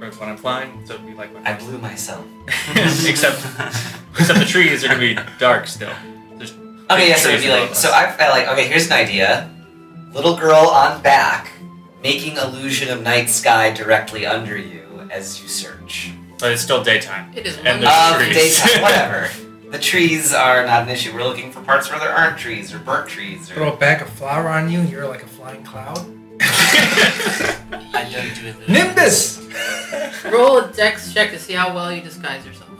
F: or when I'm flying so it'd be like my
B: I
F: first-
B: blew myself.
F: except except the trees are gonna be dark still. There's
B: Okay,
F: big
B: yeah, so it'd
F: trees
B: be
F: above
B: like,
F: us.
B: so I felt like, okay, here's an idea. Little girl on back, making illusion of night sky directly under you as you search.
F: but it's still daytime.
A: It is one
F: And there's
B: Of
F: trees.
B: daytime, Uh, whatever. The trees are not an issue. We're looking for parts where there aren't trees or burnt trees
D: Throw
B: or.
D: a bag of flour on you and you're like a flying cloud?
H: I don't do illusions.
D: Nimbus!
A: roll a dex check to see how well you disguise yourself.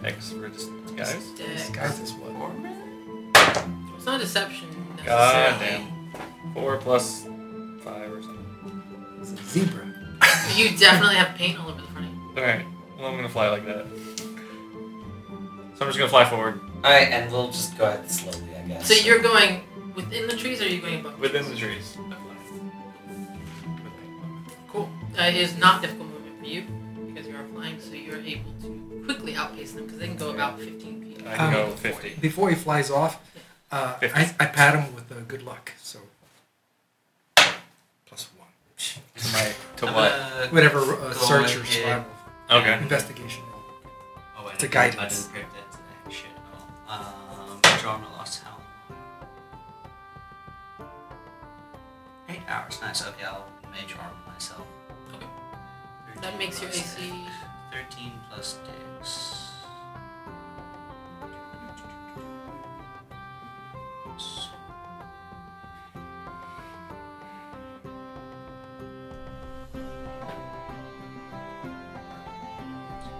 F: Thanks for disguise.
A: Dex.
D: Guys, this what?
A: It's not deception necessarily.
F: God damn. Four plus five or something.
D: It's a zebra.
A: You definitely have paint all over the front of you.
F: Alright. Well I'm gonna fly like that. So I'm just gonna fly forward.
B: Alright, and we'll just go ahead slowly, I guess.
A: So you're going within the trees or are you going above?
F: Within the trees.
A: Cool. Uh, it is not difficult movement for you because you are flying, so you're able to quickly outpace them because they can go about 15 feet.
F: I can
D: Um,
F: go 50.
D: Before he flies off, uh, I, I pat him with uh, good luck, so. Plus one.
F: To
H: I'm
F: what?
H: a-
D: Whatever uh,
H: Go
D: search or
H: with it.
D: survival
F: Okay.
D: investigation.
H: oh, wait,
D: It's a
H: I didn't- I
D: guidance.
H: didn't print that today. Shit. Oh. Um, drawing a lost howl. Eight hours. Nice. Okay, I'll mage armor myself.
A: Okay.
H: 13
A: That makes your
H: plus
A: AC.
H: dex. Thirteen plus dex.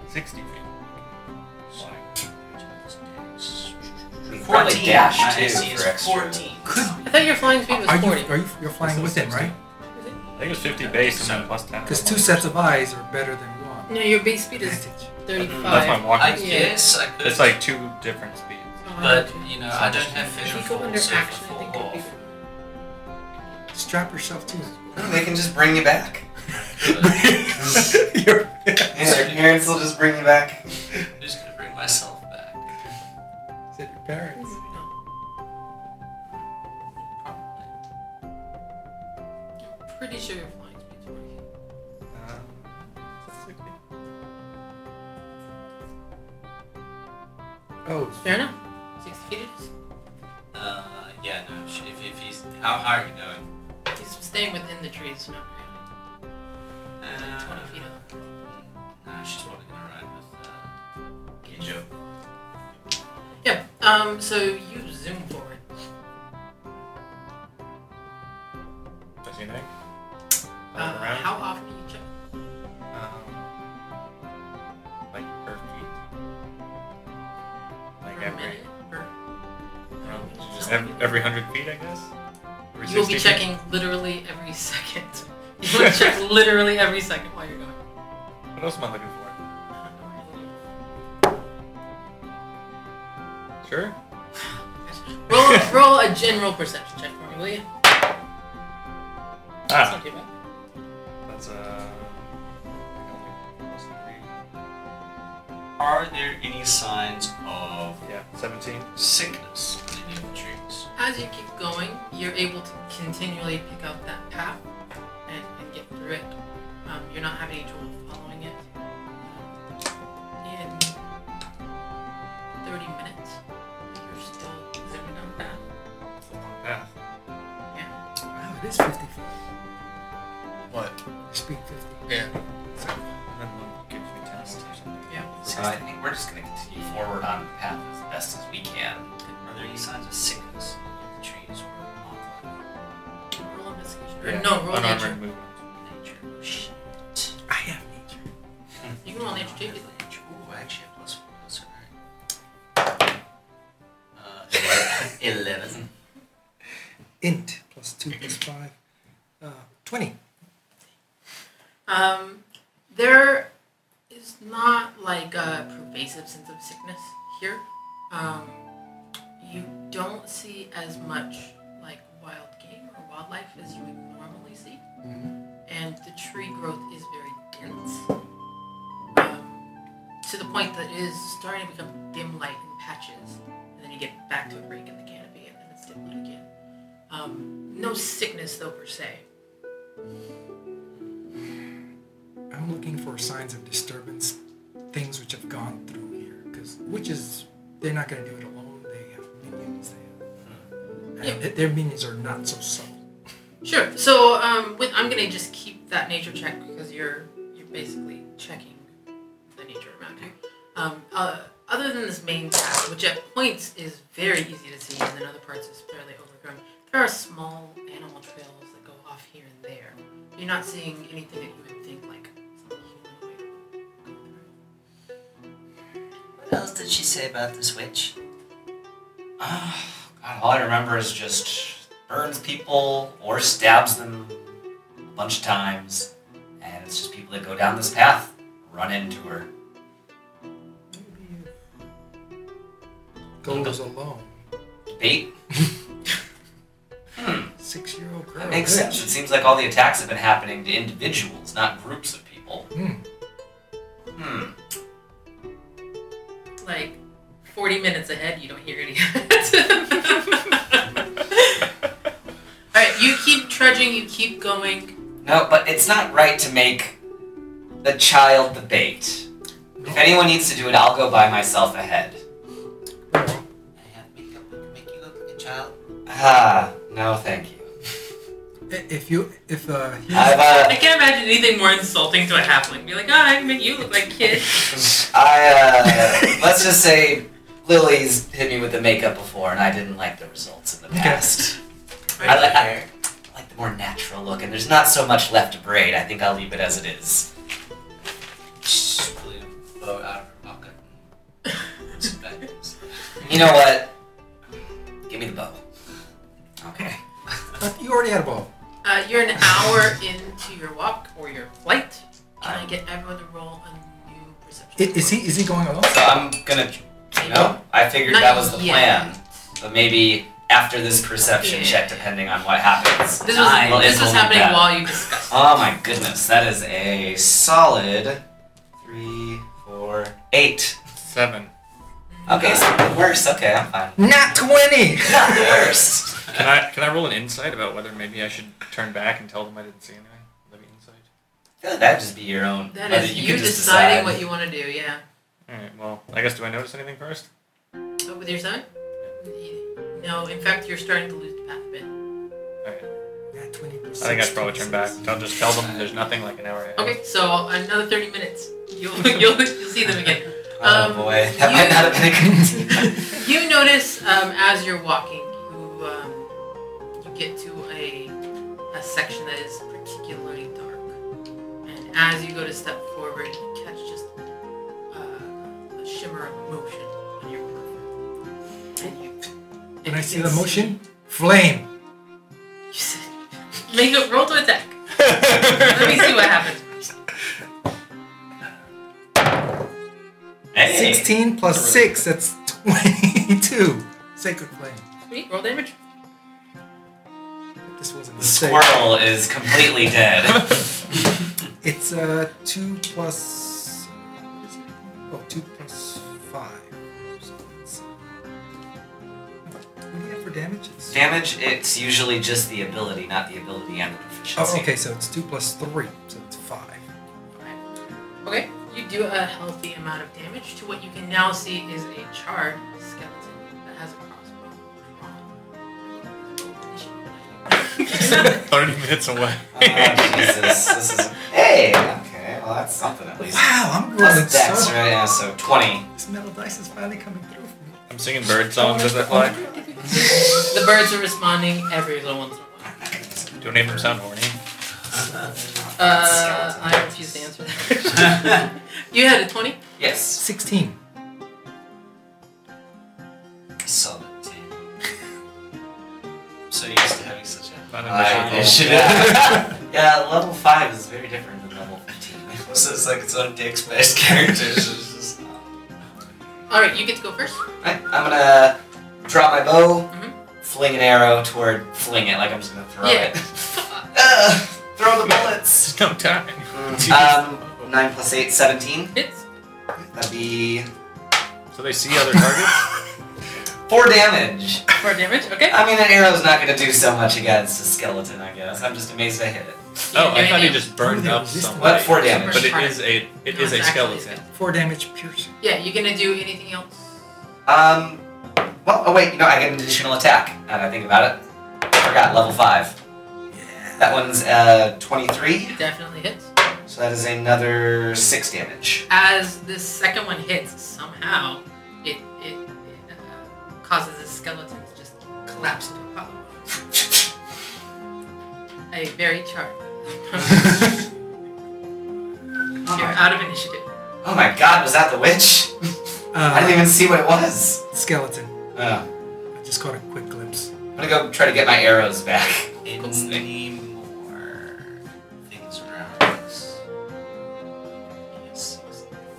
F: Sixty feet.
B: We can probably dash
H: My
B: too
H: AC is
B: for extra.
H: 14.
A: I thought your flying speed was
D: Are
A: 40.
D: you, are you you're flying with him, right?
F: I think it was fifty base and then plus ten.
D: Because two sets of eyes are better than one.
A: No, your base speed is
D: Advantage.
A: 35.
F: That's my
H: I
F: walking speed.
H: guess I could.
F: It's like two different speeds.
A: Oh,
H: But you know, I don't have
A: If
H: vision
A: you go
H: for
A: under
H: so
A: action,
H: for
A: I think
H: full
A: it'd be
H: off.
D: Strap yourself to it.
B: Hmm, They can just bring you back.
H: But
B: Yeah, your parents will just bring you back.
H: I'm just gonna bring myself back.
D: Is it your parents?
A: Mm.
H: Probably.
A: pretty sure your flying speed's working.
F: Uh,
D: Oh,
A: Fair enough. Six feet it is.
E: Uh, yeah, no. sh- If, if he's how high are you going?
A: He's staying within the trees, not really. Like
F: Uh,
A: 20 feet up.
E: Nah, she's probably gonna ride with uh, Gijo.
A: Yeah. Um. So you zoom forward.
F: Does he know?
A: Uh, how often do you check?
F: Um, like per feet. Like
A: per
F: every
A: minute? Per-
F: um,
A: Just
F: ev-
A: like-
F: every hundred feet, I guess. Every
A: You will be
F: 60 feet?
A: checking literally every second. You will check literally every second while you're going.
F: What else am I looking for? Sure.
A: Roll, roll a general perception check for me, will you? That's
F: Ah,
A: not too bad.
F: that's uh.
E: Are there any signs of
F: Yeah, seventeen.
E: sickness in any of the trees?
A: As you keep going, you're able to continually pick up that path and, and get through it. Um, you're not having any trouble following it. Uh, In 30 minutes, you're still zooming on that.
F: That's a long path.
D: wow, it is 50 feet.
C: What?
D: Speed 50.
C: Yeah.
F: And then one gives me ten.
B: So I think we're just going to continue forward on the path as best as we can.
E: Are there any signs of sickness in the trees or not
A: Roll investigation. or
F: Yeah,
A: No, roll
F: unarmored
A: nature.
F: movement.
E: like nature? Oh, shit.
D: I have nature.
A: You can roll nature too.
E: Nature. Ooh, I actually have plus one. That's alright. Uh, Eleven.
D: Int plus 2 plus 5. Uh, 20.
A: Um, there is not like a pervasive sense of sickness here. Um, you don't see as much like wild game or wildlife as you would normally see, and the tree growth is very dense um, to the point that it is starting to become dim light in patches, and then you get back to a break in the canopy, and then it's dim light again. Um, no sickness though per se.
D: I'm looking for signs of disturbance, things which have gone through here, because witches, they're not going to do it alone. They have minions.
B: Hmm.
D: They have, and their minions are not so subtle.
A: Sure. So um, with, I'm gonna just keep that nature check because you're you're basically checking the nature around you. Um, uh, other than this main path, which at points is very easy to see, and then other parts is fairly overgrown. There are small animal trails that go off here and there. You're not seeing anything that you would think like. something humanoid.
H: What else did she say about this witch?
B: Ah, God, all I remember is just burns people or stabs them a bunch of times. And it's just people that go down this path run into her.
D: Goes
B: Hmm.
D: alone.
B: Bait?
D: Six year old girl.
B: That makes
D: witch.
B: sense. It seems like all the attacks have been happening to individuals, not groups of people.
D: Hmm.
B: Hmm.
A: Like 40 minutes ahead, you don't hear any. All right, you keep trudging. You keep going.
B: No, but it's not right to make the child the bait. If anyone needs to do it, I'll go by myself ahead.
H: I have makeup that can make you look like a child.
B: Ah, no, thank you.
D: I- If you, if uh, he's-
B: I've,
A: I
B: uh,
A: can't imagine anything more insulting to a halfling. Be like, oh, I can make you look like a kid.
B: I, uh, let's just say Lily's hit me with the makeup before, and I didn't like the results in the past. I, li- I, I like the more natural look, and there's not so much left to braid. I think I'll leave it as it is.
E: Blew boat out of her pocket. and Sit back.
B: You know what? Give me the bow. Okay.
D: but you already had a ball.
A: Uh, you're an hour into your walk or your flight. Can
B: Um,
A: I get everyone to roll a new perception?
D: I- Is he, is he going alone?
B: So I'm gonna. No, I figured
A: Not
B: that was the
A: yet.
B: plan. But maybe after this perception
A: Yeah.
B: check, depending on what happens.
A: This was
B: I will
A: this was
B: implement
A: happening
B: that.
A: while you discussed.
B: Oh my goodness, that is a solid three, four, eight.
F: Seven.
B: Okay, so the worst. Okay, I'm fine.
D: Not 20!
B: Not the worst.
F: Can I can I roll an insight about whether maybe I should turn back and tell them I didn't see anything? Let me insight.
B: I feel like that'd just be your own.
A: That
B: whether
A: is
B: you
A: you
B: could just
A: deciding
B: decide.
A: what you want to do. Yeah.
F: All right. Well, I guess do I notice anything first?
A: Oh, your son? No, in fact, you're starting to lose the path a bit.
D: At 20%.
F: I think I'd probably turn back. I'll just tell them there's nothing like an hour ahead.
A: Okay, so another 30 minutes. You'll, you'll, you'll see them again.
B: Oh
A: Um,
B: boy, that
A: you-
B: might not have been a good idea.
A: You notice um, as you're walking, you, um, you get to a, a section that is particularly dark. And as you go to step forward, you catch just uh, a shimmer of motion on your peripheral. And you.
D: When
A: and
D: I
A: you
D: see
A: can
D: the motion, flame.
A: You said, make a roll to attack. Let me see what happens.
B: Hey.
D: 16 plus 6, that's 22. Sacred flame.
A: Sweet, roll damage.
D: This wasn't a
B: The
D: mistake.
B: squirrel is completely dead.
D: It's uh, 2 plus. what is it? Oh, 2 plus 5. So it's, what do you have for damage? It's-
B: Damage, it's usually just the ability, not the ability and the proficiency.
D: oh, okay, so it's 2 plus 3, so it's 5.
A: Okay, you do a healthy amount of damage to what you can now see is a charred skeleton that has a crossbow drawn.
F: 30 minutes away.
B: Oh, Jesus. This is. Hey! Okay, well, that's something at least.
D: Wow, I'm rolling
B: That's dex,
D: so
B: right? Yeah, so 20.
D: This metal dice is finally coming through for me.
F: I'm singing bird songs as I fly.
A: the birds are responding every little once in a while.
F: Do any of them sound horny?
A: Uh, I refuse to answer that. you had a 20?
B: Yes.
D: 16.
E: Solid ten. So used to having such a
F: Not
B: I
F: in the show.
B: yeah. yeah, level 5 is very different than level 15.
E: So it's like its own dick's best characters. It's just,
A: Alright, you get to go first.
B: Alright, I'm gonna drop my bow,
A: Mhm.
E: Mm-hmm.
B: fling an arrow toward fling it, like I'm just gonna throw
A: Yeah.
B: it. Ugh, throw the bullets!
F: There's no time.
E: Mm.
B: Um, 9 plus 8, 17.
A: Hits.
B: That'd be
F: So they see other targets?
B: 4 damage.
A: For damage, okay.
B: I mean, an arrow's not gonna do so much against a skeleton, I guess. I'm just amazed I hit it.
A: You
F: Oh,
A: didn't do
F: I thought he
A: anything.
F: just burned
D: Ooh,
F: up
D: they're
B: What?
F: somebody.
B: 4 damage.
F: But it is a it
A: No,
F: is a
A: it's actually a
F: skeleton.
D: 4 damage piercing.
A: Yeah, you gonna do anything else?
B: Um, well, oh wait, you know, I get an additional attack. Now that I think about it, I forgot, level 5. That one's uh, 23,
A: Definitely hits.
B: so that is another 6 damage.
A: as this second one hits, somehow it it, it uh, causes the skeleton to just collapse into a pile. A very charred. You're out of initiative.
B: Oh my god, was that the witch? I didn't
D: Uh,
B: even see what it was.
D: skeleton.
B: Uh,
D: I just caught a quick glimpse.
B: I'm gonna go try to get my arrows back.
E: any more things around us? Yes.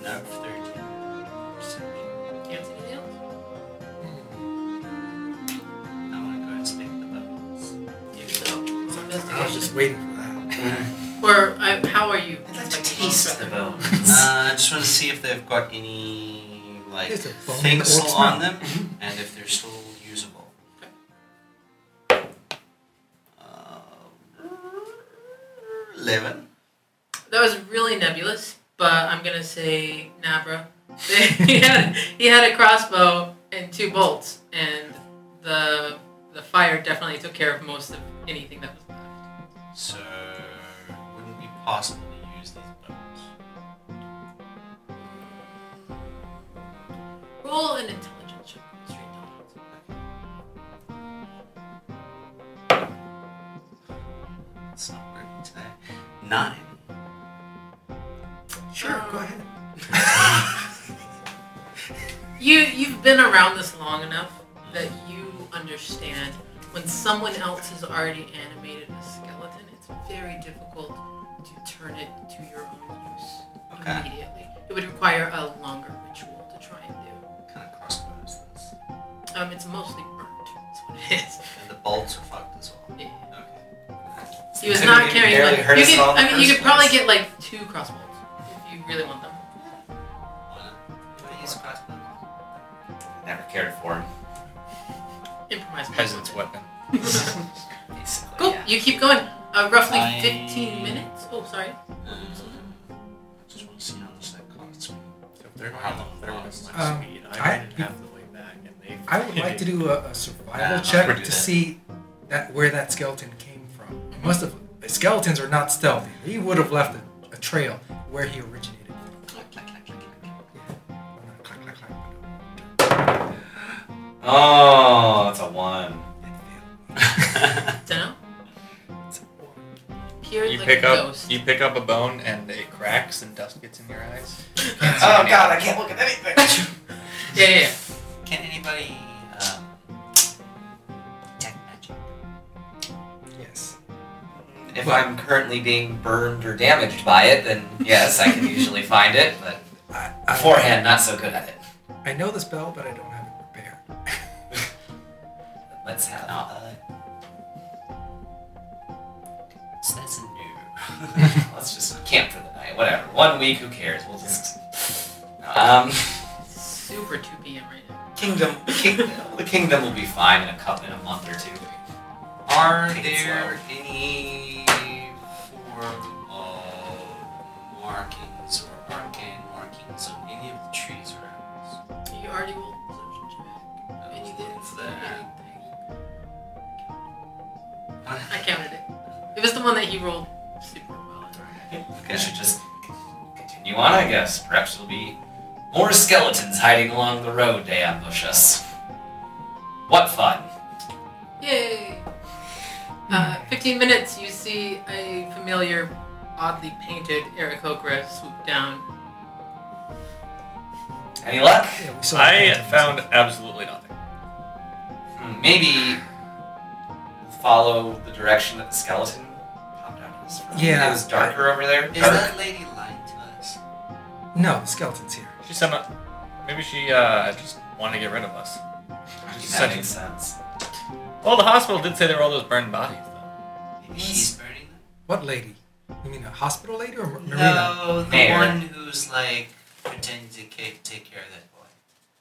E: No, 13.
A: Do you have anything else?
E: I want to go inspect the levels.
A: So, investigation.
D: I was just waiting for that.
A: or uh, how are you?
B: I'd like to taste the bone.
E: Uh, I just want to see if they've got any like
D: There's a bone in the Mm-hmm.
E: things still
D: orc's
E: on them
D: mouth.
E: and if they're still usable. Um, Uh, Eleven.
A: That was really nebulous, but I'm gonna say Nabra. he had he had a crossbow and two bolts, and the the fire definitely took care of most of anything that was left.
E: So wouldn't be possible to use these bones.
A: Roll an intelligence check. Straight intelligence.
E: It's not working today. Nine.
D: Sure, go ahead.
A: You you've been around this long enough that you understand when someone else has already animated a skeleton, it's very difficult to turn it to your own use
E: Okay.
A: immediately. It would require a longer ritual to try and do.
E: What kind of crossbow is this?
A: Um, it's mostly burnt. That's what it is.
E: And the bolts are fucked as well.
A: Yeah.
E: Okay.
A: He was
B: Couldn't
A: not
B: even
A: carrying
B: barely
A: like
B: hurt
A: you
B: us
A: could,
B: all in the
A: I mean, you
B: first
A: could probably
B: place.
A: get like two crossbows if you really want them.
E: Why not? Can I use a crossbow?
B: Never cared for him.
A: Improvise.
F: Peasant's weapon.
E: Basically,
A: Cool.
E: yeah.
A: You keep going. Uh, roughly
E: I-
A: 15 minutes. Oh, sorry.
E: Uh, just want to see how much that costs me.
F: They're
E: How long?
F: they're on my
D: Um,
F: speed.
D: I-
F: I made it half the way back and they
D: I would like to do a, a survival
E: Nah, I would
D: check
E: do
D: to
E: that.
D: see that where that skeleton came from. It must have skeletons are not stealthy. He would have left a, a trail where he originated.
B: Oh, that's a one.
A: Dunno. Cured
F: You
A: like
F: pick
A: a
F: up
A: ghost.
F: you pick up a bone and it cracks and dust gets in your eyes.
B: Oh god, I can't look at anything.
A: Yeah, yeah, yeah.
H: Can anybody um, detect magic?
D: Yes.
B: if I'm currently being burned or damaged by it, then yes, I can usually find it, but
D: I,
E: Uh,
D: I,
B: beforehand, not so good at it.
D: I know the spell, but I don't have it prepared.
B: Let's have uh,
H: So that's a no.
B: let's just camp for the night. Whatever. One week, who cares? We'll just um,
A: It's super 2 p.m. right now.
B: kingdom, kingdom. The kingdom will be fine in a couple, in a month or two.
E: Are
B: Take it
E: there any form of markings or arcane markings on any of the trees around us?
A: You already rolled perception check.
E: I
A: And
E: was
A: you
E: looking
A: didn't
E: for
A: see
E: that.
A: anything. I counted it. It was the one that he rolled super well.
B: I should just continue on, I guess. Perhaps there'll be more skeletons hiding along the road to ambush us. What fun!
A: Yay! Uh, 15 minutes, you see a familiar, oddly painted Aarakocra swoop down.
B: Any luck?
D: Yeah, we saw
F: I
D: the-
F: found absolutely nothing.
B: Hmm, Maybe follow the direction that the skeleton popped out of this room.
D: Yeah.
B: It was darker over there.
H: Is
B: Dark.
H: that lady lying to us?
D: No, the skeleton's here.
F: She said uh, maybe she uh, just wanted to get rid of us.
B: I mean,
F: Such-
B: that makes sense.
F: Well, the hospital did say there were all those burned bodies though.
H: Maybe she's burning them?
D: What lady? You mean a hospital lady or Mar- Marina?
H: No, the
B: Mayor.
H: one who's like pretending to ca- take care of that boy.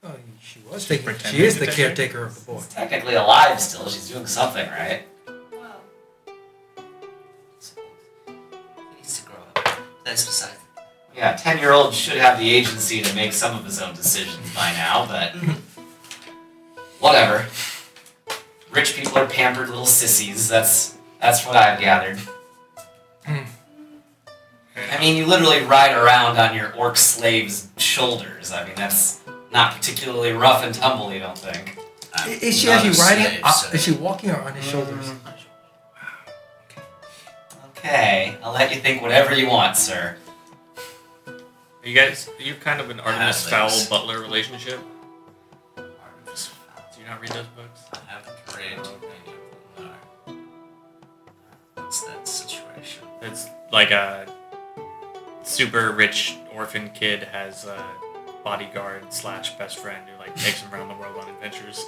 D: Oh, she was taking.
F: pretending
D: She is
F: to
D: the
F: take-
D: caretaker of the boy.
B: She's technically alive still. She's doing something, right?
H: Well, he needs to grow up. That's besides.
B: Yeah, ten-year-old should have the agency to make some of his own decisions by now, but whatever. Rich people are pampered little sissies. That's that's what I've gathered. I mean, you literally ride around on your orc slave's shoulders. I mean, that's not particularly rough and tumble, you don't think?
E: I'm
D: I- Is she
E: Uh, not
D: actually
E: a Mm.
D: riding?
E: slave,
D: uh,
E: so-
D: Is she walking or on his shoulders?
B: Okay, I'll let you think whatever you want, sir.
F: You guys, you have kind of an Artemis Fowl
E: Atlas.
F: Butler relationship.
E: Artemis Fowl.
F: Do you not read those books?
E: I haven't read any of them. No.
H: What's that situation?
F: It's like a super rich orphan kid has a bodyguard slash best friend who like takes him around the world on adventures.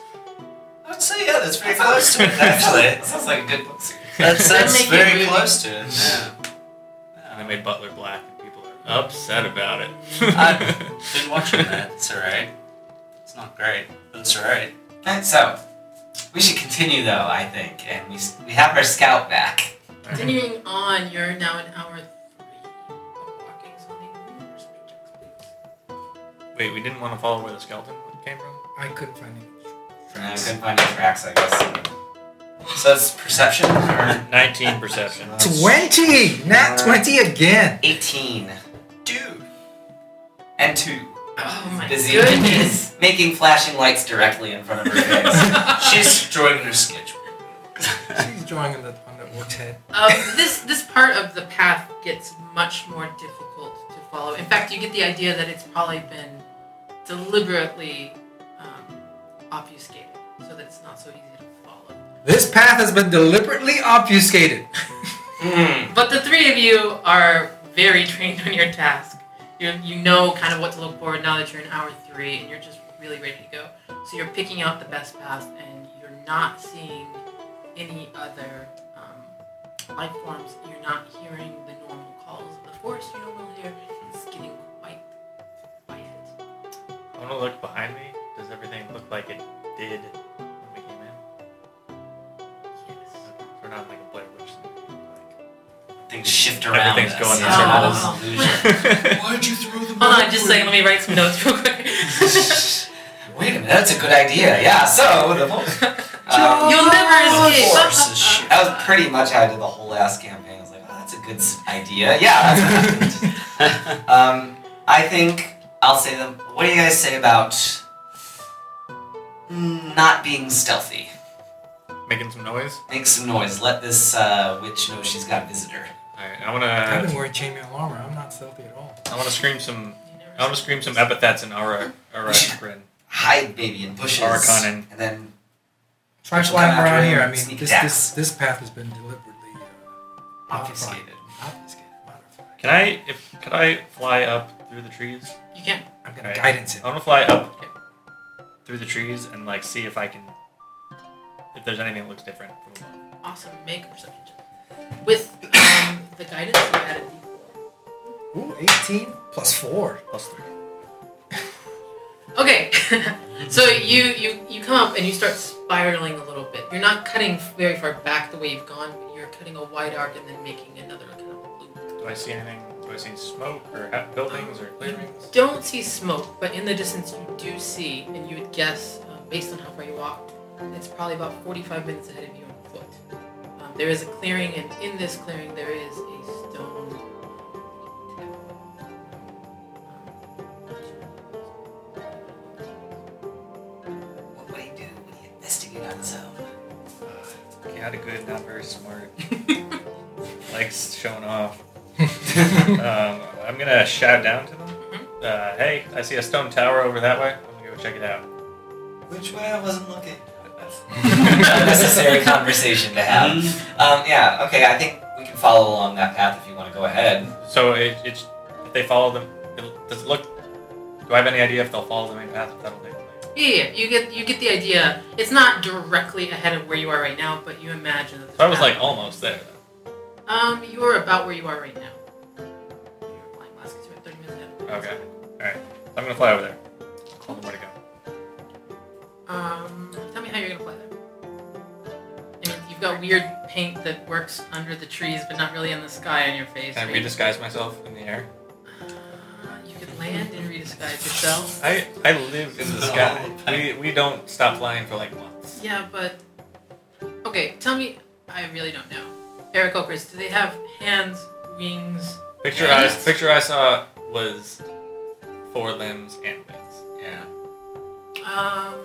E: I would say, yeah, that's pretty
B: That
E: close to it,
B: sounds-
E: actually.
B: sounds like a good book series.
E: That's,
A: That
E: that's
A: make it
E: very
A: really-
E: close to it. Yeah.
F: And they made Butler black, and people are upset about it.
E: I've been watching that. It's alright.
H: It's not great.
E: But it's alright.
B: Alright, so we should continue though, I think, and we, s- we have our scout back.
A: Continuing on, you're now an hour three of walking, so make me perception checks, please.
F: Wait, we didn't want to follow where the skeleton came from.
D: I couldn't find him.
B: And I couldn't find any tracks, I guess. So that's perception or
F: Nineteen perception.
D: Twenty, not twenty again.
B: eighteen. Dude. And two.
A: Oh my
B: Busy
A: goodness!
B: making flashing lights directly in front of her face.
E: She's drawing her schedule.
D: She's drawing on the on the orc's head.
A: um, this this part of the path gets much more difficult to follow. In fact, you get the idea that it's probably been deliberately um, obfuscated so that it's not so easy to follow.
D: This path has been deliberately obfuscated.
F: Uh,
B: Hmm.
A: But the three of you are very trained on your task. You you know kind of what to look for now that you're in hour three and you're just really ready to go. So you're picking out the best path and you're not seeing any other um, life forms. You're not hearing the normal calls of the forest you normally hear. It's getting quite quiet.
F: I want to look behind me. Does everything look like it did when we came in?
A: Yes.
F: We're not in, like a Blair Witch. scenario,
B: Things shift around.
F: Everything's
B: us.
F: going
B: Yeah,
A: in a
B: all
A: circle.
B: this illusion.
F: like-
E: Why'd you throw them
A: Hold on, just a second. Let me write some notes real quick.
B: Wait a Fucking, that's a good idea. Yeah. So the whole- uh,
A: You'll never
B: Of
A: escape.
B: course. that was pretty much how I did the whole last campaign. I was like, oh, that's a good s- idea. Yeah. That's what happened. um, I think I'll say them. What do you guys say about mm, not being stealthy?
F: Making some noise.
B: Make some noise. Let this uh, witch know she's got a visitor.
F: All right, I
D: I've been
F: wanna,
D: wearing chainmail armor. I'm not stealthy at all.
F: I wanna scream some, I wanna scream some epithets in Ara, Arakarin.
B: Hide maybe in bushes.
F: Arcanon.
B: And then
D: Try
B: Come
D: flying
B: after
D: around
B: him,
D: here. I mean,
B: sneak
D: this,
B: attack.
D: this this path has been deliberately uh,
B: obfuscate it.
D: modified- Obfuscated. modified.
F: Can I, if, could I fly up through the trees?
A: You can't.
D: I'm gonna
F: Right.
D: guidance it.
F: I wanna fly up through the trees and like see if I can, if there's anything that looks different. from above.
A: Awesome. Make a perception check. With um, the guidance you added.
D: Ooh, 18 plus four.
F: Plus three.
A: Okay. so you, you you come up and you start spiraling a little bit. You're not cutting very far back the way you've gone. But you're cutting a wide arc and then making another kind of loop.
F: Do I see anything? Do I see smoke or ha- buildings or clearings?
A: don't see smoke, but in the distance you do see, and you would guess, uh, based on how far you walked, it's probably about 45 minutes ahead of you on foot. Um, there is a clearing, and in this clearing there is a stone.
B: What would he do? Would he investigate on his own?
F: He had a good, not very smart. Likes showing off. um, I'm gonna shout down to them. Uh, hey, I see a stone tower over that way. I'm gonna go check it out.
B: Which way I wasn't looking. Unnecessary conversation to have. Um, yeah, okay, I think we can follow along that path if you want to go ahead.
F: So it, it's if they follow them. It, does it look? Do I have any idea if they'll follow the main path? If that'll take them there?
A: Yeah, yeah, you get you get the idea. It's not directly ahead of where you are right now, but you imagine that.
F: So I was like "Oh almost there.
A: um, you are about where you are right now. You're flying last 'cause you're at 30 minutes ahead.
F: Okay. All right. I'm gonna fly over there. Tell them where to go.
A: Um, tell me how you're gonna play that. I mean, you've got weird paint that works under the trees, but not really in the sky on your face.
F: Can I
A: right?
F: redisguise myself in the air?
A: Uh, you could land and redisguise yourself.
F: I I live in the sky. We we don't stop flying for like months.
A: Yeah, but okay. Tell me. I really don't know. Eric Okers, do they have hands, wings?
F: Picture
A: Yeah.
F: I picture I saw was four limbs and wings.
B: Yeah.
A: Um,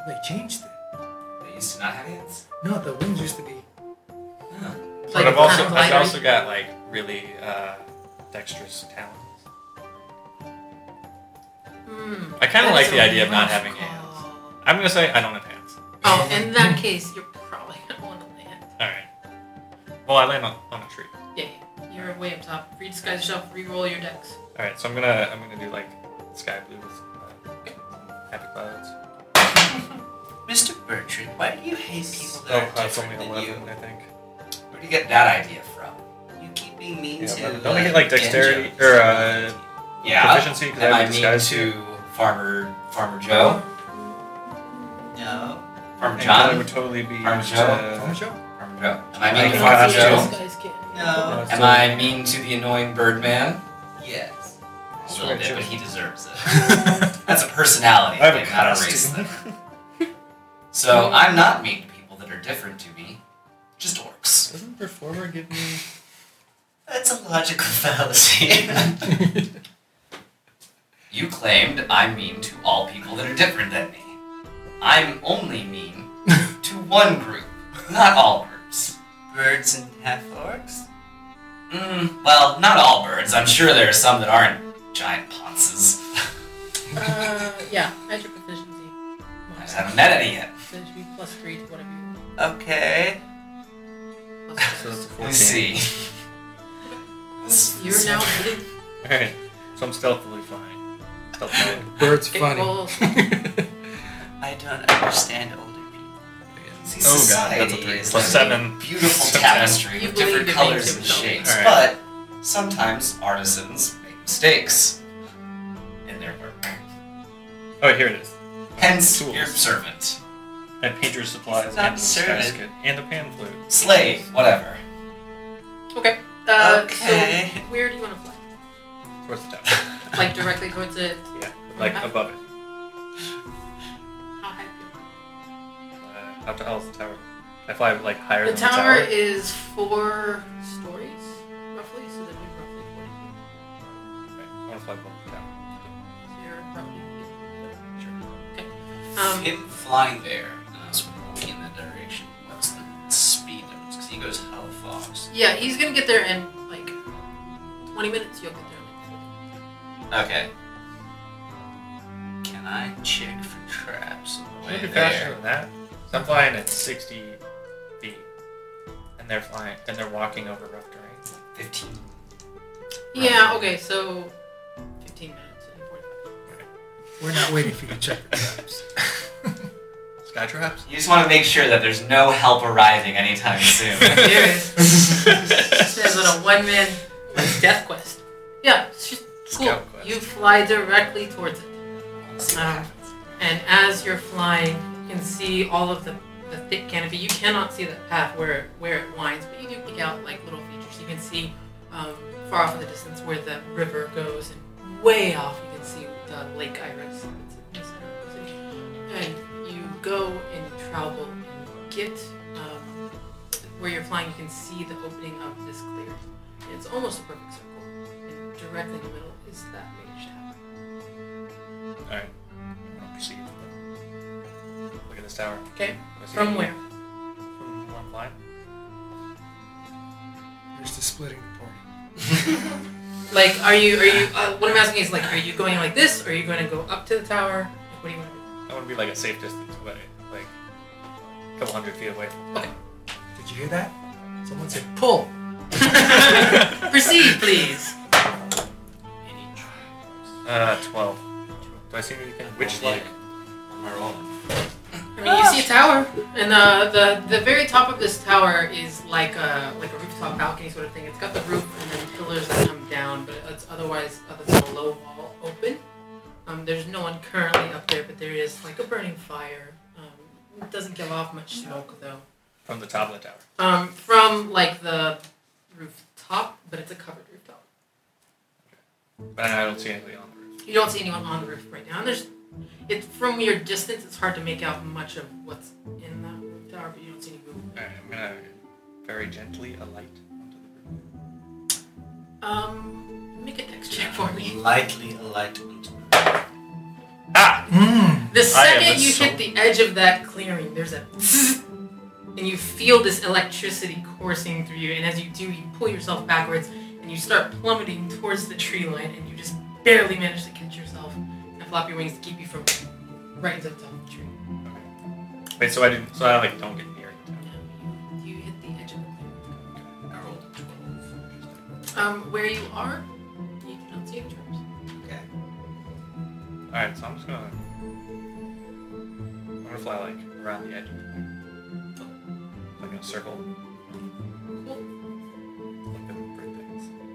D: Oh, they changed it.
B: They used to not have hands.
D: No, the wings used to be.
A: like
F: but I've also
A: kind of
F: I've
A: glider?
F: also got like really uh, dexterous talents.
A: Hmm,
F: I kind of
A: that's
F: like the
A: a
F: idea of not
A: rough
F: having hands.
A: call.
F: I'm gonna say I don't have hands.
A: Oh, in that case, you're probably gonna want to land.
F: All right. Well, I land on, on a tree.
A: Yeah, yeah, you're way up top. Redisguise yourself. Reroll your decks.
F: All right, so I'm gonna I'm gonna do like sky blue with uh, happy clouds.
H: Mr. Bertrand, why do you hate people
F: Oh,
H: that are
F: that's only
H: different than you?
F: eleven, I think.
B: Where do you get that idea from?
H: You keep being mean
F: Yeah,
H: to.
F: but don't
H: uh,
F: they get like
H: Genjo.
F: dexterity or uh,
B: Yeah.
F: proficiency? Because
B: Am
F: I
B: I
F: have
B: mean
F: disguise
B: to Farmer Farmer Joe?
H: No.
B: Farmer
F: And John
B: John?
F: would totally be.
B: Farmer
F: just,
B: Joe?
F: uh,
B: Farmer Joe. Am I mean
F: Like
B: to
F: Farmer
B: Farmer
F: Joe?
B: Joe?
A: Disguise can't.
H: No.
B: Am I mean to the annoying Birdman?
H: Yes.
B: A
F: Sure,
B: little bit,
F: sure.
B: but he deserves it. That's a personality
F: I have a
B: thing, not a race thing. So I'm not mean to people that are different to me. Just orcs.
C: Doesn't performer give me?
H: That's a logical fallacy.
B: You claimed I'm mean to all people that are different than me. I'm only mean to one group, not all birds.
H: Birds and half orcs?
B: Mm, well, not all birds. I'm sure there are some that aren't giant ponces.
A: Uh, yeah, add your proficiency.
B: I just haven't met any yet.
A: So it should be plus three to whatever you
H: Okay.
A: plus two.
F: so that's a
B: Let me
F: 14.
B: see.
A: You're now hitting
F: All right, so I'm stealthily flying. Stealthily.
A: Oh,
D: Bird's
A: big
D: funny.
A: rolls.
H: I don't understand older people.
B: See,
F: Oh, God,
B: society
F: that's a three.
B: is
F: Plus
B: like
F: seven.
B: Beautiful
F: Seven.
B: tapestry
A: You
B: with
A: believe
B: different
A: it makes
B: colors and
A: it so.
B: shapes,
F: All right.
B: but sometimes artisans make mistakes in their work.
F: Oh, here it is.
B: Hence,
F: Tools.
B: your servant,
F: And Peter's supplies
H: It's not
F: and the sky
H: servant.
F: skid. and the pan flute.
B: slave, whatever.
A: Okay. Uh,
H: Okay.
A: So where do you want to fly?
F: Towards the top.
A: Like directly towards it?
F: Yeah, like above it. Uh, How tall is the tower? I fly like higher
A: The
F: than
A: tower
F: the tower.
A: is four stories, roughly, so that'd be roughly 40 feet.
F: Okay, I want to fly above the tower.
A: So you're roughly. Okay.
E: Um,
A: Um,
E: Him flying there and us rolling in that direction. What's the speed difference? Because he goes how fast?
A: yeah, he's gonna get there in like 20 minutes. You'll get there in like 40.
E: Okay. Can I check for traps on the
F: Should
E: way
F: be faster
E: there?
F: than that. So I'm flying at 60 feet, and they're flying, and they're walking over rough terrain.
B: 15.
A: Yeah, okay, so 15 minutes and 45.
D: We're not waiting for you to check the traps.
F: Sky traps.
B: You just want to make sure that there's no help arriving anytime soon.
A: There it is. This is a one man death quest. Yeah, it's just cool.
F: Scout quest.
A: You fly directly towards it. Um, and as you're flying, you can see all of the, the thick canopy. You cannot see the path where, where it winds, but you do pick out like little features. You can see um, far off in the distance where the river goes, and way off you can see the Lake Iris. It's in the center of the city. And you go and you travel and you get um, where you're flying. You can see the opening of this clearing. And It's almost a perfect circle. And directly in the middle is that mage tower.
F: All right. I'm gonna proceed. Look at this tower.
A: Okay.
F: Can I see
A: From
F: it?
A: where?
F: From where I'm flying.
D: There's the splitting the party.
A: Like, are you, are you, uh, what I'm asking is, like, are you going like this? Or are you going to go up to the tower? Like, what do you want to do?
F: I want to be like a safe distance away, like a couple hundred feet away.
D: Did you hear that? Someone said pull.
A: Proceed, please.
E: Any traps?
F: Uh, twelve. Do I see anything? Which
E: Roll
F: like?
E: it. Am I rolling?
A: I mean, you see a tower, and uh, the the very top of this tower is like a like a rooftop balcony sort of thing. It's got the roof and then pillars that come down, but it's otherwise uh, it's a low wall open. Um, there's no one currently up there, but there is like a burning fire. Um, it doesn't give off much smoke though.
F: From the top of the tower.
A: Um, from like the rooftop, but it's a covered rooftop.
F: But I don't see anything on the roof.
A: You don't see anyone on the roof right now. And there's it's from your distance, it's hard to make out much of what's in that roof tower, but you don't see any movement.
F: Alright, I'm gonna very gently alight onto the roof.
A: Um, make a dex check for me.
E: Lightly alight onto the
F: Ah!
D: Mmm.
A: The
F: I am
A: second you
F: so-
A: hit the edge of that clearing, there's a and you feel this electricity coursing through you. And as you do, you pull yourself backwards and you start plummeting towards the tree line, and you just barely manage to catch yourself and flop your wings to keep you from right into the top of the tree.
F: Wait, so I didn't so I like don't get near it.
A: Um, You hit the edge of the clearing.
E: I rolled a 12.
A: Um, where you are, you do not see any traps.
E: Okay.
F: Alright, so I'm just gonna I'm gonna fly like around the edge of the roof. Like in a circle. Like the brick things.
A: Cool,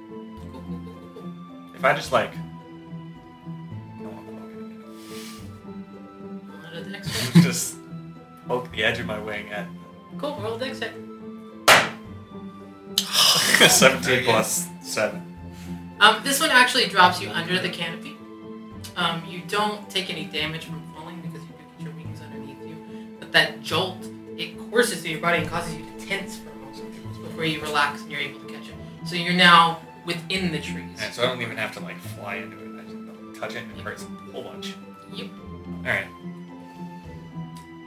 A: cool, cool, cool, cool.
F: If I just like no I'm not gonna get it.
A: On to the next one.
F: just poke the edge of my wing at
A: Cool, roll a dex check.
F: 17 plus 7.
A: Um, this one actually drops you under the canopy. Um, you don't take any damage from falling because you do get your wings underneath you. But that jolt, it courses through your body and causes you to tense for a moment before you relax and you're able to catch it. So you're now within the trees.
F: And so I don't even have to like fly into it. I just touch it and it hurts a whole bunch.
A: Yep.
F: Alright.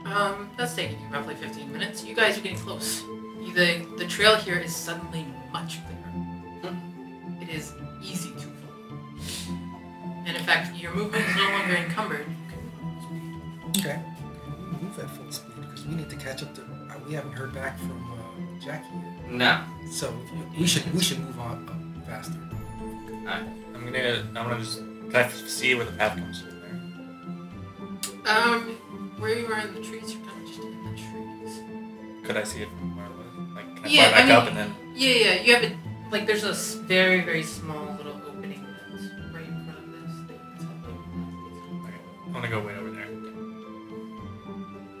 A: Um, that's taking you roughly 15 minutes. You guys are getting close. You- The, the trail here is suddenly much clearer. It is easy to follow. And in fact, your movement is no longer encumbered.
D: Okay. We move at full speed because we need to catch up to. Uh, we haven't heard back from uh, Jackie yet.
B: No.
D: So we should we should move on up faster.
F: I'm gonna. I'm gonna just can I see where the path comes from there.
A: Um, where you are in the trees, you're kind of just in the trees.
F: Could I see it from where I was? Like, can I
A: Yeah,
F: fly
A: I
F: back
A: mean-
F: up and then?
A: Yeah, yeah, you have a, like, there's a s- very, very small little opening that's right in front of this thing. It's all
F: Okay, I'm gonna go way over there.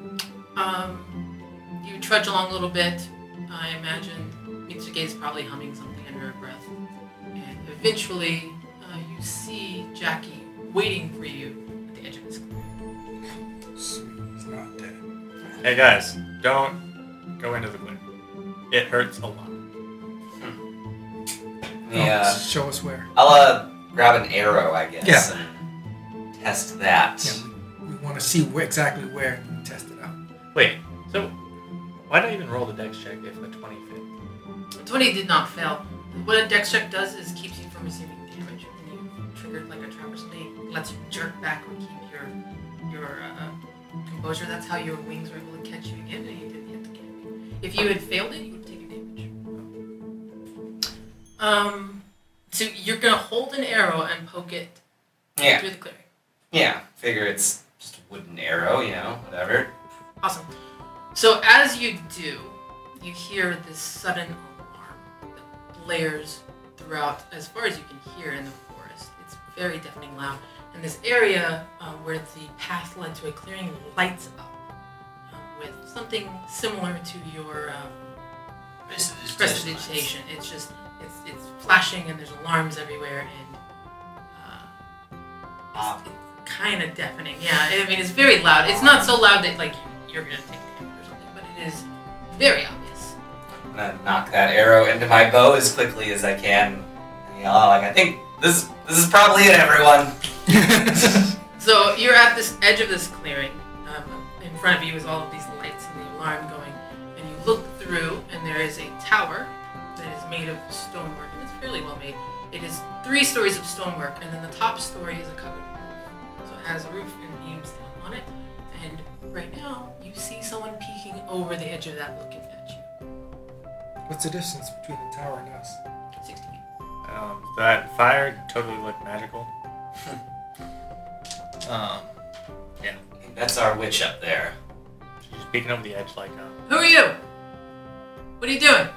A: over. Um, you trudge along a little bit. I imagine Mitsuge's probably humming something under her breath. And eventually, uh, you see Jackie waiting for you at the edge of this clearing.
D: He's not dead.
F: Hey guys, don't go into the wind. It hurts a lot.
B: Yeah.
D: Show us where.
B: I'll uh, grab an arrow, I guess,
D: Yeah.
B: and test that.
D: Yeah, we, we want to see where, exactly where and test it out.
F: Wait, so why did I even roll the dex check if the 20 failed?
A: 20 did not fail. What a dex check does is keeps you from receiving damage when you triggered like a traverse nate. Lets you jerk back or keep your your uh, composure. That's how your wings were able to catch you again, and you didn't hit the canopy. If you had failed it, you would have taken damage. Um, so you're gonna hold an arrow and poke it
B: Yeah.
A: through the clearing.
B: Yeah. Figure it's just a wooden arrow, you know, whatever.
A: Awesome. So as you do, you hear this sudden alarm that blares throughout as far as you can hear in the forest. It's very deafening loud. And this area uh, where the path led to a clearing lights up um, with something similar to your um, prestidigitation. It's just it's it's flashing and there's alarms everywhere and uh,
H: Wow.
A: it's, it's kind of deafening. Yeah, I mean it's very loud. It's not so loud that like you're gonna take damage or something, but it is very obvious.
B: I'm gonna knock that arrow into my bow as quickly as I can. And yell, like, I think this this is probably it, everyone.
A: So you're at this edge of this clearing. Um, in front of you is all of these lights and the alarm going. And you look through, and there is a tower that is made of stonework, and it's fairly well made. It is three stories of stonework, and then the top story is a covered roof. So it has a roof and beams down on it. And right now, you see someone peeking over the edge of that looking at you.
D: What's the distance between the tower and us?
A: 60 feet.
F: Um, that fire totally looked magical. um,
B: That's our witch up there.
F: she's just peeking over the edge like uh, a.
A: Who are you? What are you doing?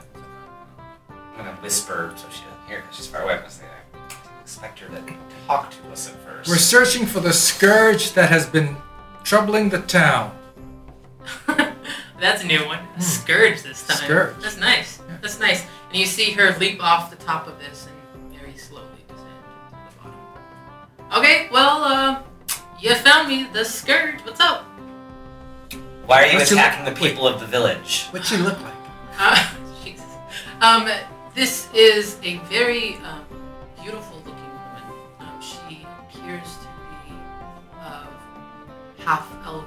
B: I'm gonna whisper so she doesn't hear because she's far away. I'm gonna say, I didn't expect her to talk to us at 1st
D: We're searching for the scourge that has been troubling the town.
A: That's a new one. A scourge this time.
D: Scourge.
A: That's nice. That's nice. And you see her leap off the top of this and very slowly descend to the bottom. Okay, well, uh, you found me, the scourge. What's up?
B: Why are you
D: Let's do-
B: attacking the people of the village?
D: What'd she look like?
A: Uh, Jesus. Um, this is a very um, beautiful looking woman. Um, she appears to be of half elven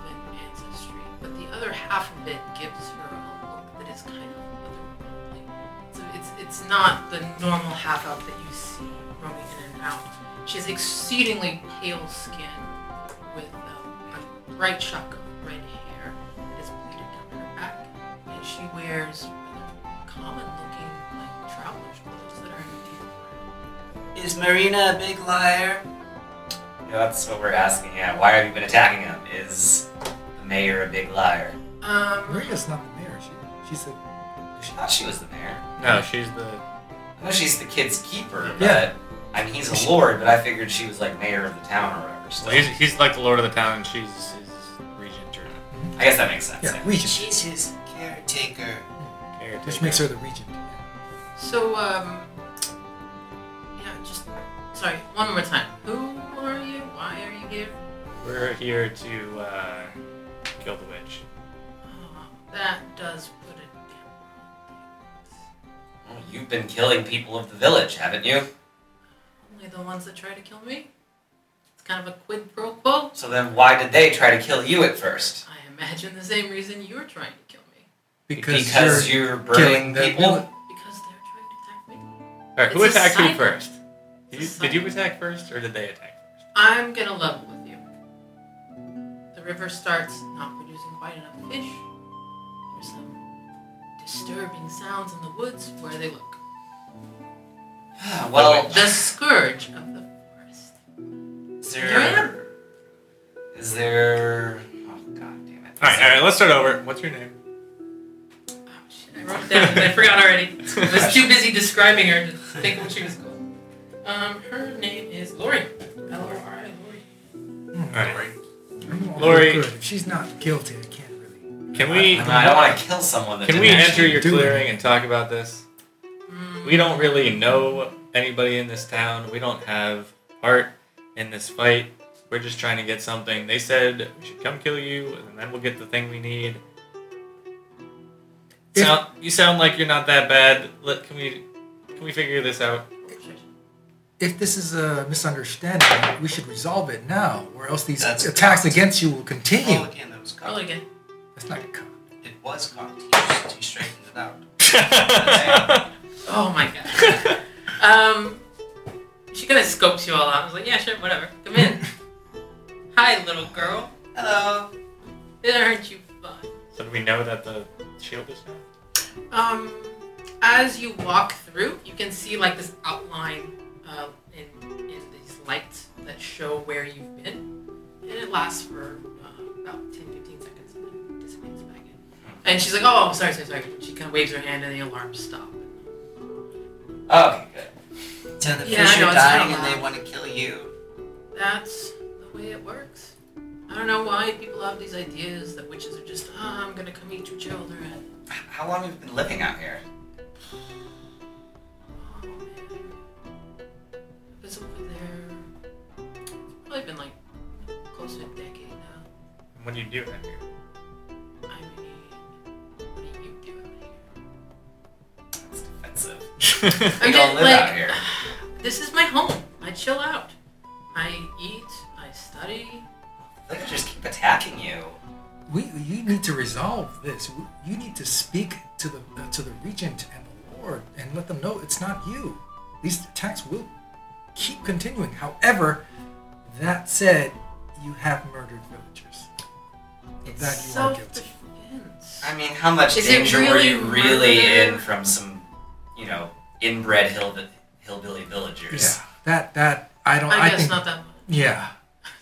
A: ancestry, but the other half of it gives her a look that is kind of otherworldly. So it's, it's not the normal half elf that you see roaming in and out. She has exceedingly pale skin with um, a bright shock of red hair that is bleeding down her back and she wears common looking like traveler's clothes that are in deep brown.
H: Is Marina a big liar?
B: You know, that's what we're asking. Yeah, why have you been attacking him? Is the mayor a big liar?
A: Um,
D: Maria's not the mayor. She, she's a.
B: I thought she was the mayor.
F: No, she's the.
B: I know she's the kid's keeper, but
D: Yeah.
B: I mean, he's a lord, but I figured she was like mayor of the town or whatever. So
F: Well, he's, he's like the lord of the town, and she's his regent or
B: I guess that makes sense.
D: Yeah,
B: Yeah.
D: regent.
H: She's his caretaker.
F: caretaker.
D: Which makes her the regent.
A: so, um, yeah, just, sorry, one more time. Who are you? Why are you here?
F: We're here to uh, kill the witch.
A: Uh, that does put it down.
B: Well, you've been killing people of the village, haven't you?
A: Only the ones that try to kill me? It's kind of a quid pro quo.
B: So then why did they try to kill you at first?
A: I imagine the same reason you're trying to kill me.
D: Because, you're
B: you're,
D: killing
B: burning
D: the
B: people?
A: Because they're trying to attack me.
F: Alright, who
A: It's a
F: attacked you
A: cycle.
F: first? Did you,
A: It's a
F: did you
A: cycle.
F: attack first, or did they attack
A: I'm gonna level with you. The river starts not producing quite enough fish. There's some disturbing sounds in the woods where they look.
B: well,
A: The scourge of the forest.
B: is
A: Yeah.
B: there. Is there. Oh, god damn it.
F: Alright, alright, let's start over. What's your name?
A: Oh shit, I wrote it down, but I forgot already. I was too busy describing her to think what she was called. Um, her name is Lori. L O R I Lori.
F: Alright. Lori-
D: Lori. Good. If she's not guilty, I can't really.
F: Can
B: I, mean,
F: we
B: I don't want to kill someone that
F: can
B: didn't
F: we enter
B: actually
F: your
D: do it.
F: clearing and talk about this?
A: Mm,
F: We don't really know anybody in this town. We don't have heart in this fight. We're just trying to get something. They said we should come kill you, and then we'll get the thing we need.
D: If-
F: Sound, you sound like you're not that bad. Let, can we can we figure this out?
D: if this is a misunderstanding, we should resolve it now, or else these
E: That's-
D: attacks against you will
E: Roll
B: Oh.
D: continue.
E: again, that was
A: Roll
E: cocked.
A: again.
D: That's not a con.
E: It was cocked. He, just, he straightened it out.
A: Oh my god. um, she kind of scopes you all out. I was like, yeah, sure, whatever. Come in. Hi, little girl.
E: Hello.
A: Did I hurt you? Fun.
F: so do we know that the shield is now?
A: Um, as you walk through, you can see like this outline uh, in in these lights that show where you've been, and it lasts for uh, about 10, 15 seconds, and then dissipates back in. And she's like, "Oh, sorry, sorry, sorry." She kind of waves her hand, and the alarms stop.
B: Oh, Okay, good.
H: So the
A: Yeah, I
H: fish
A: know,
H: are
A: it's kinda
H: dying and
A: loud.
H: they want to kill you.
A: That's the way it works. I don't know why people have these ideas that witches are just, "Ah, I'm gonna come eat your children.
B: How long have you been living out here?
A: Oh man, If it's over there. It's probably been like close to a decade now.
F: And What do you do out here?
A: I mean, what do you do out here?
B: That's defensive.
A: I just,
B: We don't live
A: like,
B: out here.
A: This is my home. I chill out. I eat. I study.
B: They could just keep attacking you.
D: We you need to resolve this. We- You need to speak to the uh, to the regent and the lord and let them know it's not you. These attacks will keep continuing. However, that said, you have murdered villagers. Of that you are guilty.
A: self-defense.
B: I mean, how much
A: Is it
B: danger were
A: really
B: you really
A: murder?
B: in from some, you know, inbred hill- hillbilly villagers?
D: Yeah. That that I don't. I,
A: I guess
D: think.
A: not that much.
D: Yeah.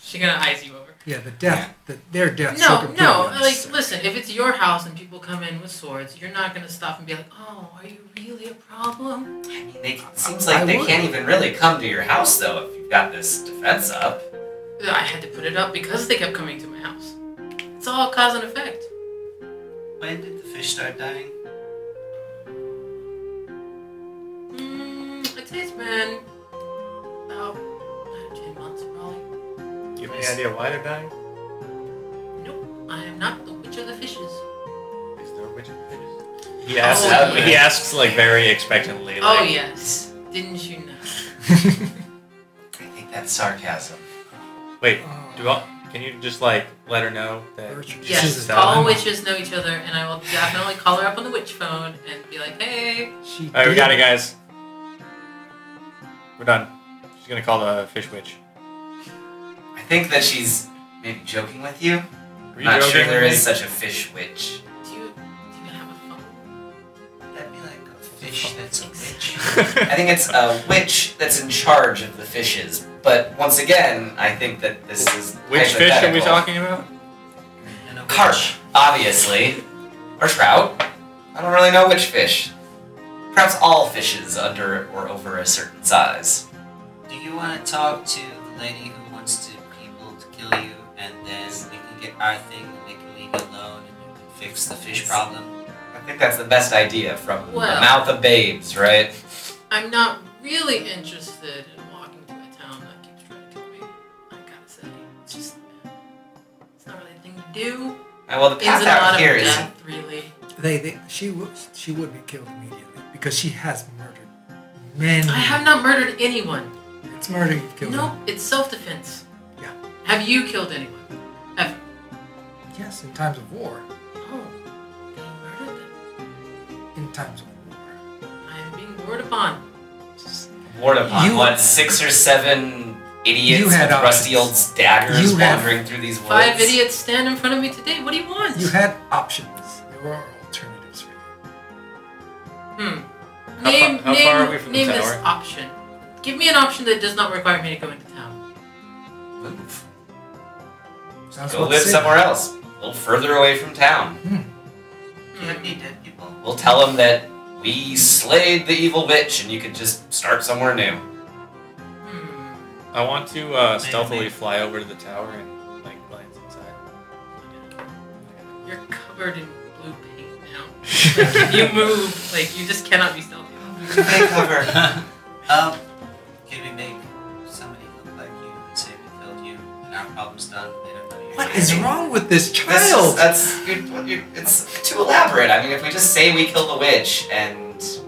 A: She gonna eyes you over.
D: Yeah. The death. The, their death.
A: No, no. Like, listen. If it's your house and people come in with swords, you're not gonna stop and be like, "Oh, are you really a problem?"
B: I mean, they, it seems like
D: I
B: they
D: would.
B: can't even really come to your house, though, if you've got this defense up.
A: I had to put it up because they kept coming to my house. It's all cause and effect.
E: When did the fish start dying?
A: Mm, I'd say it's been about uh, ten months, probably.
F: Do you have any idea why they're dying?
A: Nope, I am not the witch of the fishes.
F: Is there a witch? He asks.
A: Oh,
F: he
A: yeah.
F: asks like very expectantly. Like,
A: Oh yes, didn't you know?
B: I think that's sarcasm.
F: Wait. Do all, can you just like let her know that?
D: Virtues.
F: Yes,
A: Yes,
F: is
A: all
F: Ellen.
A: witches know each other, and I will definitely call her up on the witch phone and be like, "Hey,
D: She
F: All right, we
D: did.
F: got it, guys. We're done. She's gonna call the fish witch.
B: I think that she's maybe joking with you.
F: Are
B: I'm not sure
F: joking?
B: there is such a fish witch.
A: do you do you have a phone?"
E: That'd be like a fish that's a witch.
B: I think it's a witch that's in charge of the fishes. But once again, I think that this is
F: Which fish are we
B: hypothetical.
F: talking about?
E: And a
B: Carp,
E: witch.
B: obviously, or trout. I don't really know which fish. Perhaps all fishes under or over a certain size.
H: Do you want to talk to the lady who wants to people to kill you, and then we can get our thing, and we can leave you alone, and you can fix the fish problem?
B: I think that's the best idea from
A: Well-
B: the mouth of babes, right?
A: I'm not really interested in walking to a town that keeps trying to kill me. I gotta say, it's just it's not really a thing to do.
B: Uh, Well, the
A: It's a
B: path
A: lot
B: out
A: of
B: here is
A: death, really.
D: They, they, she would, she would be killed immediately because she has murdered many.
A: I have not murdered anyone.
D: It's murder you've killed.
A: Nope, it's self-defense.
D: Yeah.
A: Have you killed anyone?
D: Yes, in times of war.
A: Oh, they murdered them.
D: In times of war.
A: I am being warred upon.
B: warned upon.
D: You-
B: what six or seven idiots
D: You had
B: with rusty old
D: options.
B: daggers
D: You had-
B: wandering through these woods?
A: Five idiots stand in front of me today. What do you want?
D: You had options. There were alternatives for you.
A: Hmm.
F: How
A: name
F: far- how
A: name,
F: far are we from the
A: name this
F: tower?
A: option. Give me an option that does not require me to go into town.
B: Move.
D: That's
B: Go live somewhere else, a little further away from town.
E: You
A: Mm-hmm.
E: don't
A: Hmm.
E: need dead people.
B: We'll tell them that we slayed the evil witch, and you could just start somewhere new.
A: Hmm.
F: I want to uh,
E: Maybe.
F: stealthily fly over to the tower and like glance inside.
A: You're covered in blue paint now. Like, if you move, like you just cannot be stealthy.
E: They cover.
H: Um, can we make somebody look like you and say we killed you, and our problem's done? They don't know you're
A: What
D: What is wrong with this
B: This is- uh,
D: child?
B: that's you're, you're, it's too elaborate. I mean, if we just say we killed a witch, and that's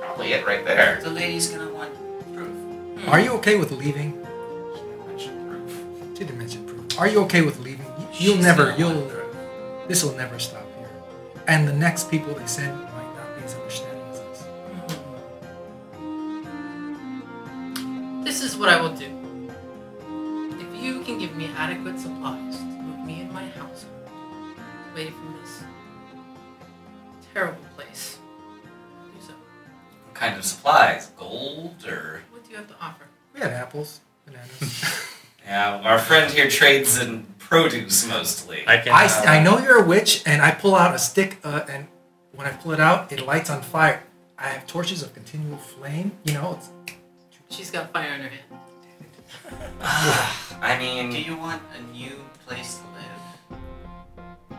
B: probably it right there.
H: The lady's gonna want proof.
D: Are you okay with leaving?
B: Proof.
D: Didn't mention proof. Are you okay with leaving? You- You'll
H: She's
D: never.
H: gonna
D: You'll.
H: want proof.
D: This will never stop here. And the next people they send might not be as understanding as us.
A: This is what I will do. If you can give me adequate supplies to move me and my household away from this terrible place, do so.
B: What kind of supplies? Gold or?
A: What do you have to offer?
D: We had apples, bananas.
B: Yeah, our friend here trades in produce mostly.
F: I can. uh,
D: I, s- I know you're a witch, and I pull out a stick, uh, and when I pull it out, it lights on fire. I have torches of continual flame. You know, it's,
A: She's got fire in her hand.
B: I mean,
H: Do you want a new place to live?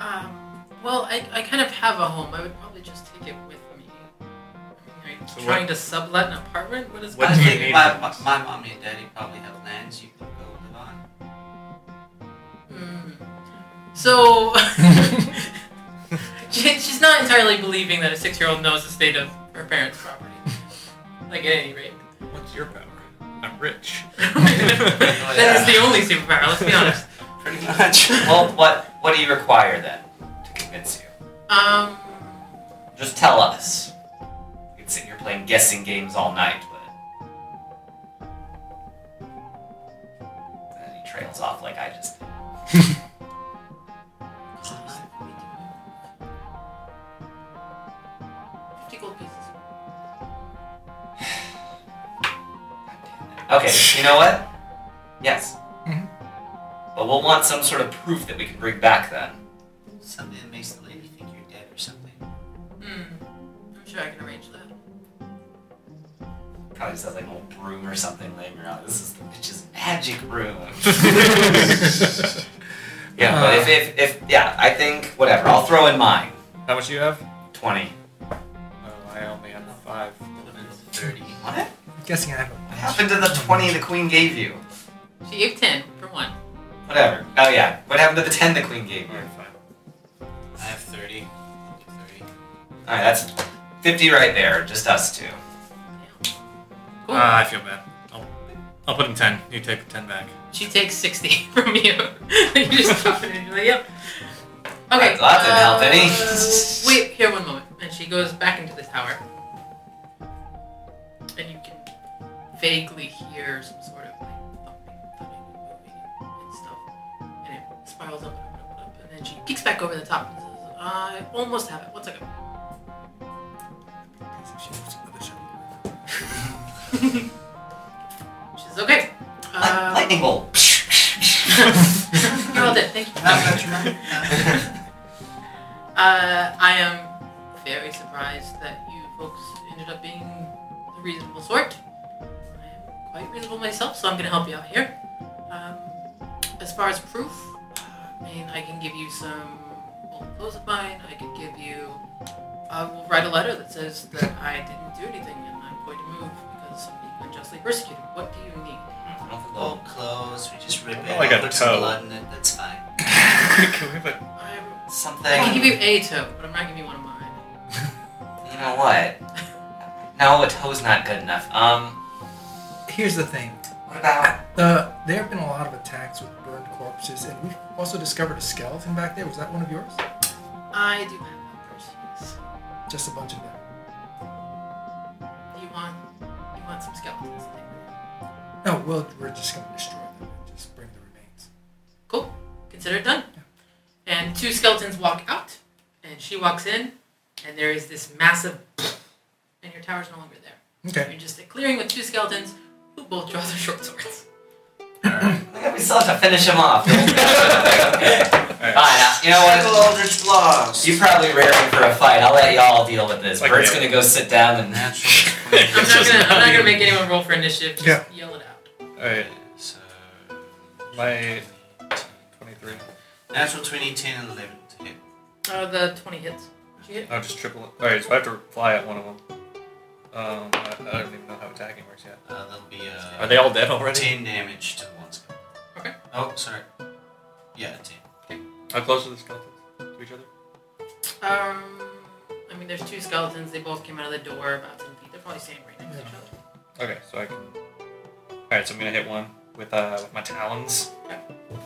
A: Um, well, I, I kind of have a home. I would probably just take it with me. I mean, are you
F: So what-
A: trying to sublet an apartment? What is
F: What
H: I
F: do you
H: think
F: need
H: my,
F: from
H: my,
F: us?
H: my mommy and daddy probably have lands you can go live on.
A: Mm. So she, she's not entirely believing that a six-year-old knows the state of her parents' property. Like at any rate,
F: What's your power? I'm rich.
A: that is the only superpower. Let's be honest.
B: pretty much. well, what what do you require then to convince you?
A: Um,
B: Just tell us. You can sit here playing guessing games all night, but then he trails off like I just. did.
A: fifty gold pieces.
B: Okay, you know what? Yes.
D: Mhm.
B: But we'll want some sort of proof that we can bring back then.
H: Something that makes the lady think you're dead or something.
A: Hmm. I'm sure I can arrange that.
B: Probably just has like an old broom or something laying around. This is the witch's magic room. yeah, but if, if, if, yeah, I think, whatever. I'll throw in mine.
F: How much do you have?
B: 20.
F: Oh, I only have five.
H: Thirty.
B: What?
D: I'm guessing I have a
B: What happened to the 20 the queen gave you?
A: She gave ten for one.
B: Whatever. Oh, yeah. What happened to the 10 the queen gave you?
F: Alright,
B: Alright,
E: I have 30. 30.
B: that's 50 right there. Just us two.
A: Cool.
F: Ah, I feel bad. I'll, I'll put in ten. You take ten back.
A: she takes sixty from you. you just drop it in. You're like, yep. Okay.
B: That- that didn't help any.
A: uh, wait here one moment, and she goes back into the tower, and you can vaguely hear some sort of like thumping, thumping, moving, and stuff. And it spirals up and up and up, and then she peeks back over the top and says, "I almost have it. One second.
D: piece of shit. Another shit.
A: She says, "Okay."
B: Light-
A: Uh,
B: lightning bolt.
A: you're all dead. Thank you. Uh, I am very surprised that you folks ended up being the reasonable sort. I am quite reasonable myself, so I'm going to help you out here. Um, as far as proof, uh, I mean, I can give you some old clothes of mine. I could give you. I will write a letter that says that I didn't do anything and I'm going to move because I'm being unjustly persecuted. What do you need?
B: I don't think
H: Old
B: they'll-
H: clothes, we just rip it,
F: Like Oh, a
H: put some
F: toe.
H: blood in it, that's fine.
F: Can we have a-
A: I'm, I can
B: Something.
A: give you a toe, but I'm not giving you one of mine.
B: You know what? No, a toe's not good enough. Um,
D: Here's the thing.
B: what about
D: The, there have been a lot of attacks with burned corpses, and we've also discovered a skeleton back there. Was that one of yours?
A: I do have purses.
D: Just a bunch of them.
A: You want you want some skeletons?
D: No, well, we're just going to destroy them and just bring the remains.
A: Cool. Consider it done. And two skeletons walk out, and she walks in, and there is this massive, and your tower's no longer there.
D: Okay.
A: You're just a clearing with two skeletons who both draw their short swords.
B: Yeah, we still have to finish him off. Fine. uh, You know what?
H: Eldritch Blast!
B: You probably raring for a fight. I'll let y'all deal with this.
F: Like
B: Bert's
F: me.
B: gonna go sit down and
E: Natural.
A: I'm not
F: Just
A: gonna I'm not
F: not
A: gonna
F: even-
A: make anyone roll for initiative. Just
D: Yeah.
A: yell it out.
F: Alright,
E: So.
F: my twenty-three.
H: Natural 20, 10, and 11 to hit.
A: Uh, the 20 hits. Did you hit?
F: I'll just triple. it. Alright, so I have to fly at one of them. Um, I, I don't even know how attacking works yet.
H: Uh, that'll be uh,
F: Are they all dead already?
H: 10 damage to one skull.
A: Okay.
H: Oh, sorry.
E: Yeah, team.
F: How close are the skeletons to each other?
A: Um, I mean, there's two skeletons. They both came out of the door about ten feet. They're probably standing right next to each other.
F: Okay, so I can. All right, so I'm gonna hit one with uh with my talons.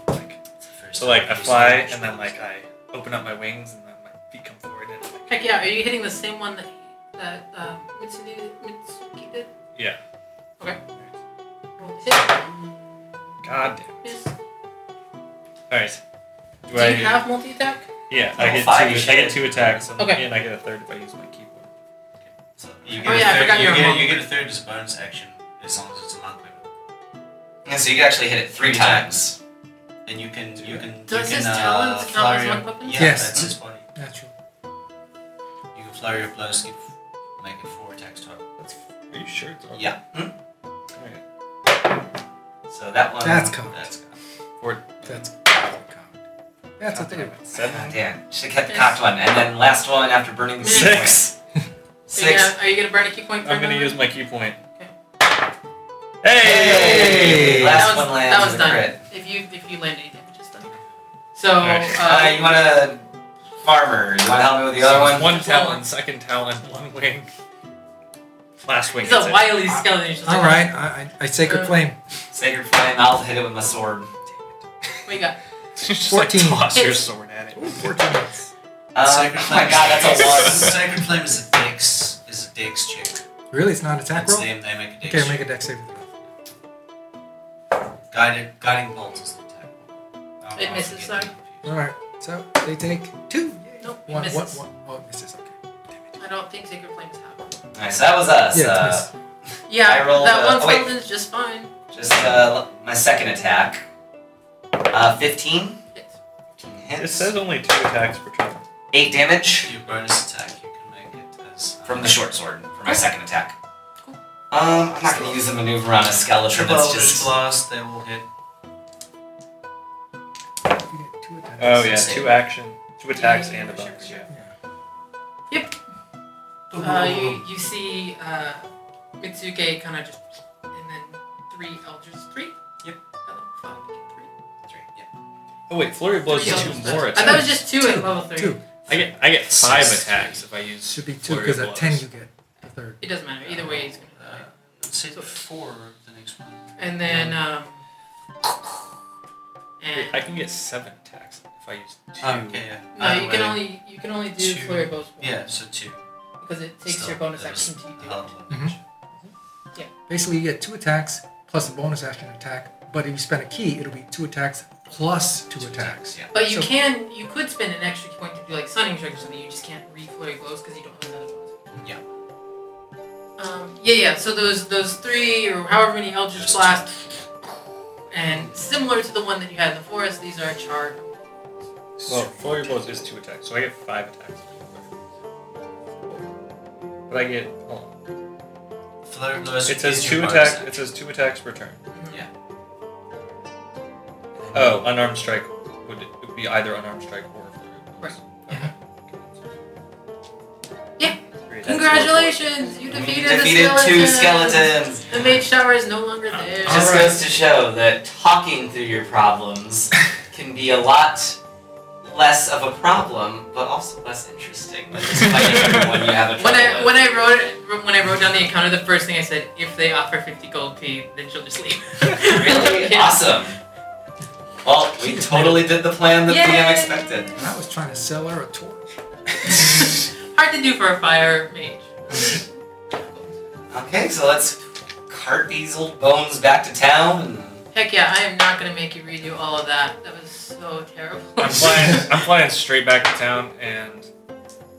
F: Like, so like I fly and then like I open up my wings and then my feet come forward and like,
A: Heck yeah! Are you hitting the same one that that uh, Mitsuki, Mitsuki did?
F: yeah.
A: Okay. Roll to hit.
F: God damn.
A: Miss.
F: All right. Do,
A: Do
F: I?
A: you have multi attack?
F: yeah, I
B: Level
F: get
B: five, you
F: two.
B: should.
F: I get two attacks. And,
A: Okay.
F: and I get a third if I use my keyboard.
E: So you
A: Oh,
E: get a
A: yeah, I
E: third-
A: forgot
E: you
A: you're a
E: get,
A: monk.
E: you get a third as a bonus action as long as it's a monk weapon.
B: And so you can actually hit it three
E: Three
B: times.
E: And you can you can
A: Does
E: you
A: his
E: can, uh,
A: talons count as
E: flurry
A: monk
E: of-
A: weapons?
E: Yeah,
D: Yes.
E: that's his body.
D: Natural.
E: You can flurry your blows, give, make it four attacks
B: Uh,
E: total.
F: Are you sure? It's on?
E: Yeah.
A: Hmm?
F: All right.
E: So that one
D: That's cocked.
E: That's
D: That's that's a three.
F: Seven.
B: God damn. Should have kept the cocked one. And then last one after burning the key point.
F: Six.
A: Are you
B: Six.
A: gonna- Are you gonna burn a key point for
F: I'm gonna
A: another
F: use
A: one?
F: my key point.
A: Okay.
F: Hey!
B: Hey! Last
A: that was,
B: one lands
A: that was
B: with a
A: done.
B: crit.
A: If you if you land any damage, it's done. So
F: Alright.
B: Uh,
A: uh,
B: you want a farmer? You want to help me with the other one?
F: One talon, second talon, one wing. Last wing.
A: he's a
F: gets it.
A: wily skeleton. He's just like,
D: All right, I, I, I sacred flame.
B: Sacred flame. I'll hit it with my sword.
A: What you got?
F: Just like
D: 14.
F: toss your
A: Hits.
F: sword at it.
D: Fourteen.
B: Uh, oh
E: Sacred
B: my
E: Flame.
B: god, that's a one.
E: Sacred Flame is a dex is a dex check.
D: Really, it's not attack
E: It's
D: roll.
E: them, they make a dex
D: Okay,
E: check.
D: make a deck save.
E: Guided guiding bolt is the attack. Oh,
A: It
E: I
A: misses,
E: forget.
A: sorry.
D: All right, so they take two. Yay.
A: Nope, it
D: One,
A: misses.
D: one, one. Oh, it misses. Okay.
A: I don't think Sacred Flames have.
B: Alright, so that was us.
D: Yeah, it
B: uh,
D: misses.
A: Yeah,
B: I rolled
A: that
B: a-
A: one
B: oh, wait.
A: skeleton's just fine.
B: Just uh, my second attack. Uh, 15.
A: Hits.
B: 15
F: It
B: hits.
F: says only two attacks per turn.
B: 8 damage
E: Your bonus attack, you can make it as uh,
B: from the short sword for my second attack.
A: Cool.
B: Um, I'm not going to use a maneuver on a skeleton that's
E: Just
B: just.
E: blast, they will hit.
D: You get two attacks.
F: Oh yeah,
B: Same.
F: two action, two attacks, and a
A: Sure,
F: bonus.
A: sure.
F: Yeah.
A: Uh, you, you see uh, Mitsuke kind of just, and then three elders, three.
E: Yep.
A: Oh, five, three.
E: Three, yeah.
F: Oh wait, flurry blows
A: Three
F: is two
A: elders.
F: more
A: I thought it was
F: attacks.
A: just two, at level three.
D: Two
F: I get I get five
E: Six.
F: attacks if I use.
D: should be two
F: flurry
D: because at
F: blows.
D: ten you get a third.
A: It doesn't matter. Either way, he's gonna.
E: Uh, let's hit four the next one.
A: And then. Um, and
F: Wait, I can get seven attacks if I use two.
D: Um,
E: okay, yeah.
A: no, Oh, you
E: Either
A: can
E: way.
A: only you can only do
E: two-
A: flurry blows once
E: Yeah, so two. Um,
A: because it takes
E: Still,
A: your bonus
E: that was
A: action to do.
E: a lot
A: it.
D: Mhm.
E: of damage.
D: Basically, you get two attacks plus a bonus action attack. But if you spend a key, it'll be two attacks plus two, attacks.
E: Yeah.
A: But you
D: So-
A: can you could spend an extra point to do like stunning strike or something. You just can't read flurry blows because you don't have another bonus.
E: Yeah.
A: Um, yeah, yeah. So those those three or however many eldritch
E: Just
A: blast, and similar to the one that you had in the forest, these are charred.
F: Well, flurry blows is two attacks, so I get five attacks. But I get. Hold on.
E: Flurry blows.
F: It says
E: is
F: two
E: your bonus
F: attack.
E: action.
F: It says two attacks per turn.
E: Yeah.
F: Oh, unarmed strike would it would be either unarmed strike or flurry.
A: Right.
F: Okay.
A: Yeah.
F: Three attacks.
A: Congratulations! You
B: We
A: defeated,
B: defeated
A: the
B: two
A: skeletons.
B: skeletons.
A: The mage shower is no longer there.
B: It just goes to show that talking through your problems can be a lot less of a problem, but also less interesting than just fighting everyone you have a
A: When
B: trouble
A: I
B: with.
A: when I wrote when I wrote down the encounter, the first thing I said, if they offer fifty gold p, then she'll just leave.
B: Really?
A: Yeah.
B: Awesome. Well, we totally did the plan that
A: Yay.
B: the DM expected.
D: And I was trying to sell her a torch.
A: Hard to do for a fire mage.
B: Okay, so let's cart these old bones back to town and
A: Heck yeah, I am not gonna make you redo all of that. That was so terrible.
F: I'm flying. I'm flying straight back to town, and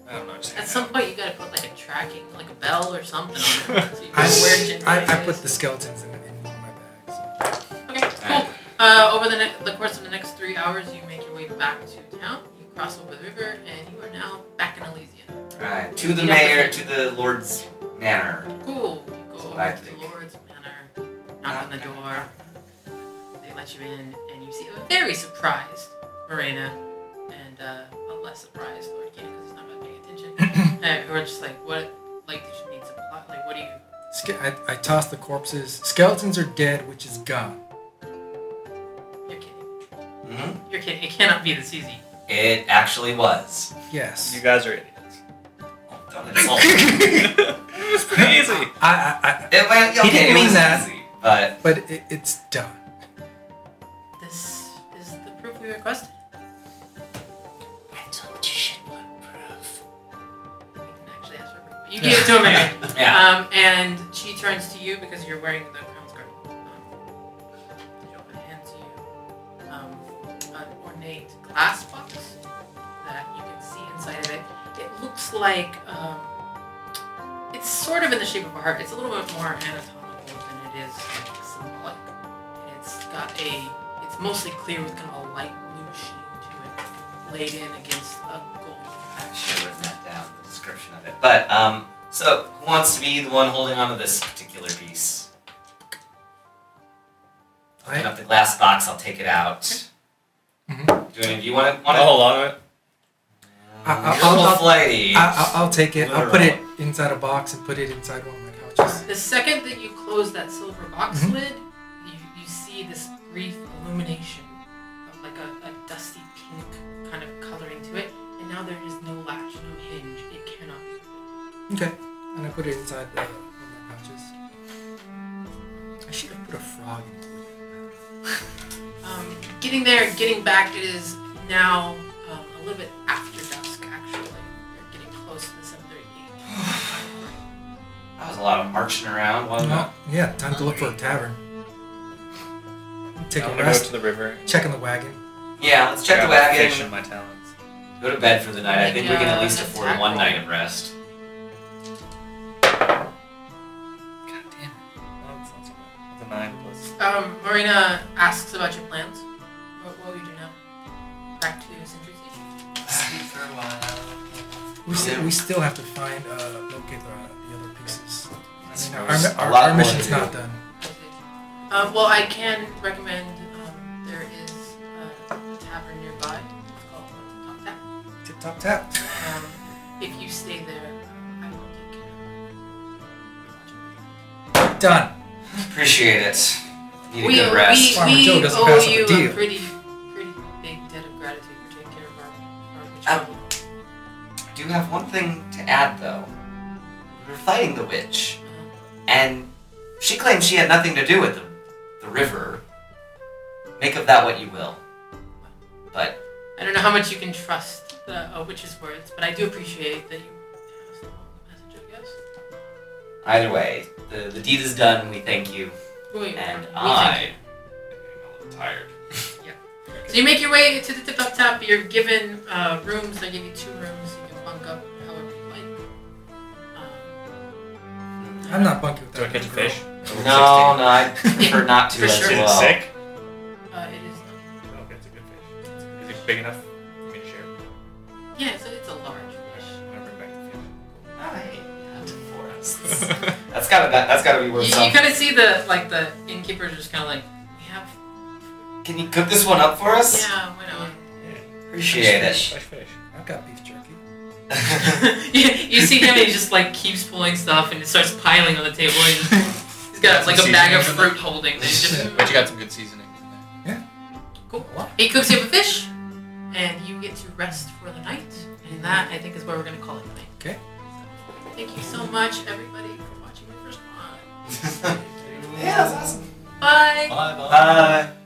F: I don't know. Just hang
A: At some
F: out.
A: point, you gotta put like a tracking, like a bell or something on it. So you
D: I,
A: know where Jinbei
D: I, I
A: is.
D: put the skeletons in, in one of my bags.
A: Okay, cool. Uh, over the, ne- the course of the next three hours, you make your way back to town. You cross over the river, and you are now back in Elysium.
B: Alright, to the
A: Yeah.
B: mayor, to the lord's manor.
A: Cool. You go
B: So
A: over
B: I
A: to
B: think-
A: the Lord's Manor, knock on the door. They let you in, and you see a very surprised Marina and uh, a less surprised Lord Kane because he's not really paying attention. and who are just like, what? Like, did you need some plot? Like, what do you?
D: Ske- I, I tossed the corpses. Skeletons are dead, which is gone.
A: You're kidding.
B: Mm-hmm.
A: You're kidding. It cannot be this easy.
B: It actually was.
D: Yes.
F: You guys are idiots.
B: Oh, don't insult me.
F: it's pretty easy.
D: I, I, I,
B: It went,
D: He
B: okay,
D: didn't
B: it
D: mean
B: was
D: that.
B: easy, but
D: but it, it's done.
A: This is the proof we requested.
H: I told you shit want proof.
A: We can actually ask for proof. You gave it to a man.
B: yeah.
A: Um, and she turns to you because you're wearing the crown's guard. Um, she hands you um, an ornate glass box that you can see inside of it. It looks like um, it's sort of in the shape of a heart. It's a little bit more anatomical than it is like, symbolic. And it's got a. It's mostly clear with kind of a light blue sheen to it, laid in against a gold
B: I should have written that down, the description of it. But, um, so who wants to be the one holding on to this particular piece? Open
D: I,
B: up the glass box, I'll take it out.
F: Mm-hmm.
B: Do any of you want to? Want
F: Not a whole lot of it.
D: I,
B: You're
D: I,
B: a little
D: Oh. I'll,
B: flighty.
D: I, I'll, I'll take it. I'll put it inside a box and put it inside one of my couches.
A: The second that you close that silver box
D: Mhm.
A: lid, you, you see this brief illumination of like a, a dusty pink kind of coloring to it, and now there is no latch, no hinge. It cannot be.
D: Okay. And I put it inside the, one of my couches. I should have put a frog in it.
A: Um, getting there, getting back, it is now um, a little bit after dusk, actually. You're getting close to the 738.
B: That was a lot of marching around, wasn't it?
D: Yeah, time to look for a tavern. Take
F: I'm
D: a
F: gonna go
D: rest.
F: to the river.
D: Check in the wagon.
B: Yeah, let's check the
F: Grab a fish in
B: wagon.
F: my talons.
B: Go to bed for the night. I think we can at
A: Yeah,
B: least
A: that's
B: afford one
A: tackle.
B: night of rest.
F: God damn it. Oh, that's not so bad. It's a nine plus.
A: Um, Marina asks about your plans. What, what will you do now? Back to your sentry station?
H: Sleep for a while.
D: We still, we still have to find uh, locate the, the other pieces. I mean, our,
B: There's
D: our,
B: a lot
D: our
B: more to
D: mission's
B: do.
D: not done.
A: Um, well, I can recommend um, there is uh, a tavern nearby. It's called the Top Tap.
D: Tip top tap.
A: Um, if you stay there, um, I will take care of
D: Done.
B: Appreciate it. Need
A: you.
B: a
A: We,
B: good rest.
D: Farmer
A: we,
D: Joe
A: we
D: doesn't
A: owe
D: pass up a
A: you a
D: deal.
A: pretty, pretty big debt of gratitude for taking care of our, our
B: Um, do have one thing to add though. We were fighting the
A: Uh,
B: witch, and she claimed she had nothing to do with the, the river. Make of that what you will. But
A: I don't know how much you can trust the uh, witch's words, but I do appreciate that you passed along the message, I guess.
B: either way, the, the deed is done. We thank you,
A: Who are you?
B: and
A: We thank you.
B: I. I'm a little tired.
A: So you make your way to the tip up top. You're given uh, rooms. They give you two rooms. You can bunk up however you like. Um,
D: I'm not bunking with
F: Do I
D: that.
F: catch a
D: girl.
F: fish?
B: No, no, I prefer not to
A: For
B: as
A: sure.
F: Is it
B: well.
F: sick?
A: uh, it is not.
F: Okay, it's a good fish. Is it big enough for me to share?
A: Yeah, so it's a large fish.
F: I'm gonna bring back
B: Alright, down to forests. that's gotta that, that's gotta be
A: You,
B: worth
A: you
B: something.
A: kind of see the like the innkeeper just kind of like we have
B: Can you cook this one up for us?
A: yeah why not?
B: Appreciate
F: the
B: it.
F: fish. Fresh fish.
D: I've got beef jerky.
A: you, you see him and he just like keeps pulling stuff and it starts piling on the table. And he's, just- he's got like a bag of fruit holding. and he's just-
F: But you got some good seasoning in there.
A: he cooks you up a fish, and you get to rest for the night. And that I think is where we're gonna call it. Tonight.
D: Okay.
A: Thank you so much, everybody, for watching the first one.
B: yeah, that's awesome.
A: Bye.
E: Bye bye.
B: Bye.